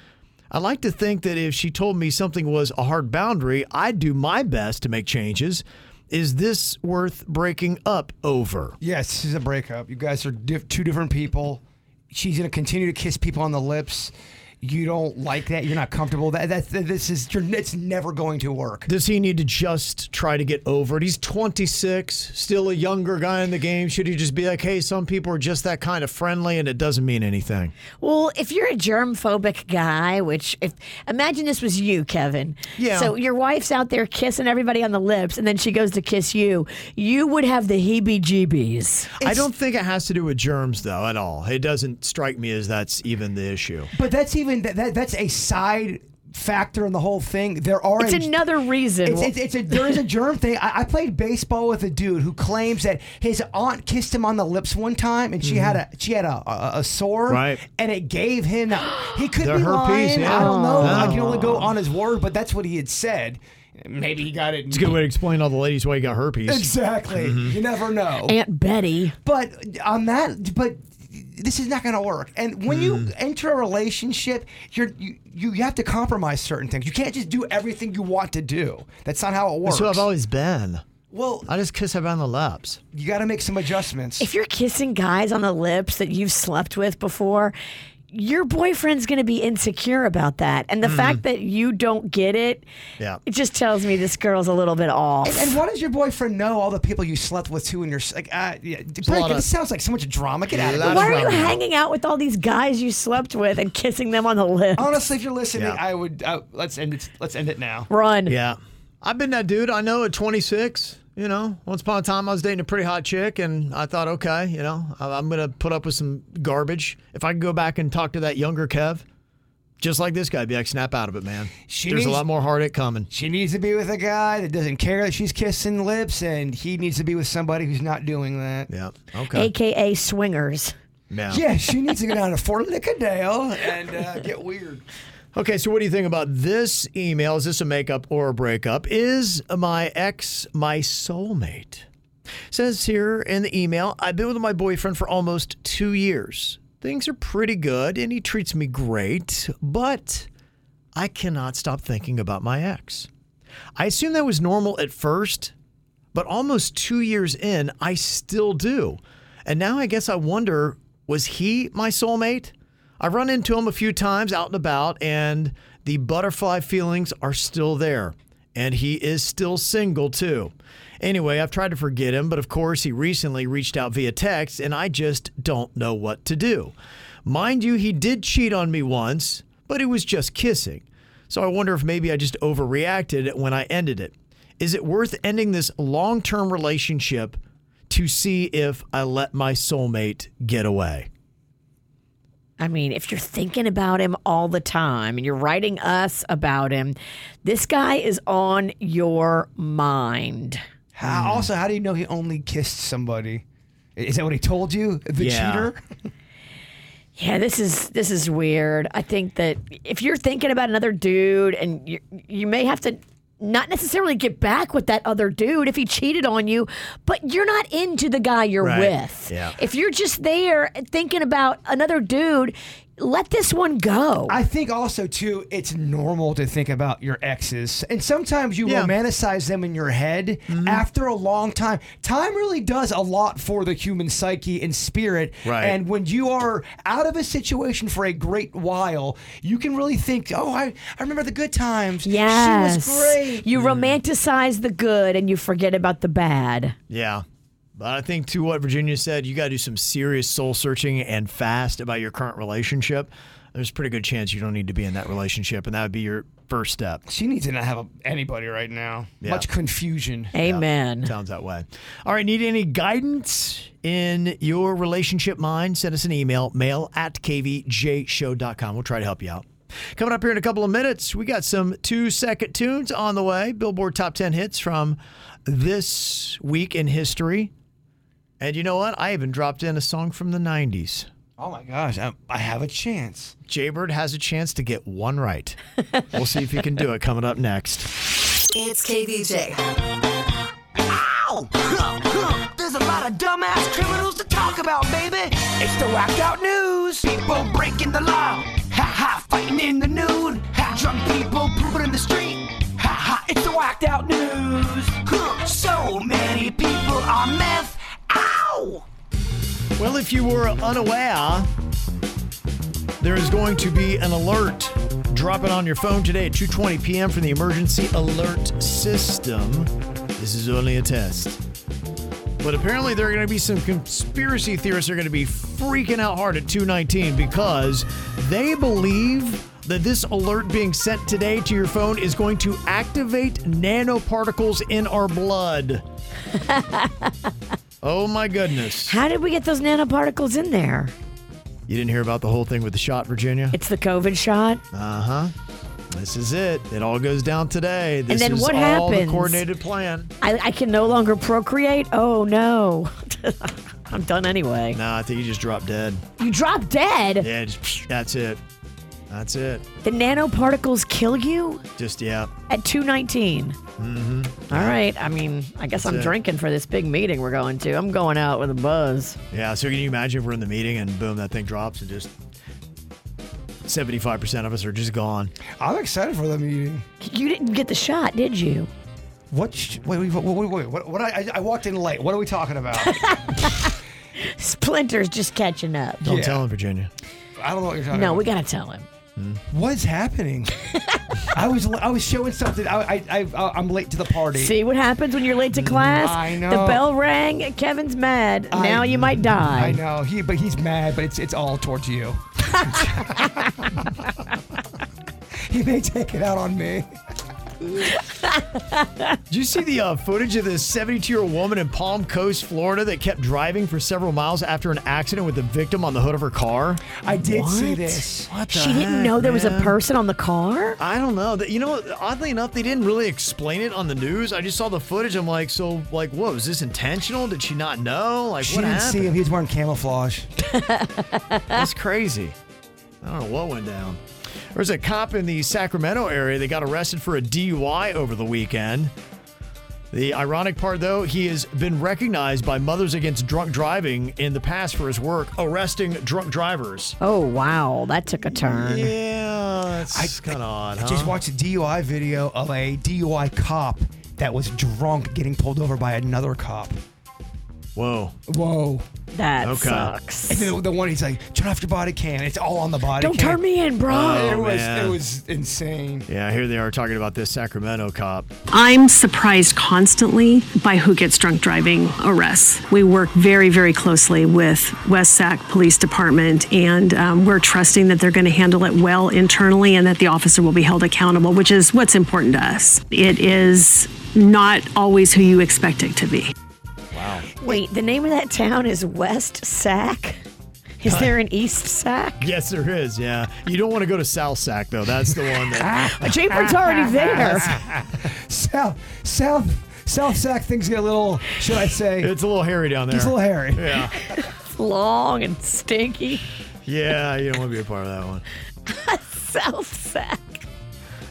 Speaker 3: I like to think that if she told me something was a hard boundary, I'd do my best to make changes. Is this worth breaking up over?
Speaker 1: Yes, this is a breakup. You guys are diff- two different people. She's going to continue to kiss people on the lips. You don't like that. You're not comfortable. That, that, that this is you're, it's never going to work.
Speaker 3: Does he need to just try to get over it? He's 26, still a younger guy in the game. Should he just be like, hey, some people are just that kind of friendly and it doesn't mean anything?
Speaker 4: Well, if you're a germ phobic guy, which if imagine this was you, Kevin.
Speaker 3: Yeah.
Speaker 4: So your wife's out there kissing everybody on the lips, and then she goes to kiss you. You would have the heebie jeebies.
Speaker 3: I don't think it has to do with germs, though, at all. It doesn't strike me as that's even the issue.
Speaker 1: But that's even that, that that's a side factor in the whole thing. There are
Speaker 4: It's another reason.
Speaker 1: It's, it's, it's a, there is a germ thing. I, I played baseball with a dude who claims that his aunt kissed him on the lips one time, and she had a she had a a, a sore,
Speaker 3: Right.
Speaker 1: and it gave him. He could
Speaker 3: The
Speaker 1: be
Speaker 3: herpes,
Speaker 1: lying.
Speaker 3: yeah.
Speaker 1: I don't know. I
Speaker 3: No.
Speaker 1: can only go on his word, but that's what he had said. Maybe he got it.
Speaker 3: It's a good way to explain to all the ladies why you got herpes.
Speaker 1: Exactly.
Speaker 3: Mhm.
Speaker 1: You never know.
Speaker 4: Aunt Betty.
Speaker 1: But on that, but this is not going to work. And when
Speaker 3: Mm.
Speaker 1: you enter a relationship, you're you, you have to compromise certain things. You can't just do everything you want to do. That's not how it works.
Speaker 3: That's who I've always been.
Speaker 1: Well,
Speaker 3: I just kiss everyone on the lips.
Speaker 1: You got to make some adjustments.
Speaker 4: If you're kissing guys on the lips that you've slept with before, your boyfriend's going to be insecure about that. And the
Speaker 1: Mhm.
Speaker 4: fact that you don't get it,
Speaker 3: Yeah.
Speaker 4: it just tells me this girl's a little bit off.
Speaker 1: And, and why does your boyfriend know all the people you slept with too? And you're like, uh, yeah, break
Speaker 4: lot
Speaker 1: it.
Speaker 4: of-
Speaker 1: This sounds like so much drama. Get out of
Speaker 4: But
Speaker 1: here.
Speaker 4: Why are you hanging out with all these guys you slept with and kissing them on the lips?
Speaker 1: Honestly, if you're listening,
Speaker 3: Yeah.
Speaker 1: I would uh, let's end it. Let's end it now.
Speaker 4: Run.
Speaker 3: Yeah. I've been that dude. I know at 26, you know, once upon a time I was dating a pretty hot chick and I thought, okay, you know, I- I'm going to put up with some garbage. If I could go back and talk to that younger Kev, just like this guy, I'd be like, snap out of it, man.
Speaker 1: She
Speaker 3: There's a
Speaker 1: needs-
Speaker 3: lot more heartache coming.
Speaker 1: She needs to be with a guy that doesn't care that she's kissing lips, and he needs to be with somebody who's not doing that.
Speaker 3: Yeah.
Speaker 4: AKA swingers.
Speaker 3: Yeah.
Speaker 1: Yeah, she needs to go down to Fort Lickadale and uh, get weird.
Speaker 3: Okay, so what do you think about this email? Is this a makeup or a breakup? Is my ex my soulmate? Says here in the email, I've been with my boyfriend for almost two years. Things are pretty good and he treats me great, but I cannot stop thinking about my ex. I assume that was normal at first, but almost two years in, I still do. And now I guess I wonder was he my soulmate? I've run into him a few times out and about, and the butterfly feelings are still there. And he is still single, too. Anyway, I've tried to forget him, but of course, he recently reached out via text, and I just don't know what to do. Mind you, he did cheat on me once, but it was just kissing. So I wonder if maybe I just overreacted when I ended it. Is it worth ending this long term relationship to see if I let my soulmate get away?
Speaker 4: I mean, if you're thinking about him all the time and you're writing us about him, this guy is on your mind.
Speaker 19: Mm.
Speaker 1: How, also, how do you know he only kissed somebody? Is that what he told you? The
Speaker 4: Yeah.
Speaker 1: cheater?
Speaker 4: Yeah, this is this is weird. I think that if you're thinking about another dude and you you may have to not necessarily get back with that other dude if he cheated on you, but you're not into the guy you're
Speaker 19: Right.
Speaker 4: with.
Speaker 19: Yeah.
Speaker 4: If you're just there thinking about another dude, let this one go.
Speaker 1: I think also too, it's normal to think about your exes, and sometimes you
Speaker 3: Yeah. Mm-hmm.
Speaker 1: romanticize them in your head after a long time. Time really does a lot for the human psyche and spirit.
Speaker 3: Right.
Speaker 1: And when you are out of a situation for a great while, you can really think, "Oh, I, I remember the good times.
Speaker 4: Yes.
Speaker 1: she was great."
Speaker 4: You
Speaker 3: Mm.
Speaker 4: romanticize the good and you forget about the bad.
Speaker 3: Yeah. But I think to what Virginia said, you got to do some serious soul searching and fast about your current relationship. There's a pretty good chance you don't need to be in that relationship, and that would be your first step.
Speaker 1: She needs to not have a, anybody right now.
Speaker 3: Yeah.
Speaker 1: Much confusion.
Speaker 3: Amen. Sounds that way. All right. Need any guidance in your relationship mind? Send us an email, mail at kvjshow.com. We'll try to help you out. Coming up here in a couple of minutes, we got some two second tunes on the way. Billboard Top 10 hits from this week in history. And you know what? I even dropped in a song from the 90s.
Speaker 1: Oh my gosh, I, I have a chance.
Speaker 3: Jaybird has a chance to get one right. we'll see if he can do it coming up next.
Speaker 6: It's KVJ.
Speaker 2: Ow! Huh, huh. There's a lot of dumbass criminals to talk about, baby. It's the whacked out news. People breaking the law. Ha ha, fighting in the nude. Ha, drunk people pooping in the street. Ha ha, it's the whacked out news. Huh, so many people are meth. Ow!
Speaker 3: Well, if you were unaware, there is going to be an alert. Drop it on your phone today at 2:20 p.m. from the emergency alert system. This is only a test. But apparently there are going to be some conspiracy theorists that are going to be freaking out hard at 219 because they believe that this alert being sent today to your phone is going to activate nanoparticles in our blood. oh my goodness.
Speaker 4: How did we get those nanoparticles in there?
Speaker 3: You didn't hear about the whole thing with the shot, Virginia?
Speaker 4: It's the COVID shot.
Speaker 3: Uh huh. This is it. It all goes down today. This
Speaker 4: then
Speaker 3: is
Speaker 4: what
Speaker 3: all
Speaker 4: happens?
Speaker 3: the coordinated plan.
Speaker 4: I, I can no longer procreate. Oh no. I'm done anyway.
Speaker 3: No, I think you just dropped dead.
Speaker 4: You drop dead.
Speaker 3: Yeah, just, that's it. That's it.
Speaker 4: The nanoparticles kill you
Speaker 3: Just yeah.
Speaker 4: at 219.
Speaker 3: Mm-hmm.
Speaker 4: All right. I mean, I guess I'm
Speaker 3: That's it.
Speaker 4: drinking for this big meeting we're going to. I'm going out with a buzz.
Speaker 3: Yeah. So can you imagine if we're in the meeting and boom, that thing drops and just seventy-five percent of us are just gone.
Speaker 1: I'm excited for the meeting.
Speaker 4: You didn't get the shot, did you?
Speaker 1: What? Sh- wait, wait, wait, wait, wait. What? what I, I walked in late. What are we talking about?
Speaker 4: Splinter's just catching up.
Speaker 3: Don't tell Hmm. him, Virginia.
Speaker 1: I don't know what you're talking
Speaker 4: No, we
Speaker 1: about.
Speaker 4: gotta tell him.
Speaker 1: What's happening? I was I was showing something. I I, I I'm late to the party.
Speaker 4: See what happens when you're late to class.
Speaker 1: I
Speaker 4: The
Speaker 1: know.
Speaker 4: bell rang. Kevin's mad.
Speaker 1: I-
Speaker 4: now you might die.
Speaker 1: I know he, but he's mad. But it's it's all towards you. he may take it out on me.
Speaker 3: Did you see the uh, footage of this 72 year old woman in Palm Coast, Florida, that kept driving for several miles after an accident with the victim on the hood of her car?
Speaker 1: I did see
Speaker 3: What?
Speaker 1: this.
Speaker 3: What the
Speaker 4: she didn't
Speaker 3: heck,
Speaker 4: know there was a
Speaker 3: man?
Speaker 4: person on the car.
Speaker 3: I don't know. That- You know, oddly enough, they didn't really explain it on the news. I just saw the footage. I'm like, so, like, what was this intentional? Did she not know? Like,
Speaker 1: she
Speaker 3: what
Speaker 1: didn't see
Speaker 3: happened?
Speaker 1: him. He was wearing camouflage.
Speaker 3: That's
Speaker 1: Ah.
Speaker 3: crazy. I don't know what went down. There was a cop in the Sacramento area that got arrested for a DUI over the weekend. The ironic part, though, he has been recognized by Mothers Against Drunk Driving in the past for his work arresting drunk drivers.
Speaker 4: Oh wow, that took a turn.
Speaker 3: Yeah, that's kind of odd,
Speaker 1: I
Speaker 3: huh?
Speaker 1: just watched a DUI video of a DUI cop that was drunk getting pulled over by another cop.
Speaker 3: Whoa.
Speaker 1: Whoa.
Speaker 4: That
Speaker 3: Okay. sucks.
Speaker 1: And then the, the one he's like, turn off your body cam. It's all on the body
Speaker 4: Don't
Speaker 1: cam.
Speaker 4: turn me in, bro.
Speaker 3: Oh,
Speaker 1: it, was,
Speaker 3: man.
Speaker 1: it was insane.
Speaker 3: Yeah, here they are talking about this Sacramento cop.
Speaker 19: I'm surprised constantly by who gets drunk driving arrests. We work very, very closely with West Sac Police Department, and um, we're trusting that they're going to handle it well internally and that the officer will be held accountable, which is what's important to us. It is not always who you expect it to be.
Speaker 4: Wait, the name of that town is West Sac. Is there an East Sac?
Speaker 3: Yes, there is. Yeah, you don't want to go to South Sac though. That's the one that.
Speaker 4: My Jaybirds already there.
Speaker 1: South, South, South Sac things get a little, should I say,
Speaker 3: It's a little hairy down there.
Speaker 1: It's a little hairy.
Speaker 3: Yeah,
Speaker 4: Long and stinky.
Speaker 3: yeah, you don't want to be a part of that one.
Speaker 4: South Sac.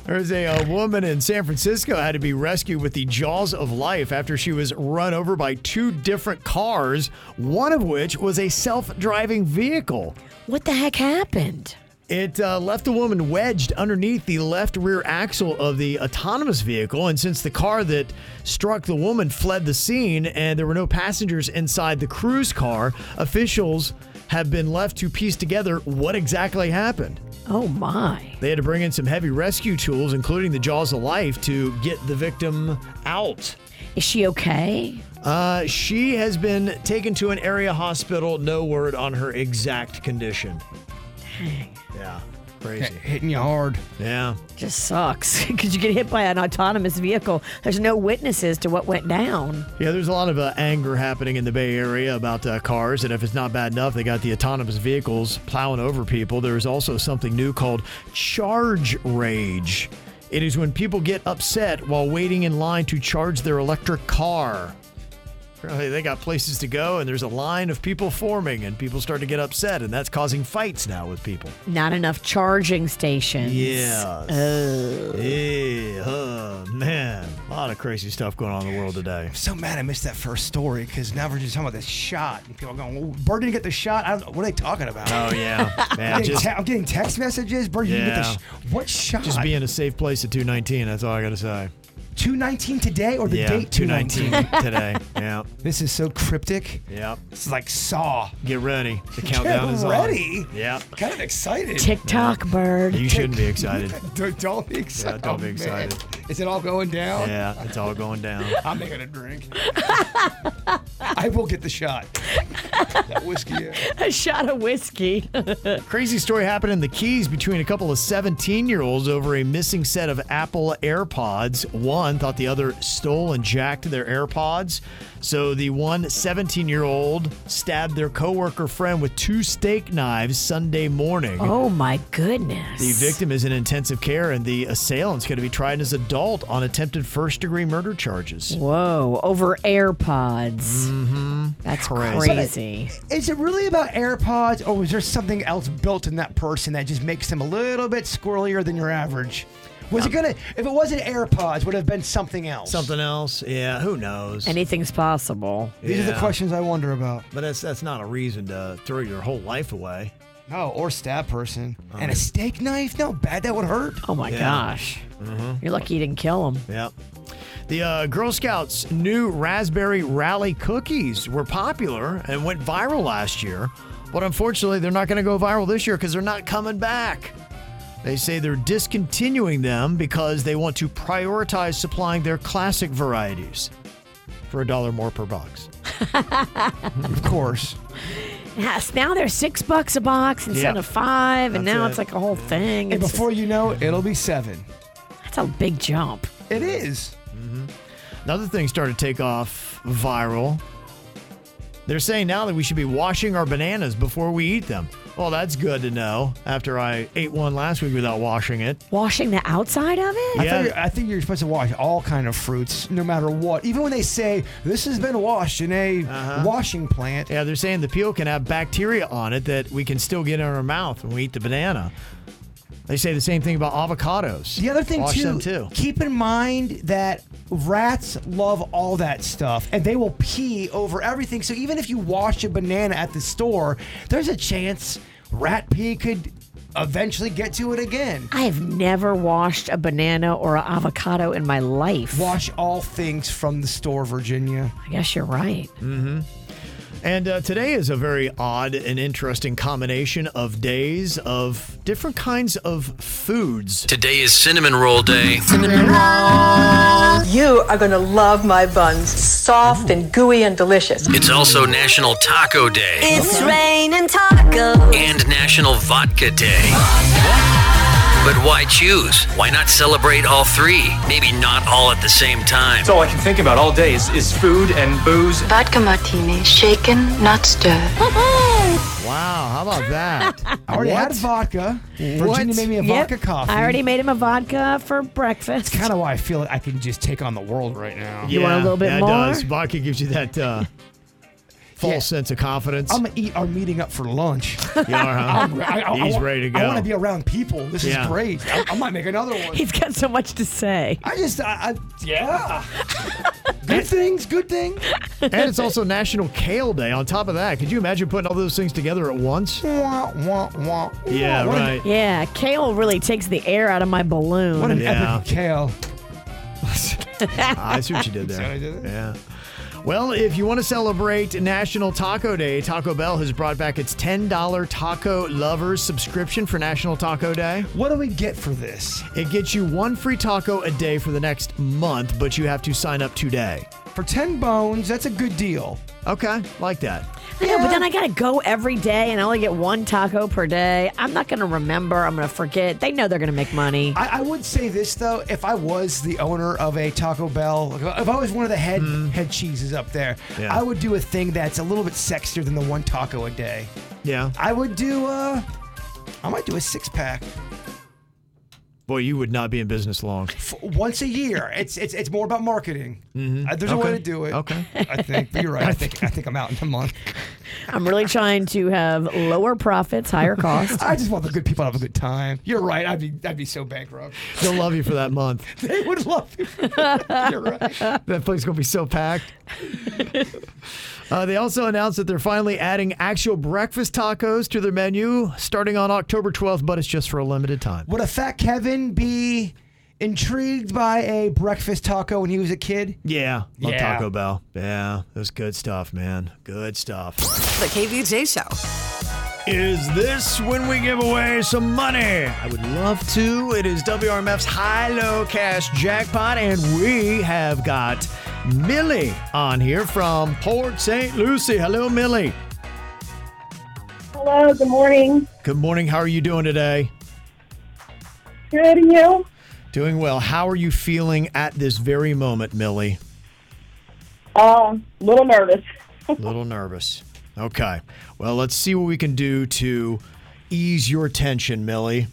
Speaker 3: There's a, uh woman in San Francisco had to be rescued with the jaws of life after she was run over by two different cars, one of which was a self-driving vehicle.
Speaker 4: What the heck happened?
Speaker 3: It uh, left a woman wedged underneath the left rear axle of the autonomous vehicle. And since the car that struck the woman fled the scene and there were no passengers inside the cruise car, officials have been left to piece together what exactly happened.
Speaker 4: Oh, my.
Speaker 3: They had to bring in some heavy rescue tools, including the Jaws of Life, to get the victim out.
Speaker 4: Is she okay?
Speaker 3: Uh, she has been taken to an area hospital. No word on her exact condition. Yeah. Crazy.
Speaker 10: hitting you hard.
Speaker 3: Yeah.
Speaker 4: Just sucks because you get hit by an autonomous vehicle. There's no witnesses to what went down.
Speaker 3: Yeah, there's a lot of uh, anger happening in the Bay Area about uh, cars, and if it's not bad enough, they got the autonomous vehicles plowing over people. There is also something new called charge rage. It is when people get upset while waiting in line to charge their electric car. Apparently, they got places to go, and there's a line of people forming, and people start to get upset, and that's causing fights now with people.
Speaker 4: Not enough charging stations.
Speaker 3: Yes. Yeah. Oh, man. A lot of crazy stuff going on in the world today.
Speaker 1: So mad I missed that first story because now we're just talking about this shot and people are going, well, Bird didn't get the shot. I don't, what are they talking about?
Speaker 3: Oh, yeah. Man,
Speaker 1: I'm, getting
Speaker 3: just-
Speaker 1: te- I'm getting text messages. Bird, you didn't get the
Speaker 3: Yeah.
Speaker 1: sh- What shot?
Speaker 3: Just be in a safe place at 219. That's all I got to say.
Speaker 1: 219 today or the
Speaker 3: yeah,
Speaker 1: date
Speaker 3: 219 today. Yeah.
Speaker 1: This is so cryptic.
Speaker 3: Yeah.
Speaker 1: It's like Saw.
Speaker 3: Get ready. The countdown
Speaker 1: Get
Speaker 3: is on.
Speaker 1: ready?
Speaker 3: Yeah.
Speaker 1: Kind of excited.
Speaker 4: TikTok bird.
Speaker 3: You shouldn't be excited.
Speaker 1: don't, don't be excited.
Speaker 3: don't be
Speaker 1: Oh, man.
Speaker 3: excited.
Speaker 1: Is it all going down?
Speaker 3: Yeah, it's all going down.
Speaker 1: I'm making a drink. I will get the shot. That whiskey.
Speaker 4: A shot of whiskey.
Speaker 3: Crazy story happened in the Keys between a couple of 17 year olds over a missing set of Apple AirPods. One thought the other stole and jacked their AirPods. So the one 17 year old stabbed their coworker friend with two steak knives Sunday morning.
Speaker 4: Oh my goodness.
Speaker 3: The victim is in intensive care, and the assailant's going to be tried as adult on attempted first degree murder charges.
Speaker 4: Whoa, over AirPods.
Speaker 3: Mm-hmm.
Speaker 4: That's
Speaker 3: Crazy.
Speaker 4: crazy.
Speaker 1: Is it really about AirPods, or was there something else built in that person that just makes them a little bit squirrelier than your average? Was it gonna? If it wasn't AirPods, would it have been something else.
Speaker 3: Something else? Yeah, who knows?
Speaker 4: Anything's possible.
Speaker 1: These are the
Speaker 3: Yeah.
Speaker 1: questions I wonder about.
Speaker 3: But that's that's not a reason to throw your whole life away. Oh,
Speaker 1: No, or stab person. and
Speaker 3: mean-
Speaker 1: a steak knife? No, bad. That would hurt.
Speaker 4: Oh my
Speaker 3: Yeah.
Speaker 4: gosh.
Speaker 3: Mhm.
Speaker 4: You're lucky you didn't kill him.
Speaker 3: Yep. The uh, Girl Scouts' new raspberry rally cookies were popular and went viral last year, but unfortunately, they're not going to go viral this year because they're not coming back. They say they're discontinuing them because they want to prioritize supplying their classic varieties for a dollar more per box.
Speaker 1: Of course.
Speaker 4: Yes, now they're six bucks a box instead
Speaker 3: Yeah.
Speaker 4: of five, and
Speaker 3: That's
Speaker 4: now
Speaker 3: it.
Speaker 4: it's like a whole thing.
Speaker 1: And
Speaker 4: It's
Speaker 1: before you know, it, it'll be seven.
Speaker 4: that's a big jump.
Speaker 1: It is.
Speaker 3: Mm-hmm. Another thing started to take off viral. They're saying now that we should be washing our bananas before we eat them. Well, that's good to know after I ate one last week without washing it.
Speaker 4: Washing the outside of it?
Speaker 1: I,
Speaker 3: Yeah.
Speaker 1: think, I think you're supposed to wash all kind of fruits, no matter what. Even when they say this has been washed in a
Speaker 3: Uh-huh.
Speaker 1: washing plant,
Speaker 3: Yeah, they're saying the peel can have bacteria on it that we can still get in our mouth when we eat the banana. They say the same thing about avocados.
Speaker 1: The other thing
Speaker 3: Wash
Speaker 1: too,
Speaker 3: them too.
Speaker 1: keep in mind that rats love all that stuff and they will pee over everything. So even if you wash a banana at the store, there's a chance rat pee could eventually get to it again.
Speaker 4: I have never washed a banana or an avocado in my life.
Speaker 1: Wash all things from the store, Virginia.
Speaker 4: I guess you're right.
Speaker 3: Mm-hmm. And uh, today is a very odd and interesting combination of days of different kinds of foods.
Speaker 20: Today is cinnamon roll day.
Speaker 21: You are going to love my buns. Soft and gooey and delicious.
Speaker 20: It's also National Taco Day.
Speaker 21: It's raining tacos.
Speaker 20: and National Vodka Day. But why choose? Why not celebrate all three? Maybe not all at the same time.
Speaker 22: That's all I can think about all day is, is food and booze.
Speaker 23: Vodka martini, shaken, not stirred.
Speaker 3: Wow, how about that?
Speaker 1: I already
Speaker 3: What?
Speaker 1: had vodka. Virginia
Speaker 3: What?
Speaker 1: made me a
Speaker 4: Yep.
Speaker 1: vodka coffee.
Speaker 4: I already made him a vodka for breakfast.
Speaker 1: Kind of why I feel like I can just take on the world right now.
Speaker 4: You want a little bit
Speaker 3: yeah,
Speaker 4: more?
Speaker 3: It does. Vodka gives you that uh, false sense of confidence.
Speaker 1: I'm gonna eat our meeting up for lunch.
Speaker 3: You are, huh?
Speaker 1: I'm re- I- I- I
Speaker 3: He's
Speaker 1: wa-
Speaker 3: ready to
Speaker 1: I
Speaker 3: go.
Speaker 1: want to be around people. This
Speaker 3: Yeah.
Speaker 1: is great. I, I might make another one.
Speaker 4: He's got so much to say.
Speaker 1: I just, I, I yeah. Good things, good things.
Speaker 3: and it's also National Kale Day. On top of that, could you imagine putting all those things together at once? Yeah, right.
Speaker 4: Yeah, kale really takes the air out of my balloon.
Speaker 3: What an Yeah. epic
Speaker 1: kale.
Speaker 3: Ah, I see what you did there.
Speaker 1: See what I did
Speaker 3: Yeah. Well, if you want to celebrate National Taco Day, Taco Bell has brought back its $10 Taco Lovers subscription for National Taco Day.
Speaker 1: What do we get for this?
Speaker 3: It gets you one free taco a day for the next month, but you have to sign up today.
Speaker 1: For 10 bones, that's a good deal.
Speaker 3: Okay, like that.
Speaker 4: I know, but then I gotta go every day and I only get one taco per day. I'm not gonna remember. I'm gonna forget. They know they're gonna make money.
Speaker 1: I, I would say this though, if I was the owner of a Taco Bell, if I was one of the head head cheeses up there,
Speaker 3: Hmm. Yeah.
Speaker 1: I would do a thing that's a little bit sexier than the one taco a day.
Speaker 3: Yeah.
Speaker 1: I would do. uh I might do a six pack
Speaker 3: Boy, you would not be in business long.
Speaker 1: once a year. It's it's it's more about marketing. Uh, there's a way
Speaker 3: Mm-hmm. Okay.
Speaker 1: to do it.
Speaker 3: Okay.
Speaker 1: I think. But you're right. I think I think I'm out in a month.
Speaker 4: I'm really trying to have lower profits, higher costs.
Speaker 1: I just want the good people to have a good time. You're right. I'd be I'd be so bankrupt.
Speaker 3: They'll love you for that month.
Speaker 1: They would love you. You're right.
Speaker 3: that place is going to be so packed. Uh, they also announced that they're finally adding actual breakfast tacos to their menu starting on October 12th, but it's just for a limited time.
Speaker 1: Would a fat Kevin be intrigued by a breakfast taco when he was a kid?
Speaker 3: Yeah, love
Speaker 1: Yeah.
Speaker 3: Taco Bell. Yeah, that's good stuff, man. Good stuff.
Speaker 6: The KVJ Show.
Speaker 3: Is this when we give away some money? I would love to. It is WRMF's high low cash jackpot, and we have got Millie on here from Port St. Lucie. Hello, Millie.
Speaker 7: Hello, good morning.
Speaker 3: Good morning. How are you doing today?
Speaker 7: Good, and you?
Speaker 3: Doing well. How are you feeling at this very moment, Millie?
Speaker 7: Um, a little nervous.
Speaker 3: A little nervous. Okay. Well, let's see what we can do to ease your tension, Millie.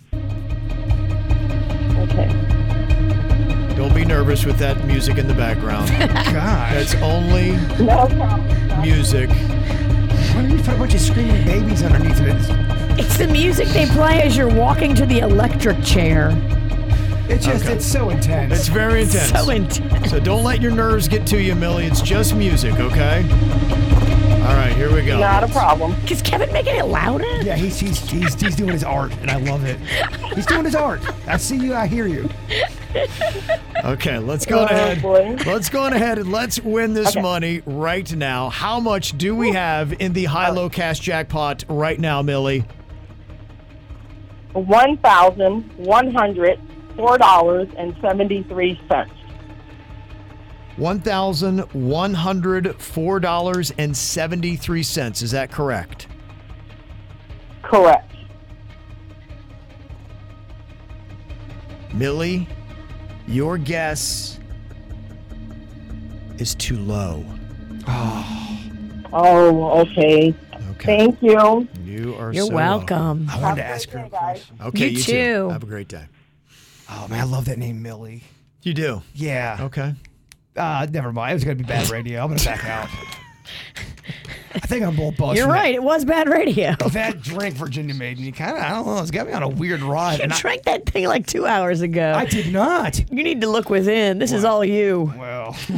Speaker 3: Okay. Don't be nervous with that music in the background.
Speaker 1: Gosh.
Speaker 3: That's only
Speaker 7: No problem.
Speaker 3: music.
Speaker 1: Why do you put a bunch of screaming babies underneath it?
Speaker 4: It's the music they play as you're walking to the electric chair.
Speaker 1: It's just it's so intense.
Speaker 3: It's very intense.
Speaker 4: So intense.
Speaker 3: So don't let your nerves get to you, Millie. It's just music, okay? All right, here we go.
Speaker 7: Not a problem.
Speaker 4: Is Kevin making it louder?
Speaker 1: Yeah, he's he's he's, he's doing his art, and I love it. He's doing his art. I see you. I hear you.
Speaker 3: Okay, let's go on
Speaker 7: Oh,
Speaker 3: ahead.
Speaker 7: boy.
Speaker 3: Let's go on ahead and let's win this
Speaker 7: Okay.
Speaker 3: money right now. How much do we have in the high
Speaker 7: Oh.
Speaker 3: low cash jackpot right now, Millie?
Speaker 7: One thousand one hundred four dollars and seventy-three cents.
Speaker 3: One thousand one hundred four dollars and seventy three cents. Is that correct?
Speaker 7: Correct.
Speaker 3: Millie, your guess is too low.
Speaker 7: Oh, okay. Thank you.
Speaker 3: You are
Speaker 4: You're
Speaker 3: so
Speaker 4: welcome.
Speaker 1: I wanted to ask her. a question.
Speaker 3: Okay,
Speaker 4: You
Speaker 3: you,
Speaker 4: too.
Speaker 3: Have a great day.
Speaker 1: Oh man, I love that name, Millie.
Speaker 3: You do.
Speaker 1: Yeah.
Speaker 3: Okay.
Speaker 1: Uh, never mind. It was gonna be bad radio. I'm gonna back out. I think I'm a little buzzed.
Speaker 4: You're
Speaker 1: from
Speaker 4: right. It was bad radio.
Speaker 1: That, that drink Virginia made me kind of. I don't know. It's got me on a weird ride.
Speaker 4: You
Speaker 1: and I-
Speaker 4: drank that thing like two hours ago.
Speaker 1: I did not.
Speaker 4: you need to look within. This is all you.
Speaker 1: Well,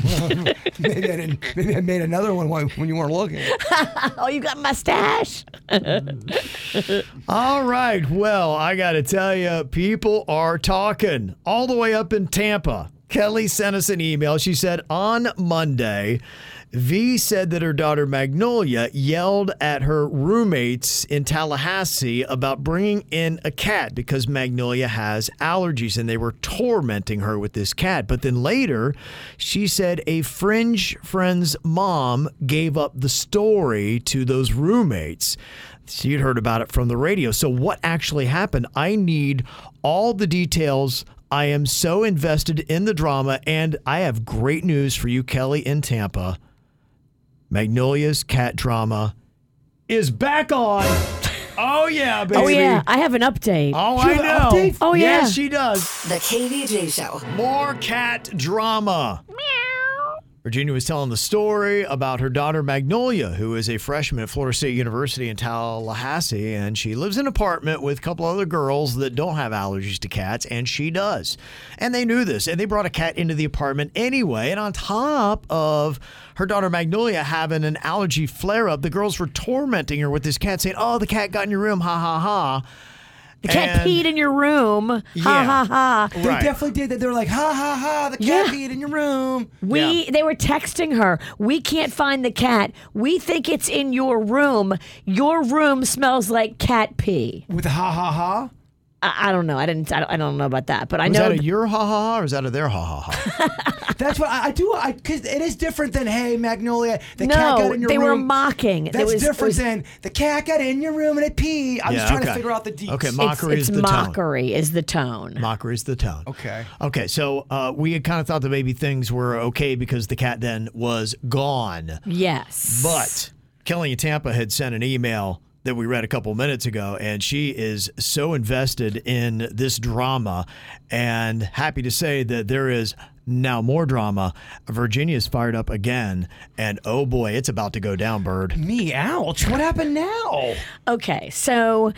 Speaker 1: maybe I didn't. Maybe I made another one while- when you weren't looking.
Speaker 4: oh, you got mustache.
Speaker 3: All right. Well, I got to tell you, people are talking all the way up in Tampa. Kelly sent us an email. She said on Monday, V said that her daughter Magnolia yelled at her roommates in Tallahassee about bringing in a cat because Magnolia has allergies and they were tormenting her with this cat. But then later, she said a fringe friend's mom gave up the story to those roommates. She'd heard about it from the radio. So, what actually happened? I need all the details. I am so invested in the drama, and I have great news for you, Kelly in Tampa. Magnolia's cat drama is back on. Oh, yeah, baby.
Speaker 4: Oh yeah, I have an update.
Speaker 3: Oh,
Speaker 4: You
Speaker 3: I
Speaker 4: have an
Speaker 3: know.
Speaker 4: update? Oh yeah.
Speaker 3: Yes, she does.
Speaker 6: The KVJ Show.
Speaker 3: More cat drama. Virginia was telling the story about her daughter Magnolia, who is a freshman at Florida State University in Tallahassee, and she lives in an apartment with a couple other girls that don't have allergies to cats, and she does. And they knew this, and they brought a cat into the apartment anyway. And on top of her daughter Magnolia having an allergy flare up, the girls were tormenting her with this cat, saying, Oh, the cat got in your room, ha ha ha.
Speaker 4: The cat
Speaker 3: And-
Speaker 4: peed in your room.
Speaker 3: Yeah.
Speaker 4: Ha ha ha.
Speaker 3: They Right. definitely
Speaker 4: did that. They were like, ha ha ha, the cat peed in your room. We they were texting her. We can't find the cat. We think it's in your room. Your room smells like cat pee. With ha ha ha? I, I don't know. I didn't I don't, I don't know about that, but I
Speaker 3: was
Speaker 4: know
Speaker 3: that a
Speaker 4: th-
Speaker 3: your ha ha ha or is that a their ha ha ha?
Speaker 1: That's what I, I do. I because it is different than hey Magnolia, the
Speaker 4: No,
Speaker 1: cat got in your
Speaker 4: they
Speaker 1: room.
Speaker 4: were mocking. There
Speaker 1: That's
Speaker 4: was- it
Speaker 1: different
Speaker 4: was-
Speaker 1: than the cat got in your room and it peed. I'm
Speaker 3: Yeah,
Speaker 1: just trying to
Speaker 3: okay.
Speaker 1: figure out the deets.
Speaker 3: Okay, mockery
Speaker 4: it's
Speaker 3: is the
Speaker 4: mockery is the tone.
Speaker 3: Mockery is the tone.
Speaker 1: Okay.
Speaker 3: Okay, so uh, we had kind of thought that maybe things were okay because the cat then was gone.
Speaker 4: Yes.
Speaker 3: But Kelly in Tampa had sent an email that we read a couple minutes ago, and she is so invested in this drama and happy to say that there is now more drama. Virginia's fired up again, and oh boy, it's about to go down, Bird.
Speaker 1: Me, ouch. What happened now?
Speaker 4: Okay, so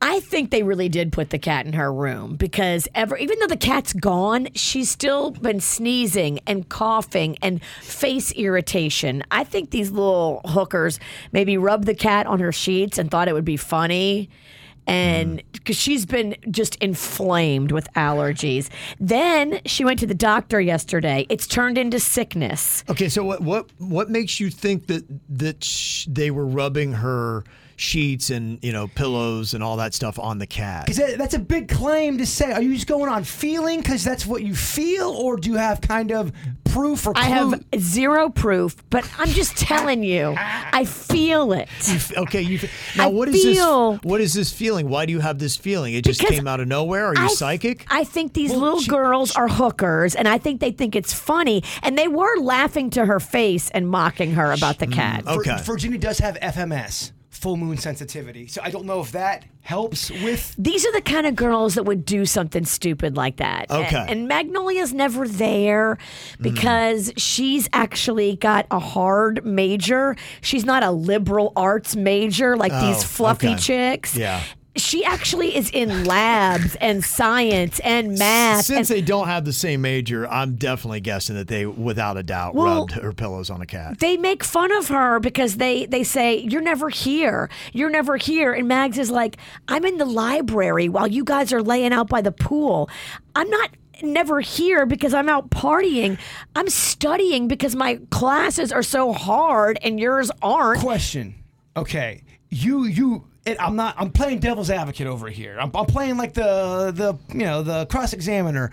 Speaker 4: I think they really did put the cat in her room because ever even though the cat's gone, she's still been sneezing and coughing and face irritation. I think these little hookers maybe rubbed the cat on her sheets and thought it would be funny. And because she's been just inflamed with allergies. Then she went to the doctor yesterday. It's turned into sickness.
Speaker 3: Okay, so what what what makes you think that that sh- they were rubbing her sheets and you know pillows and all that stuff on the cat?
Speaker 1: Because that's a big claim to say. Are you just going on feeling because that's what you feel, or do you have kind of proof or clue?
Speaker 4: I have zero proof, but I'm just telling you, I feel it.
Speaker 3: okay, you
Speaker 4: I
Speaker 3: Now, what is
Speaker 4: feel-
Speaker 3: this? What is this feeling? Why do you have this feeling? It just
Speaker 4: Because
Speaker 3: came out of nowhere. Are you
Speaker 4: I th-
Speaker 3: psychic?
Speaker 4: I think these little girls are hookers, and I think they think it's funny. And they were laughing to her face and mocking her about
Speaker 3: Mm,
Speaker 4: the cat.
Speaker 1: Vir- Virginia does have FMS, full moon sensitivity. So I don't know if that helps with.
Speaker 4: These are the kind of girls that would do something stupid like that.
Speaker 1: Okay.
Speaker 4: And, and Magnolia's never there
Speaker 3: Mm.
Speaker 4: because she's actually got a hard major. She's not a liberal arts major like
Speaker 3: Oh,
Speaker 4: these fluffy
Speaker 3: okay.
Speaker 4: chicks.
Speaker 3: Yeah.
Speaker 4: She actually is in labs and science and math.
Speaker 3: Since they don't have the same major, I'm definitely guessing that they, without a doubt,
Speaker 4: Well-
Speaker 3: rubbed her pillows on a cat.
Speaker 4: they make fun of her because they they say you're never here you're never here and mags is like i'm in the library while you guys are laying out by the pool i'm not never here because i'm out partying i'm studying because my classes are so hard and yours aren't
Speaker 1: question Okay, you you. It, I'm not. I'm playing devil's advocate over here. I'm, I'm playing like the the you know the cross examiner.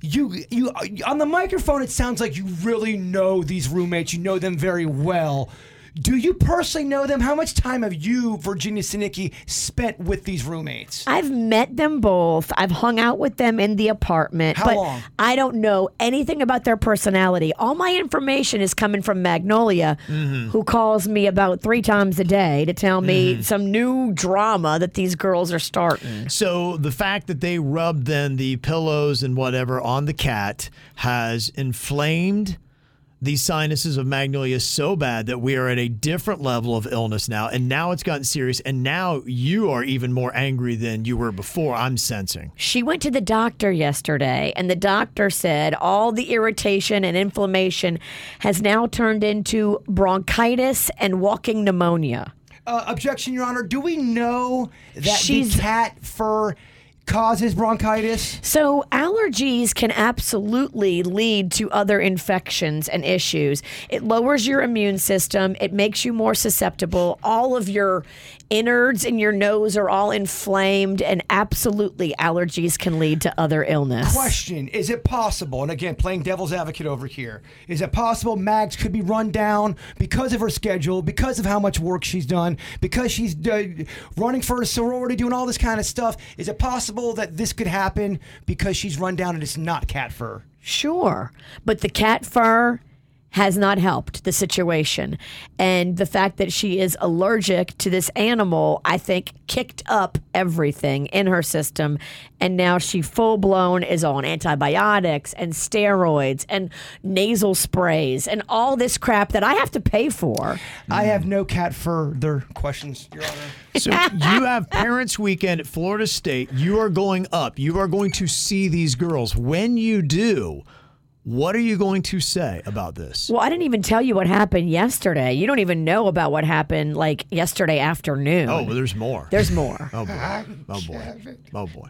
Speaker 1: You you on the microphone. It sounds like you really know these roommates. You know them very well. Do you personally know them? How much time have you, Virginia Sinicki, spent with these roommates?
Speaker 4: I've met them both. I've hung out with them in the apartment.
Speaker 1: How
Speaker 4: but
Speaker 1: long?
Speaker 4: I don't know anything about their personality. All my information is coming from Magnolia,
Speaker 1: Mm-hmm.
Speaker 4: who calls me about three times a day to tell me some new drama that these girls are starting.
Speaker 3: So the fact that they rubbed then the pillows and whatever on the cat has inflamed the sinuses of Magnolia so bad that we are at a different level of illness now. And now it's gotten serious. And now you are even more angry than you were before. I'm sensing.
Speaker 4: She went to the doctor yesterday, and the doctor said all the irritation and inflammation has now turned into bronchitis and walking pneumonia.
Speaker 1: Uh, objection, Your Honor. Do we know that
Speaker 4: She's-
Speaker 1: the cat fur causes bronchitis?
Speaker 4: So, allergies can absolutely lead to other infections and issues. It lowers your immune system, it makes you more susceptible. All of your innards in your nose are all inflamed, and absolutely, allergies can lead to other illness.
Speaker 1: Question: Is it possible? And again, playing devil's advocate over here. Is it possible Mags could be run down because of her schedule, because of how much work she's done, because she's uh, running for a sorority, doing all this kind of stuff? Is it possible that this could happen because she's run down and it's not cat fur?
Speaker 4: Sure, but the cat fur has not helped the situation. And the fact that she is allergic to this animal, I think, kicked up everything in her system. And now she full blown is on antibiotics and steroids and nasal sprays and all this crap that I have to pay for.
Speaker 1: I have no cat further questions, Your Honor.
Speaker 3: So you have Parents Weekend at Florida State. You are going up. You are going to see these girls. When you do, what are you going to say about this?
Speaker 4: Well, I didn't even tell you what happened yesterday. You don't even know about what happened like yesterday afternoon.
Speaker 3: Oh, well, there's more.
Speaker 4: There's more.
Speaker 3: Oh boy. Oh boy. Oh boy.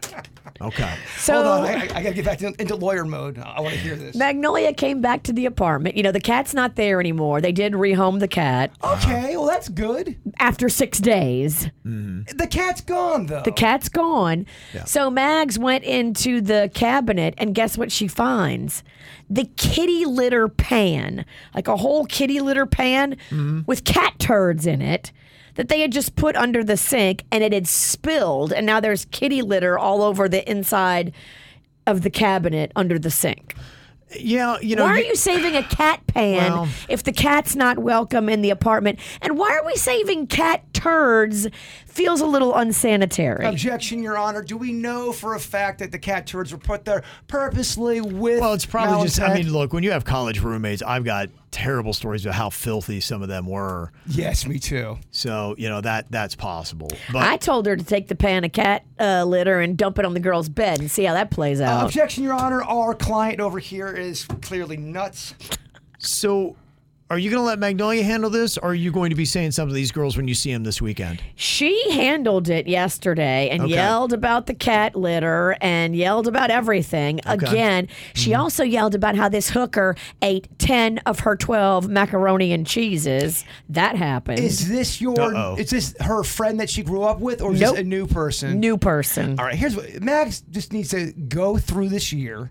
Speaker 3: Okay.
Speaker 4: So-
Speaker 1: Hold on, I, I got to get back to, into lawyer mode. I want to hear this.
Speaker 4: Magnolia came back to the apartment. You know, the cat's not there anymore. They did rehome the cat.
Speaker 1: Okay, well that's good.
Speaker 4: After six days.
Speaker 3: Mm-hmm.
Speaker 1: The cat's gone though.
Speaker 4: The cat's gone. So Mags went into the cabinet, and guess what she finds? The kitty litter pan, like a whole kitty litter pan
Speaker 3: Mm-hmm.
Speaker 4: with cat turds in it that they had just put under the sink, and it had spilled, and now there's kitty litter all over the inside of the cabinet under the sink.
Speaker 3: Yeah, you know,
Speaker 4: Why are
Speaker 3: you-
Speaker 4: you saving a cat pan
Speaker 3: Well-
Speaker 4: if the cat's not welcome in the apartment? And why are we saving cat turds? Feels a little unsanitary.
Speaker 1: Objection, Your Honor. Do we know for a fact that the cat turds were put there purposely with?
Speaker 3: Well, it's probably just, I mean, look, when you have college roommates, I've got terrible stories about how filthy some of them were.
Speaker 1: Yes, me too.
Speaker 3: So, you know, that that's possible. But
Speaker 4: I told her to take the pan of cat uh, litter and dump it on the girl's bed and see how that plays out.
Speaker 1: objection, Your Honor. Our client over here is clearly nuts.
Speaker 3: So, are you going to let Magnolia handle this, or are you going to be saying something to these girls when you see them this weekend?
Speaker 4: She handled it yesterday and
Speaker 3: Okay.
Speaker 4: yelled about the cat litter and yelled about everything. Again, she
Speaker 3: Mm-hmm.
Speaker 4: also yelled about how this hooker ate 10 of her 12 macaroni and cheeses. That happened.
Speaker 1: Is this your?
Speaker 4: Uh-oh.
Speaker 1: Is this her friend that she grew up with, or is
Speaker 4: Nope.
Speaker 1: this a new person?
Speaker 4: New person.
Speaker 1: All right. Here's what Max just needs to go through this year,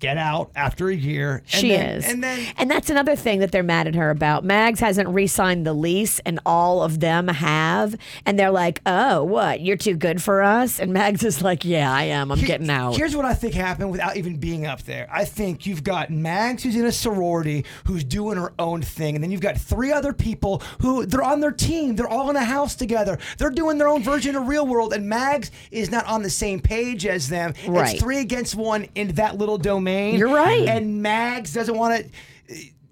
Speaker 1: get out after a year. and
Speaker 4: She
Speaker 1: then-
Speaker 4: is.
Speaker 1: and then
Speaker 4: And that's another thing that they're mad at her about. Mags hasn't re signed the lease, and all of them have. And they're like, oh, what? You're too good for us? And Mags is like, yeah, I am. I'm
Speaker 1: Here-
Speaker 4: getting out.
Speaker 1: Here's what I think happened without even being up there. I think you've got Mags who's in a sorority who's doing her own thing, and then you've got three other people who they're on their team. They're all in a house together. They're doing their own version of real world, and Mags is not on the same page as them.
Speaker 4: Right.
Speaker 1: It's three against one in that little domain.
Speaker 4: You're right.
Speaker 1: And Mags doesn't want to.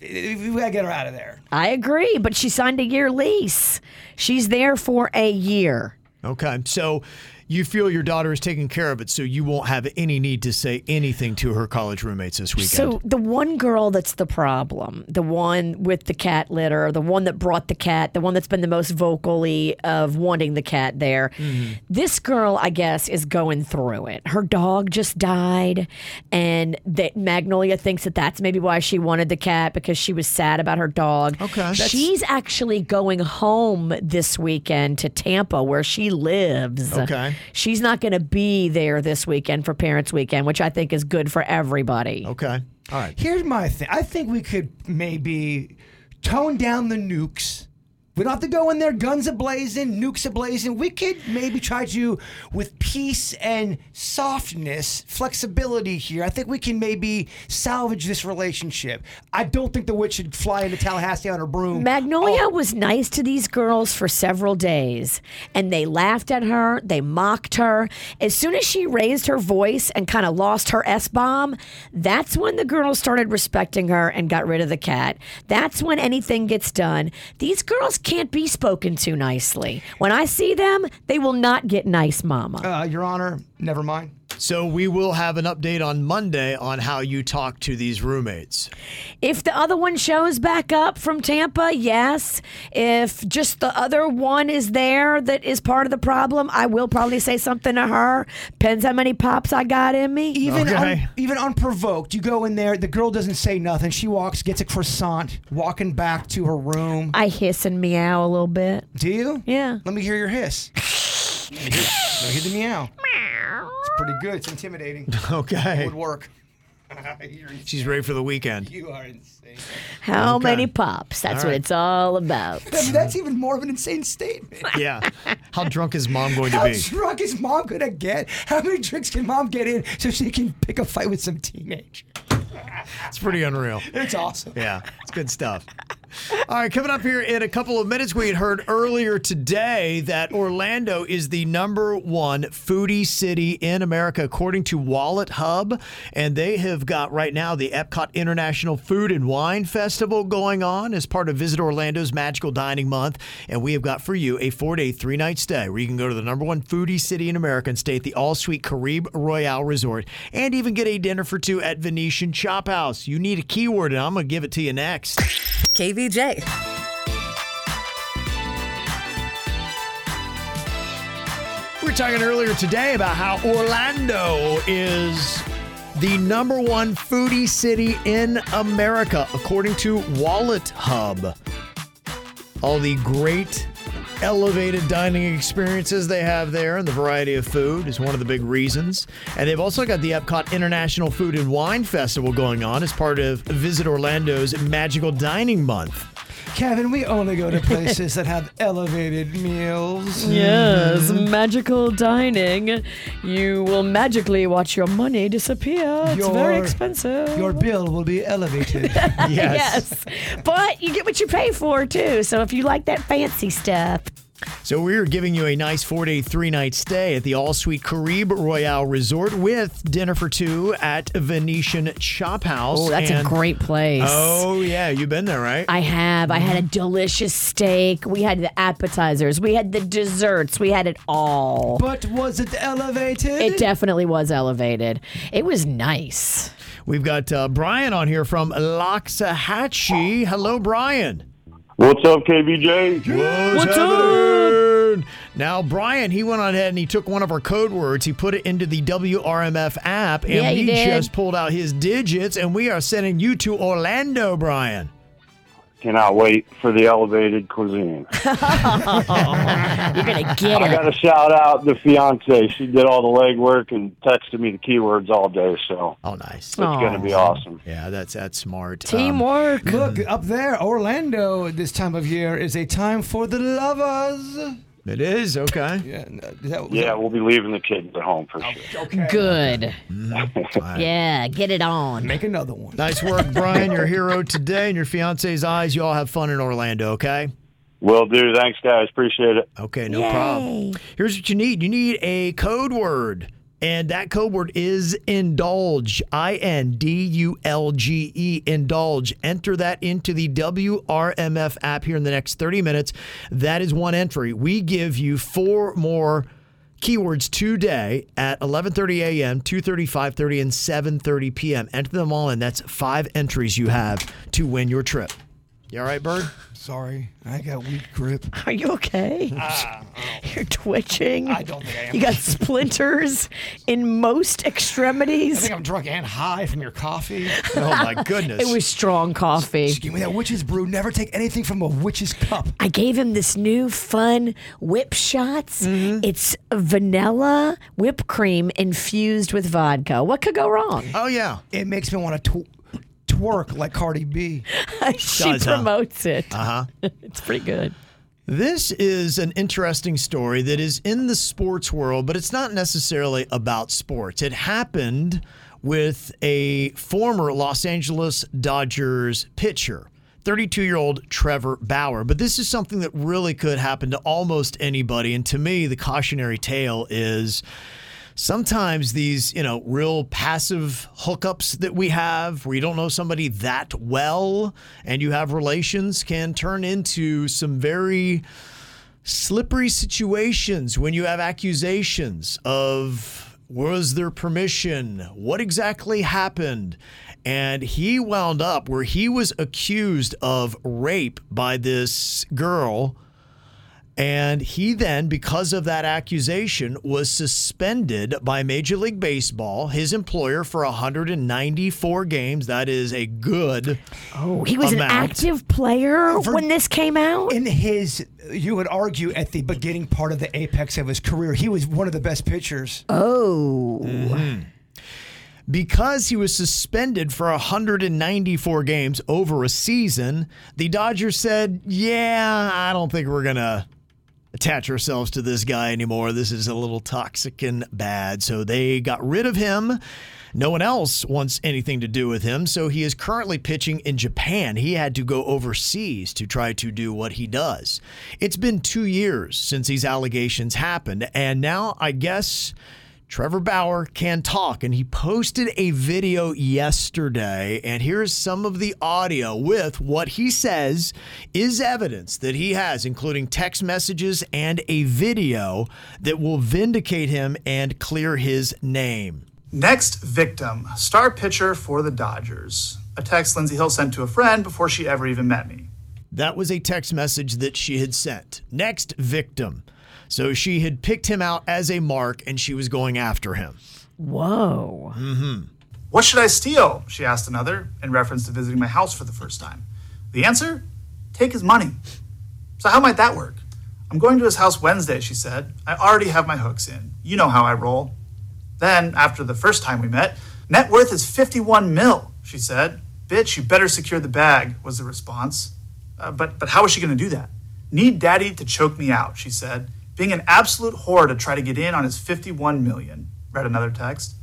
Speaker 1: We gotta get her out of there.
Speaker 4: I agree, but she signed a year lease. She's there for a year.
Speaker 3: Okay. So, you feel your daughter is taking care of it, so you won't have any need to say anything to her college roommates this weekend.
Speaker 4: So the one girl that's the problem, the one with the cat litter, the one that brought the cat, the one that's been the most vocally of wanting the cat there.
Speaker 3: Mm-hmm.
Speaker 4: This girl, I guess, is going through it. Her dog just died, and that Magnolia thinks that that's maybe why she wanted the cat because she was sad about her dog. Okay, she's actually going home this weekend to Tampa, where she lives.
Speaker 3: Okay.
Speaker 4: she's not going to be there this weekend for Parents Weekend, which I think is good for everybody.
Speaker 3: Okay, all right.
Speaker 1: Here's my thing. I think we could maybe tone down the nukes. We don't have to go in there guns ablazing, nukes ablazing. We could maybe try to, with peace and softness, flexibility here. I think we can maybe salvage this relationship. I don't think the witch should fly into Tallahassee on her broom.
Speaker 4: Magnolia
Speaker 1: Oh.
Speaker 4: was nice to these girls for several days, and they laughed at her, they mocked her. As soon as she raised her voice and kind of lost her S bomb, that's when the girls started respecting her and got rid of the cat. That's when anything gets done. These girls can't be spoken to nicely. When I see them, they will not get nice, mama.
Speaker 1: Uh, Your Honor, never mind.
Speaker 3: So we will have an update on Monday on how you talk to these roommates.
Speaker 4: If the other one shows back up from Tampa, yes. If just the other one is there that is part of the problem, I will probably say something to her. Depends how many pops I got in me.
Speaker 1: Even un- even unprovoked, you go in there. The girl doesn't say nothing. She walks, gets a croissant, walking back to her room.
Speaker 4: I hiss and meow a little bit.
Speaker 1: Do you?
Speaker 4: Yeah.
Speaker 1: Let me hear your hiss. Let me hear, let me hear the meow. It's pretty good. It's intimidating.
Speaker 3: Okay.
Speaker 1: It would work.
Speaker 3: She's ready for the weekend.
Speaker 1: You are insane.
Speaker 4: How
Speaker 3: Okay.
Speaker 4: many pops? That's
Speaker 3: All
Speaker 4: what
Speaker 3: right.
Speaker 4: it's all about.
Speaker 1: I mean, that's even more of an insane statement.
Speaker 3: Yeah. How drunk is mom going to
Speaker 1: How
Speaker 3: be?
Speaker 1: drunk is mom gonna get? How many drinks can mom get in so she can pick a fight with some teenager?
Speaker 3: It's pretty unreal.
Speaker 1: It's awesome.
Speaker 3: Yeah, it's good stuff. All right, coming up here in a couple of minutes, we had heard earlier today that Orlando is the number one foodie city in America, according to Wallet Hub. And they have got right now the Epcot International Food and Wine Festival going on as part of Visit Orlando's Magical Dining Month. And we have got for you a four day, three night stay where you can go to the number one foodie city in America and stay at the all suite Carib Royale Resort and even get a dinner for two at Venetian Chop House. You need a keyword, and I'm going to give it to you next.
Speaker 6: KVJ.
Speaker 3: We were talking earlier today about how Orlando is the number one foodie city in America, according to Wallet Hub. All the great elevated dining experiences they have there and the variety of food is one of the big reasons. And they've also got the Epcot International Food and Wine Festival going on as part of Visit Orlando's Magical Dining Month.
Speaker 1: Kevin, we only go to places that have elevated meals.
Speaker 8: Yes,
Speaker 1: Mhm.
Speaker 8: magical dining. You will magically watch your money disappear. It's very
Speaker 1: Your-
Speaker 8: expensive.
Speaker 1: Your bill will be elevated.
Speaker 4: yes. But you get what you pay for, too. So if you like that fancy stuff,
Speaker 3: So we are giving you a nice four-day, three-night stay at the all-suite Carib Royale Resort with dinner for two at Venetian Chop House.
Speaker 4: Oh, that's a great place.
Speaker 3: Oh yeah, you've been there, right?
Speaker 4: I have. I had a delicious steak. We had the appetizers. We had the desserts. We had it all.
Speaker 1: But was it elevated?
Speaker 4: It definitely was elevated. It was nice.
Speaker 3: We've got uh, Brian on here from Loxahatchee. Hello, Brian.
Speaker 24: What's up, KBJ?
Speaker 3: What's up? Now, Brian, he went on ahead and he took one of our code words. He put it into the WRMF app, and
Speaker 24: Yeah,
Speaker 3: we
Speaker 24: he did.
Speaker 3: just pulled out his digits, and we are sending you to Orlando, Brian.
Speaker 24: Cannot wait for the elevated cuisine.
Speaker 4: You're gonna get
Speaker 24: I
Speaker 4: it.
Speaker 24: got to shout out the fiance. She did all the legwork and texted me the keywords all day. So,
Speaker 3: oh, nice.
Speaker 24: It's going to be
Speaker 3: Aw.
Speaker 24: awesome. Um,
Speaker 3: Yeah, that's that's smart. Um,
Speaker 1: Teamwork. Um, Look, up there, Orlando this time of year is a time for the lovers.
Speaker 3: It is okay.
Speaker 1: Yeah, no, is that-
Speaker 24: Yeah, we'll be leaving the kids at home
Speaker 3: Oh,
Speaker 24: for sure.
Speaker 4: Good.
Speaker 3: right.
Speaker 4: Yeah, get it on.
Speaker 1: Make another one.
Speaker 3: Nice work, Brian. Your hero today, in your fiance's eyes. You all have fun in Orlando, okay?
Speaker 24: Will do. Thanks, guys. Appreciate it.
Speaker 3: Okay, no problem. Here's what you need you need a code word. And that code word is indulge. I N D U L G E, indulge. Enter that into the WRMF app here in the next 30 minutes. That is one entry. We give you four more keywords today at 11:30 a.m., 2:30, 5:30 and 7:30 p.m. Enter them all and that's five entries you have to win your trip. You all right, Bird?
Speaker 1: Sorry, I got weak grip.
Speaker 4: Are you okay? You're twitching. I
Speaker 1: don't think I am.
Speaker 4: You got splinters in most
Speaker 1: I
Speaker 4: extremities.
Speaker 1: think I'm drunk and high from your coffee.
Speaker 4: Oh, my goodness. It was strong coffee.
Speaker 1: Just give me that witch's brew. Never take anything from a witch's cup.
Speaker 4: I gave him this new fun whip shots.
Speaker 1: Mm-hmm.
Speaker 4: It's vanilla whipped cream infused with vodka. What could go wrong?
Speaker 3: Oh yeah,
Speaker 1: it makes me want to tw- twerk like Cardi B.
Speaker 4: she promotes it.
Speaker 3: Uh huh.
Speaker 4: it's pretty good.
Speaker 3: This is an interesting story that is in the sports world, but it's not necessarily about sports. It happened with a former Los Angeles Dodgers pitcher. 32 year old Trevor Bauer. But this is something that really could happen to almost anybody. And to me, the cautionary tale is sometimes these, you know, real passive hookups that we have where you don't know somebody that well and you have relations can turn into some very slippery situations when you have accusations of was there permission? What exactly happened? And he wound up where he was accused of rape by this girl. And he then, because of that accusation, was suspended by Major League Baseball, his employer, for 194 games. That is a good.
Speaker 4: Oh, He was an active player when this came out.
Speaker 1: In his, you would argue, at the beginning part of the apex of his career, he was one of the best pitchers.
Speaker 4: Oh.
Speaker 3: Mm-hmm. Because he was suspended for 194 games over a season, the Dodgers said, Yeah, I don't think we're going to attach ourselves to this guy anymore. This is a little toxic and bad. So they got rid of him. No one else wants anything to do with him, so he is currently pitching in Japan. He had to go overseas to try to do what he does. It's been two years since these allegations happened, and now I guess Trevor Bauer can talk, and he posted a video yesterday. And here's some of the audio with what he says is evidence that he has, including text messages and a video that will vindicate him and clear his name.
Speaker 5: Next victim, star pitcher for the Dodgers. A text Lindsay Hill sent to a friend before she ever even met me.
Speaker 3: That was a text message that she had sent. Next victim. So she had picked him out as a mark and she was going after him.
Speaker 5: Whoa. Mm-hmm. What should I steal? She asked another in reference to visiting my house for the first time. The answer? Take his money. So, how might that work? I'm going to his house Wednesday, she said. I already have my hooks in. You know how I roll. Then, after the first time we met, net worth is 51 mil, she said. Bitch, you better secure the bag, was the response. Uh, but, but how is she going to do that? Need daddy to choke me out, she said. Being an absolute whore to try to get in on his 51 million, read another text.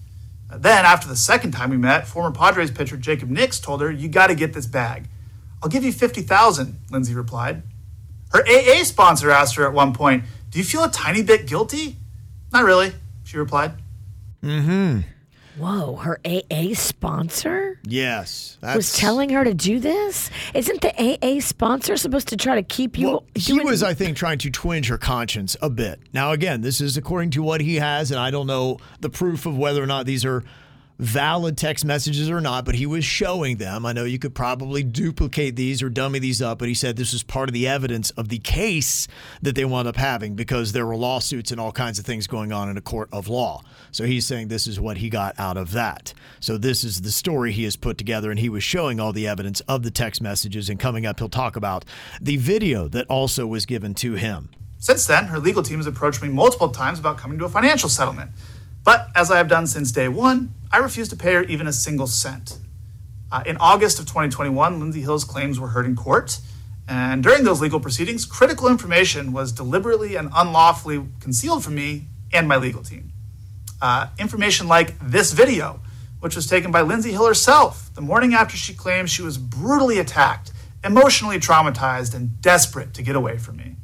Speaker 5: Uh, then, after the second time we met, former Padres pitcher Jacob Nix told her, You got to get this bag. I'll give you 50,000, Lindsay replied. Her AA sponsor asked her at one point, Do you feel a tiny bit guilty? Not really, she replied.
Speaker 3: Mm-hmm.
Speaker 4: Whoa, her AA sponsor
Speaker 3: Yes.
Speaker 4: was telling her to do this? Isn't the AA sponsor supposed to try to keep you?
Speaker 3: Well, he was, I think, trying to twinge her conscience a bit. Now, again, this is according to what he has, and I don't know the proof of whether or not these are valid text messages or not, but he was showing them. I know you could probably duplicate these or dummy these up, but he said this was part of the evidence of the case that they wound up having because there were lawsuits and all kinds of things going on in a court of law. So he's saying this is what he got out of that. So this is the story he has put together, and he was showing all the evidence of the text messages. And coming up, he'll talk about the video that also was given to him.
Speaker 5: Since then, her legal team has approached me multiple times about coming to a financial settlement. But as I have done since day one, I refused to pay her even a single cent. Uh, in August of 2021, Lindsay Hill's claims were heard in court. And during those legal proceedings, critical information was deliberately and unlawfully concealed from me and my legal team. Uh, information like this video, which was taken by Lindsay Hill herself the morning after she claimed she was brutally attacked, emotionally traumatized, and desperate to get away from me.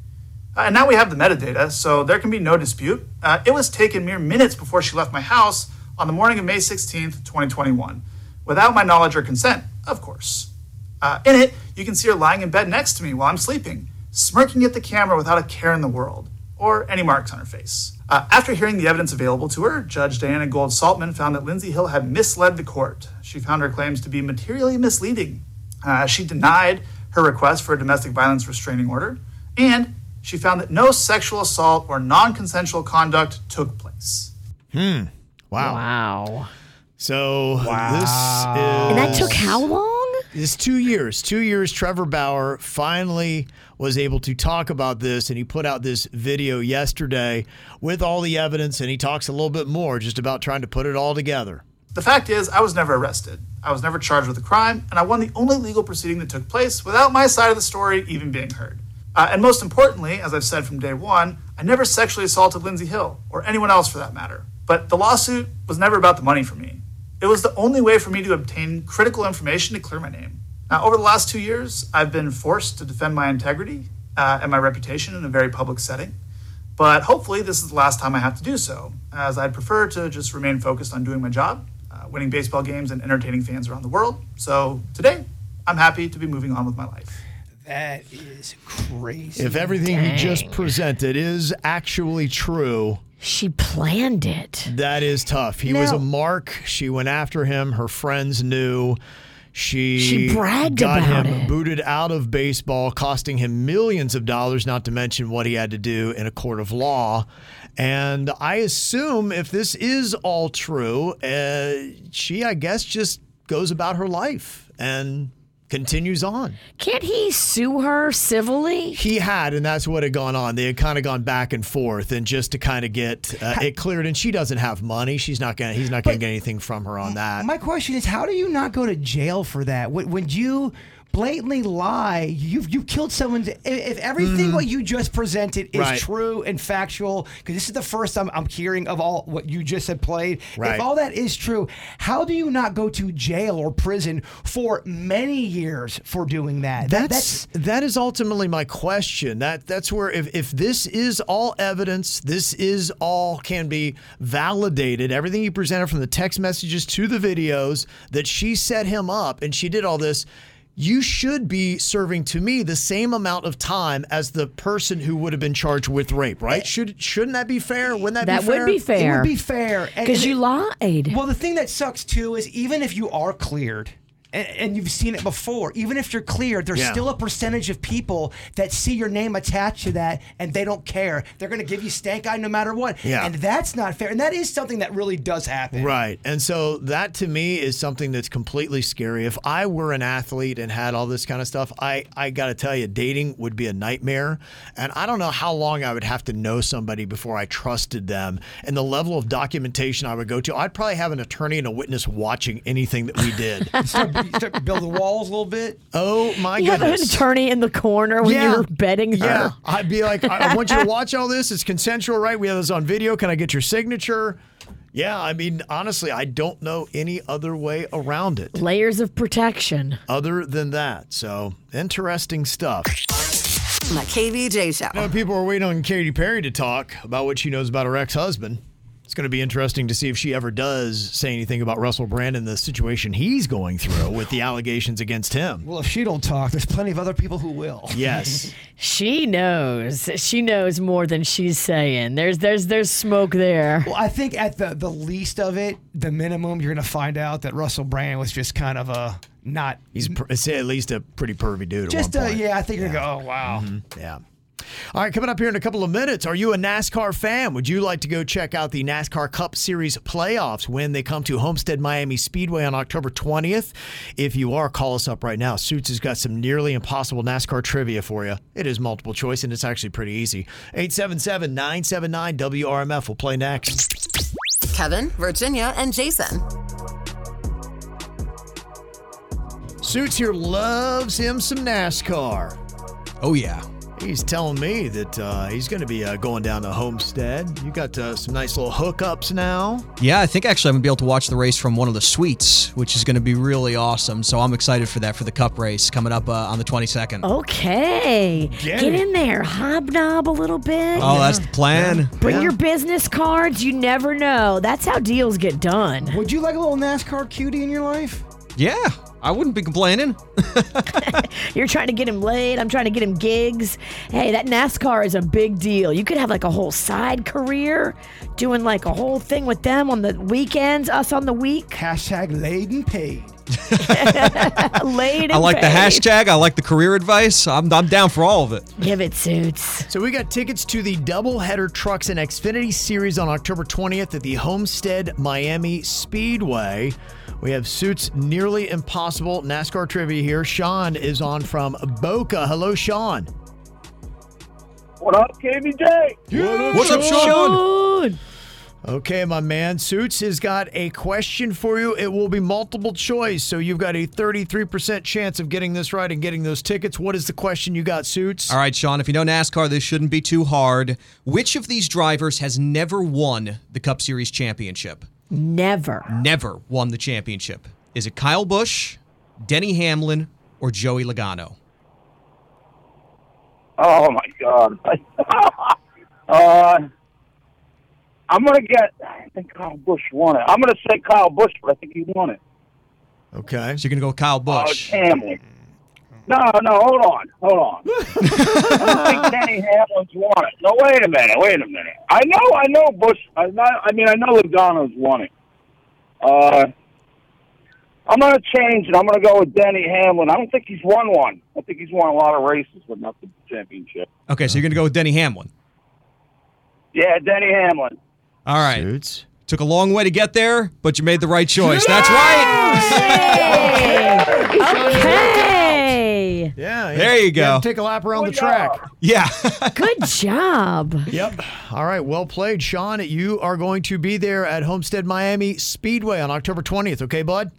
Speaker 5: Uh, and now we have the metadata, so there can be no dispute. Uh, it was taken mere minutes before she left my house on the morning of May 16th, 2021, without my knowledge or consent, of course. Uh, in it, you can see her lying in bed next to me while I'm sleeping, smirking at the camera without a care in the world, or any marks on her face. Uh, after hearing the evidence available to her, Judge Diana Gold Saltman found that Lindsay Hill had misled the court. She found her claims to be materially misleading. Uh, she denied her request for a domestic violence restraining order, and she found that no sexual assault or non consensual conduct took place.
Speaker 3: Hmm. Wow.
Speaker 4: Wow.
Speaker 3: So this is.
Speaker 4: And that took how long?
Speaker 3: It's two years. Two years. Trevor Bauer finally was able to talk about this, and he put out this video yesterday with all the evidence, and he talks a little bit more just about trying to put it all together.
Speaker 5: The fact is, I was never arrested. I was never charged with a crime, and I won the only legal proceeding that took place without my side of the story even being heard. Uh, and most importantly, as I've said from day one, I never sexually assaulted Lindsay Hill, or anyone else for that matter. But the lawsuit was never about the money for me. It was the only way for me to obtain critical information to clear my name. Now, over the last two years, I've been forced to defend my integrity uh, and my reputation in a very public setting. But hopefully, this is the last time I have to do so, as I'd prefer to just remain focused on doing my job, uh, winning baseball games, and entertaining fans around the world. So today, I'm happy to be moving on with my life.
Speaker 1: That is crazy.
Speaker 3: If everything he just presented is actually true,
Speaker 4: she planned it.
Speaker 3: That is tough. He was a mark. She went after him. Her friends knew. She,
Speaker 4: She bragged
Speaker 3: got
Speaker 4: about
Speaker 3: him
Speaker 4: it.
Speaker 3: booted out of baseball, costing him millions of dollars, not to mention what he had to do in a court of law. And I assume if this is all true, uh, she, I guess, just goes about her life and continues on.
Speaker 4: Can't he sue her civilly?
Speaker 3: He had, and that's what had gone on. They had kind of gone back and forth, and just to kind of get uh, it cleared. And she doesn't have money. She's not gonna. He's not gonna get anything from her on that.
Speaker 1: My question is, how do you not go to jail for that? When, when you blatantly lie. You've you killed someone's. i- If everything what you just presented is
Speaker 3: Mm-hmm. Right.
Speaker 1: true and factual, because this is the first time I'm hearing of all what you just had played.
Speaker 3: Right.
Speaker 1: If all that is true, how do you not go to jail or prison for many years for doing that? That-
Speaker 3: That's that is ultimately my question. That that's where if, if this is all evidence, this is all can be validated. Everything you presented from the text messages to the videos that she set him up and she did all this. You should be serving to me the same amount of time as the person who would have been charged with rape, right? Should shouldn't that be fair? Wouldn't that,
Speaker 4: Eh. That
Speaker 3: be
Speaker 4: would
Speaker 3: fair?
Speaker 4: be fair.
Speaker 1: It would be fair. And-
Speaker 4: 'Cause you
Speaker 1: lied. Well, the thing that sucks too is even if you are cleared. And, and you've seen it before. Even if you're cleared, there's
Speaker 3: Yeah.
Speaker 1: still a percentage of people that see your name attached to that and they don't care. They're going to give you stank eye no matter what.
Speaker 3: Yeah.
Speaker 1: And that's not fair. And that is something that really does happen.
Speaker 3: Right. And so that to me is something that's completely scary. If I were an athlete and had all this kind of stuff, I, I got to tell you, dating would be a nightmare. And I don't know how long I would have to know somebody before I trusted them and the level of documentation I would go to. I'd probably have an attorney and a witness watching anything that we did.
Speaker 1: start, start building walls a little bit.
Speaker 3: Oh, my
Speaker 4: you have
Speaker 3: goodness.
Speaker 4: an attorney in the corner when
Speaker 3: Yeah.
Speaker 4: you were betting her.
Speaker 3: Yeah, I'd be like, I, I want you to watch all this. It's consensual, right? We have this on video. Can I get your signature? Yeah, I mean, honestly, I don't know any other way around it
Speaker 4: Layers of protection.
Speaker 3: other than that. So interesting stuff.
Speaker 6: My KVJ show.
Speaker 3: I know people are waiting on Katy Perry to talk about what she knows about her ex husband. It's going to be interesting to see if she ever does say anything about Russell Brand and the situation he's going through with the allegations against him.
Speaker 1: Well, if she don't talk, there's plenty of other people who will.
Speaker 3: Yes.
Speaker 4: She knows. She knows more than she's saying. There's there's there's smoke there.
Speaker 1: Well, I think at the, the least of it, the minimum, you're going to find out that Russell Brand was just kind of a not.
Speaker 3: He's per- it's at least a pretty pervy dude. At
Speaker 1: Just
Speaker 3: one
Speaker 1: a,
Speaker 3: point. Mm-hmm.
Speaker 1: yeah, I think you're going to go, oh, wow.
Speaker 3: Yeah. All right, coming up here in a couple of minutes, are you a NASCAR fan? Would you like to go check out the NASCAR Cup Series playoffs when they come to Homestead Miami Speedway on October 20th? If you are, call us up right now. Suits has got some nearly impossible NASCAR trivia for you. It is multiple choice and it's actually pretty easy. 877 979 WRMF will play next.
Speaker 6: Kevin, Virginia, and Jason.
Speaker 3: Suits here loves him some NASCAR.
Speaker 9: Oh, yeah.
Speaker 3: He's telling me that uh, he's going to be uh, going down to Homestead. You got uh, some nice little hookups now.
Speaker 9: Yeah, I think actually I'm gonna be able to watch the race from one of the suites, which is gonna be really awesome. So I'm excited for that for the Cup race coming up uh, on the 22nd.
Speaker 4: Okay.
Speaker 9: Get
Speaker 4: Get,
Speaker 9: it.
Speaker 4: in there. Hobnob a little bit.
Speaker 9: Oh, that's the plan.
Speaker 4: Bring
Speaker 9: Yeah.
Speaker 4: your business cards. You never know. That's how deals get done.
Speaker 1: Would you like a little NASCAR cutie in your life?
Speaker 9: Yeah, I wouldn't be complaining.
Speaker 4: You're trying to get him laid. I'm trying to get him gigs. Hey, that NASCAR is a big deal. You could have like a whole side career doing like a whole thing with them on the weekends, us on the week.
Speaker 1: Hashtag laid and paid.
Speaker 4: laid and
Speaker 9: I like the
Speaker 4: paid.
Speaker 9: hashtag. I like the career advice. I'm, I'm down for all of it.
Speaker 4: Give it suits.
Speaker 3: So we got tickets to the doubleheader trucks and Xfinity series on October 20th at the Homestead Miami Speedway. We have suits nearly impossible NASCAR trivia here. Sean is on from Boca. Hello, Sean.
Speaker 24: What up, KBJ?
Speaker 3: What's up,
Speaker 4: Sean?
Speaker 3: Okay, my man. Suits has got a question for you. It will be multiple choice, so you've got a 33% chance of getting this right and getting those tickets. What is the question you got, Suits?
Speaker 9: All right, Sean, if you know NASCAR, this shouldn't be too hard. Which of these drivers has never won the Cup Series championship?
Speaker 4: Never.
Speaker 9: Never won the championship. Is it Kyle Busch, Denny Hamlin, or Joey Logano?
Speaker 24: Oh my god. uh, I'm gonna get. I think Kyle Bush won it. I'm gonna say Kyle Bush, but I think he won it.
Speaker 3: Okay.
Speaker 9: So you're going to go with Kyle Busch.
Speaker 24: Oh, Hamlin. No, no, hold on, hold on. I don't think Danny Hamlin's won it. No, wait a minute, wait a minute. I know, I know Bush. I, know, I mean, I know Logano's won it. Uh, I'm going to change it. I'm going to go with Danny Hamlin. I don't think he's won one. I think he's won a lot of races, but not the championship.
Speaker 9: Okay, so you're going to go with Denny Hamlin.
Speaker 24: Yeah, Danny Hamlin.
Speaker 9: All right. Took a long way to get there, but you made the right choice. That's
Speaker 4: right.
Speaker 9: Okay.
Speaker 3: Yeah.
Speaker 9: There you go.
Speaker 3: Take a lap around the track.
Speaker 9: Yeah.
Speaker 4: Good job.
Speaker 3: Yep. All right. Well played, Sean. You are going to be there at Homestead Miami Speedway on October 20th. Okay, bud?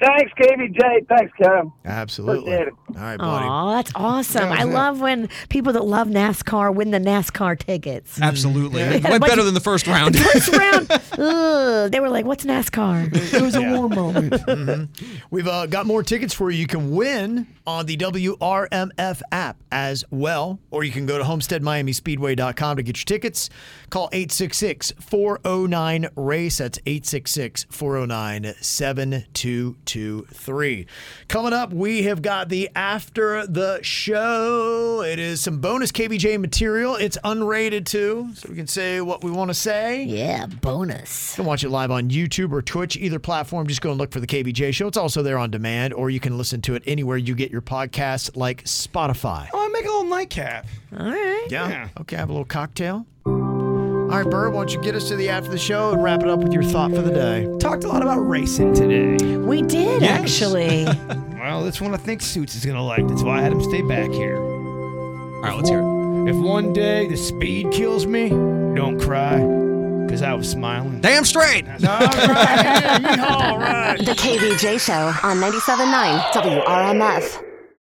Speaker 24: Thanks, KBJ. Thanks, Kevin.
Speaker 3: Absolutely.
Speaker 24: Appreciate it.
Speaker 3: All right, buddy.
Speaker 4: Oh, that's awesome.
Speaker 3: Yeah,
Speaker 4: I
Speaker 3: yeah.
Speaker 4: love when people that love NASCAR win the NASCAR tickets.
Speaker 9: Absolutely.
Speaker 4: Yeah.
Speaker 9: It
Speaker 4: Yeah,
Speaker 9: went
Speaker 4: but
Speaker 9: better
Speaker 4: you-
Speaker 9: than the first round.
Speaker 4: First round, ugh, they were like, "What's NASCAR?"
Speaker 3: It was a warm moment. We've uh, got more tickets for you. You can win on the WRMF app as well, or you can go to homesteadmiamispeedway.com to get your tickets. Call 866 409 RACE. E. That's 866 409 7223. Coming up, we have got the After the Show. It is some bonus KBJ material. It's unrated too, so we can say what we want to say.
Speaker 4: Yeah, bonus.
Speaker 3: You can watch it live on YouTube or Twitch, either platform. Just go and look for the KBJ show. It's also there on demand, or you can listen to it anywhere you get your podcasts like Spotify.
Speaker 1: Oh, I make a little nightcap.
Speaker 4: All right.
Speaker 3: Yeah. Okay, have a little cocktail. All right, Burr, why don't you get us to the after the show and wrap it up with your thought for the day?
Speaker 1: Talked a lot about racing today.
Speaker 4: We did
Speaker 1: Yes.
Speaker 4: actually.
Speaker 1: Well, that's one I think Suits is going to like. That's why I had him stay back here. All
Speaker 9: right, let's hear
Speaker 1: it. If one day the speed kills me, don't cry, because I was smiling.
Speaker 9: Damn straight.
Speaker 1: right.
Speaker 6: The KBJ Show on 97.9 WRMF.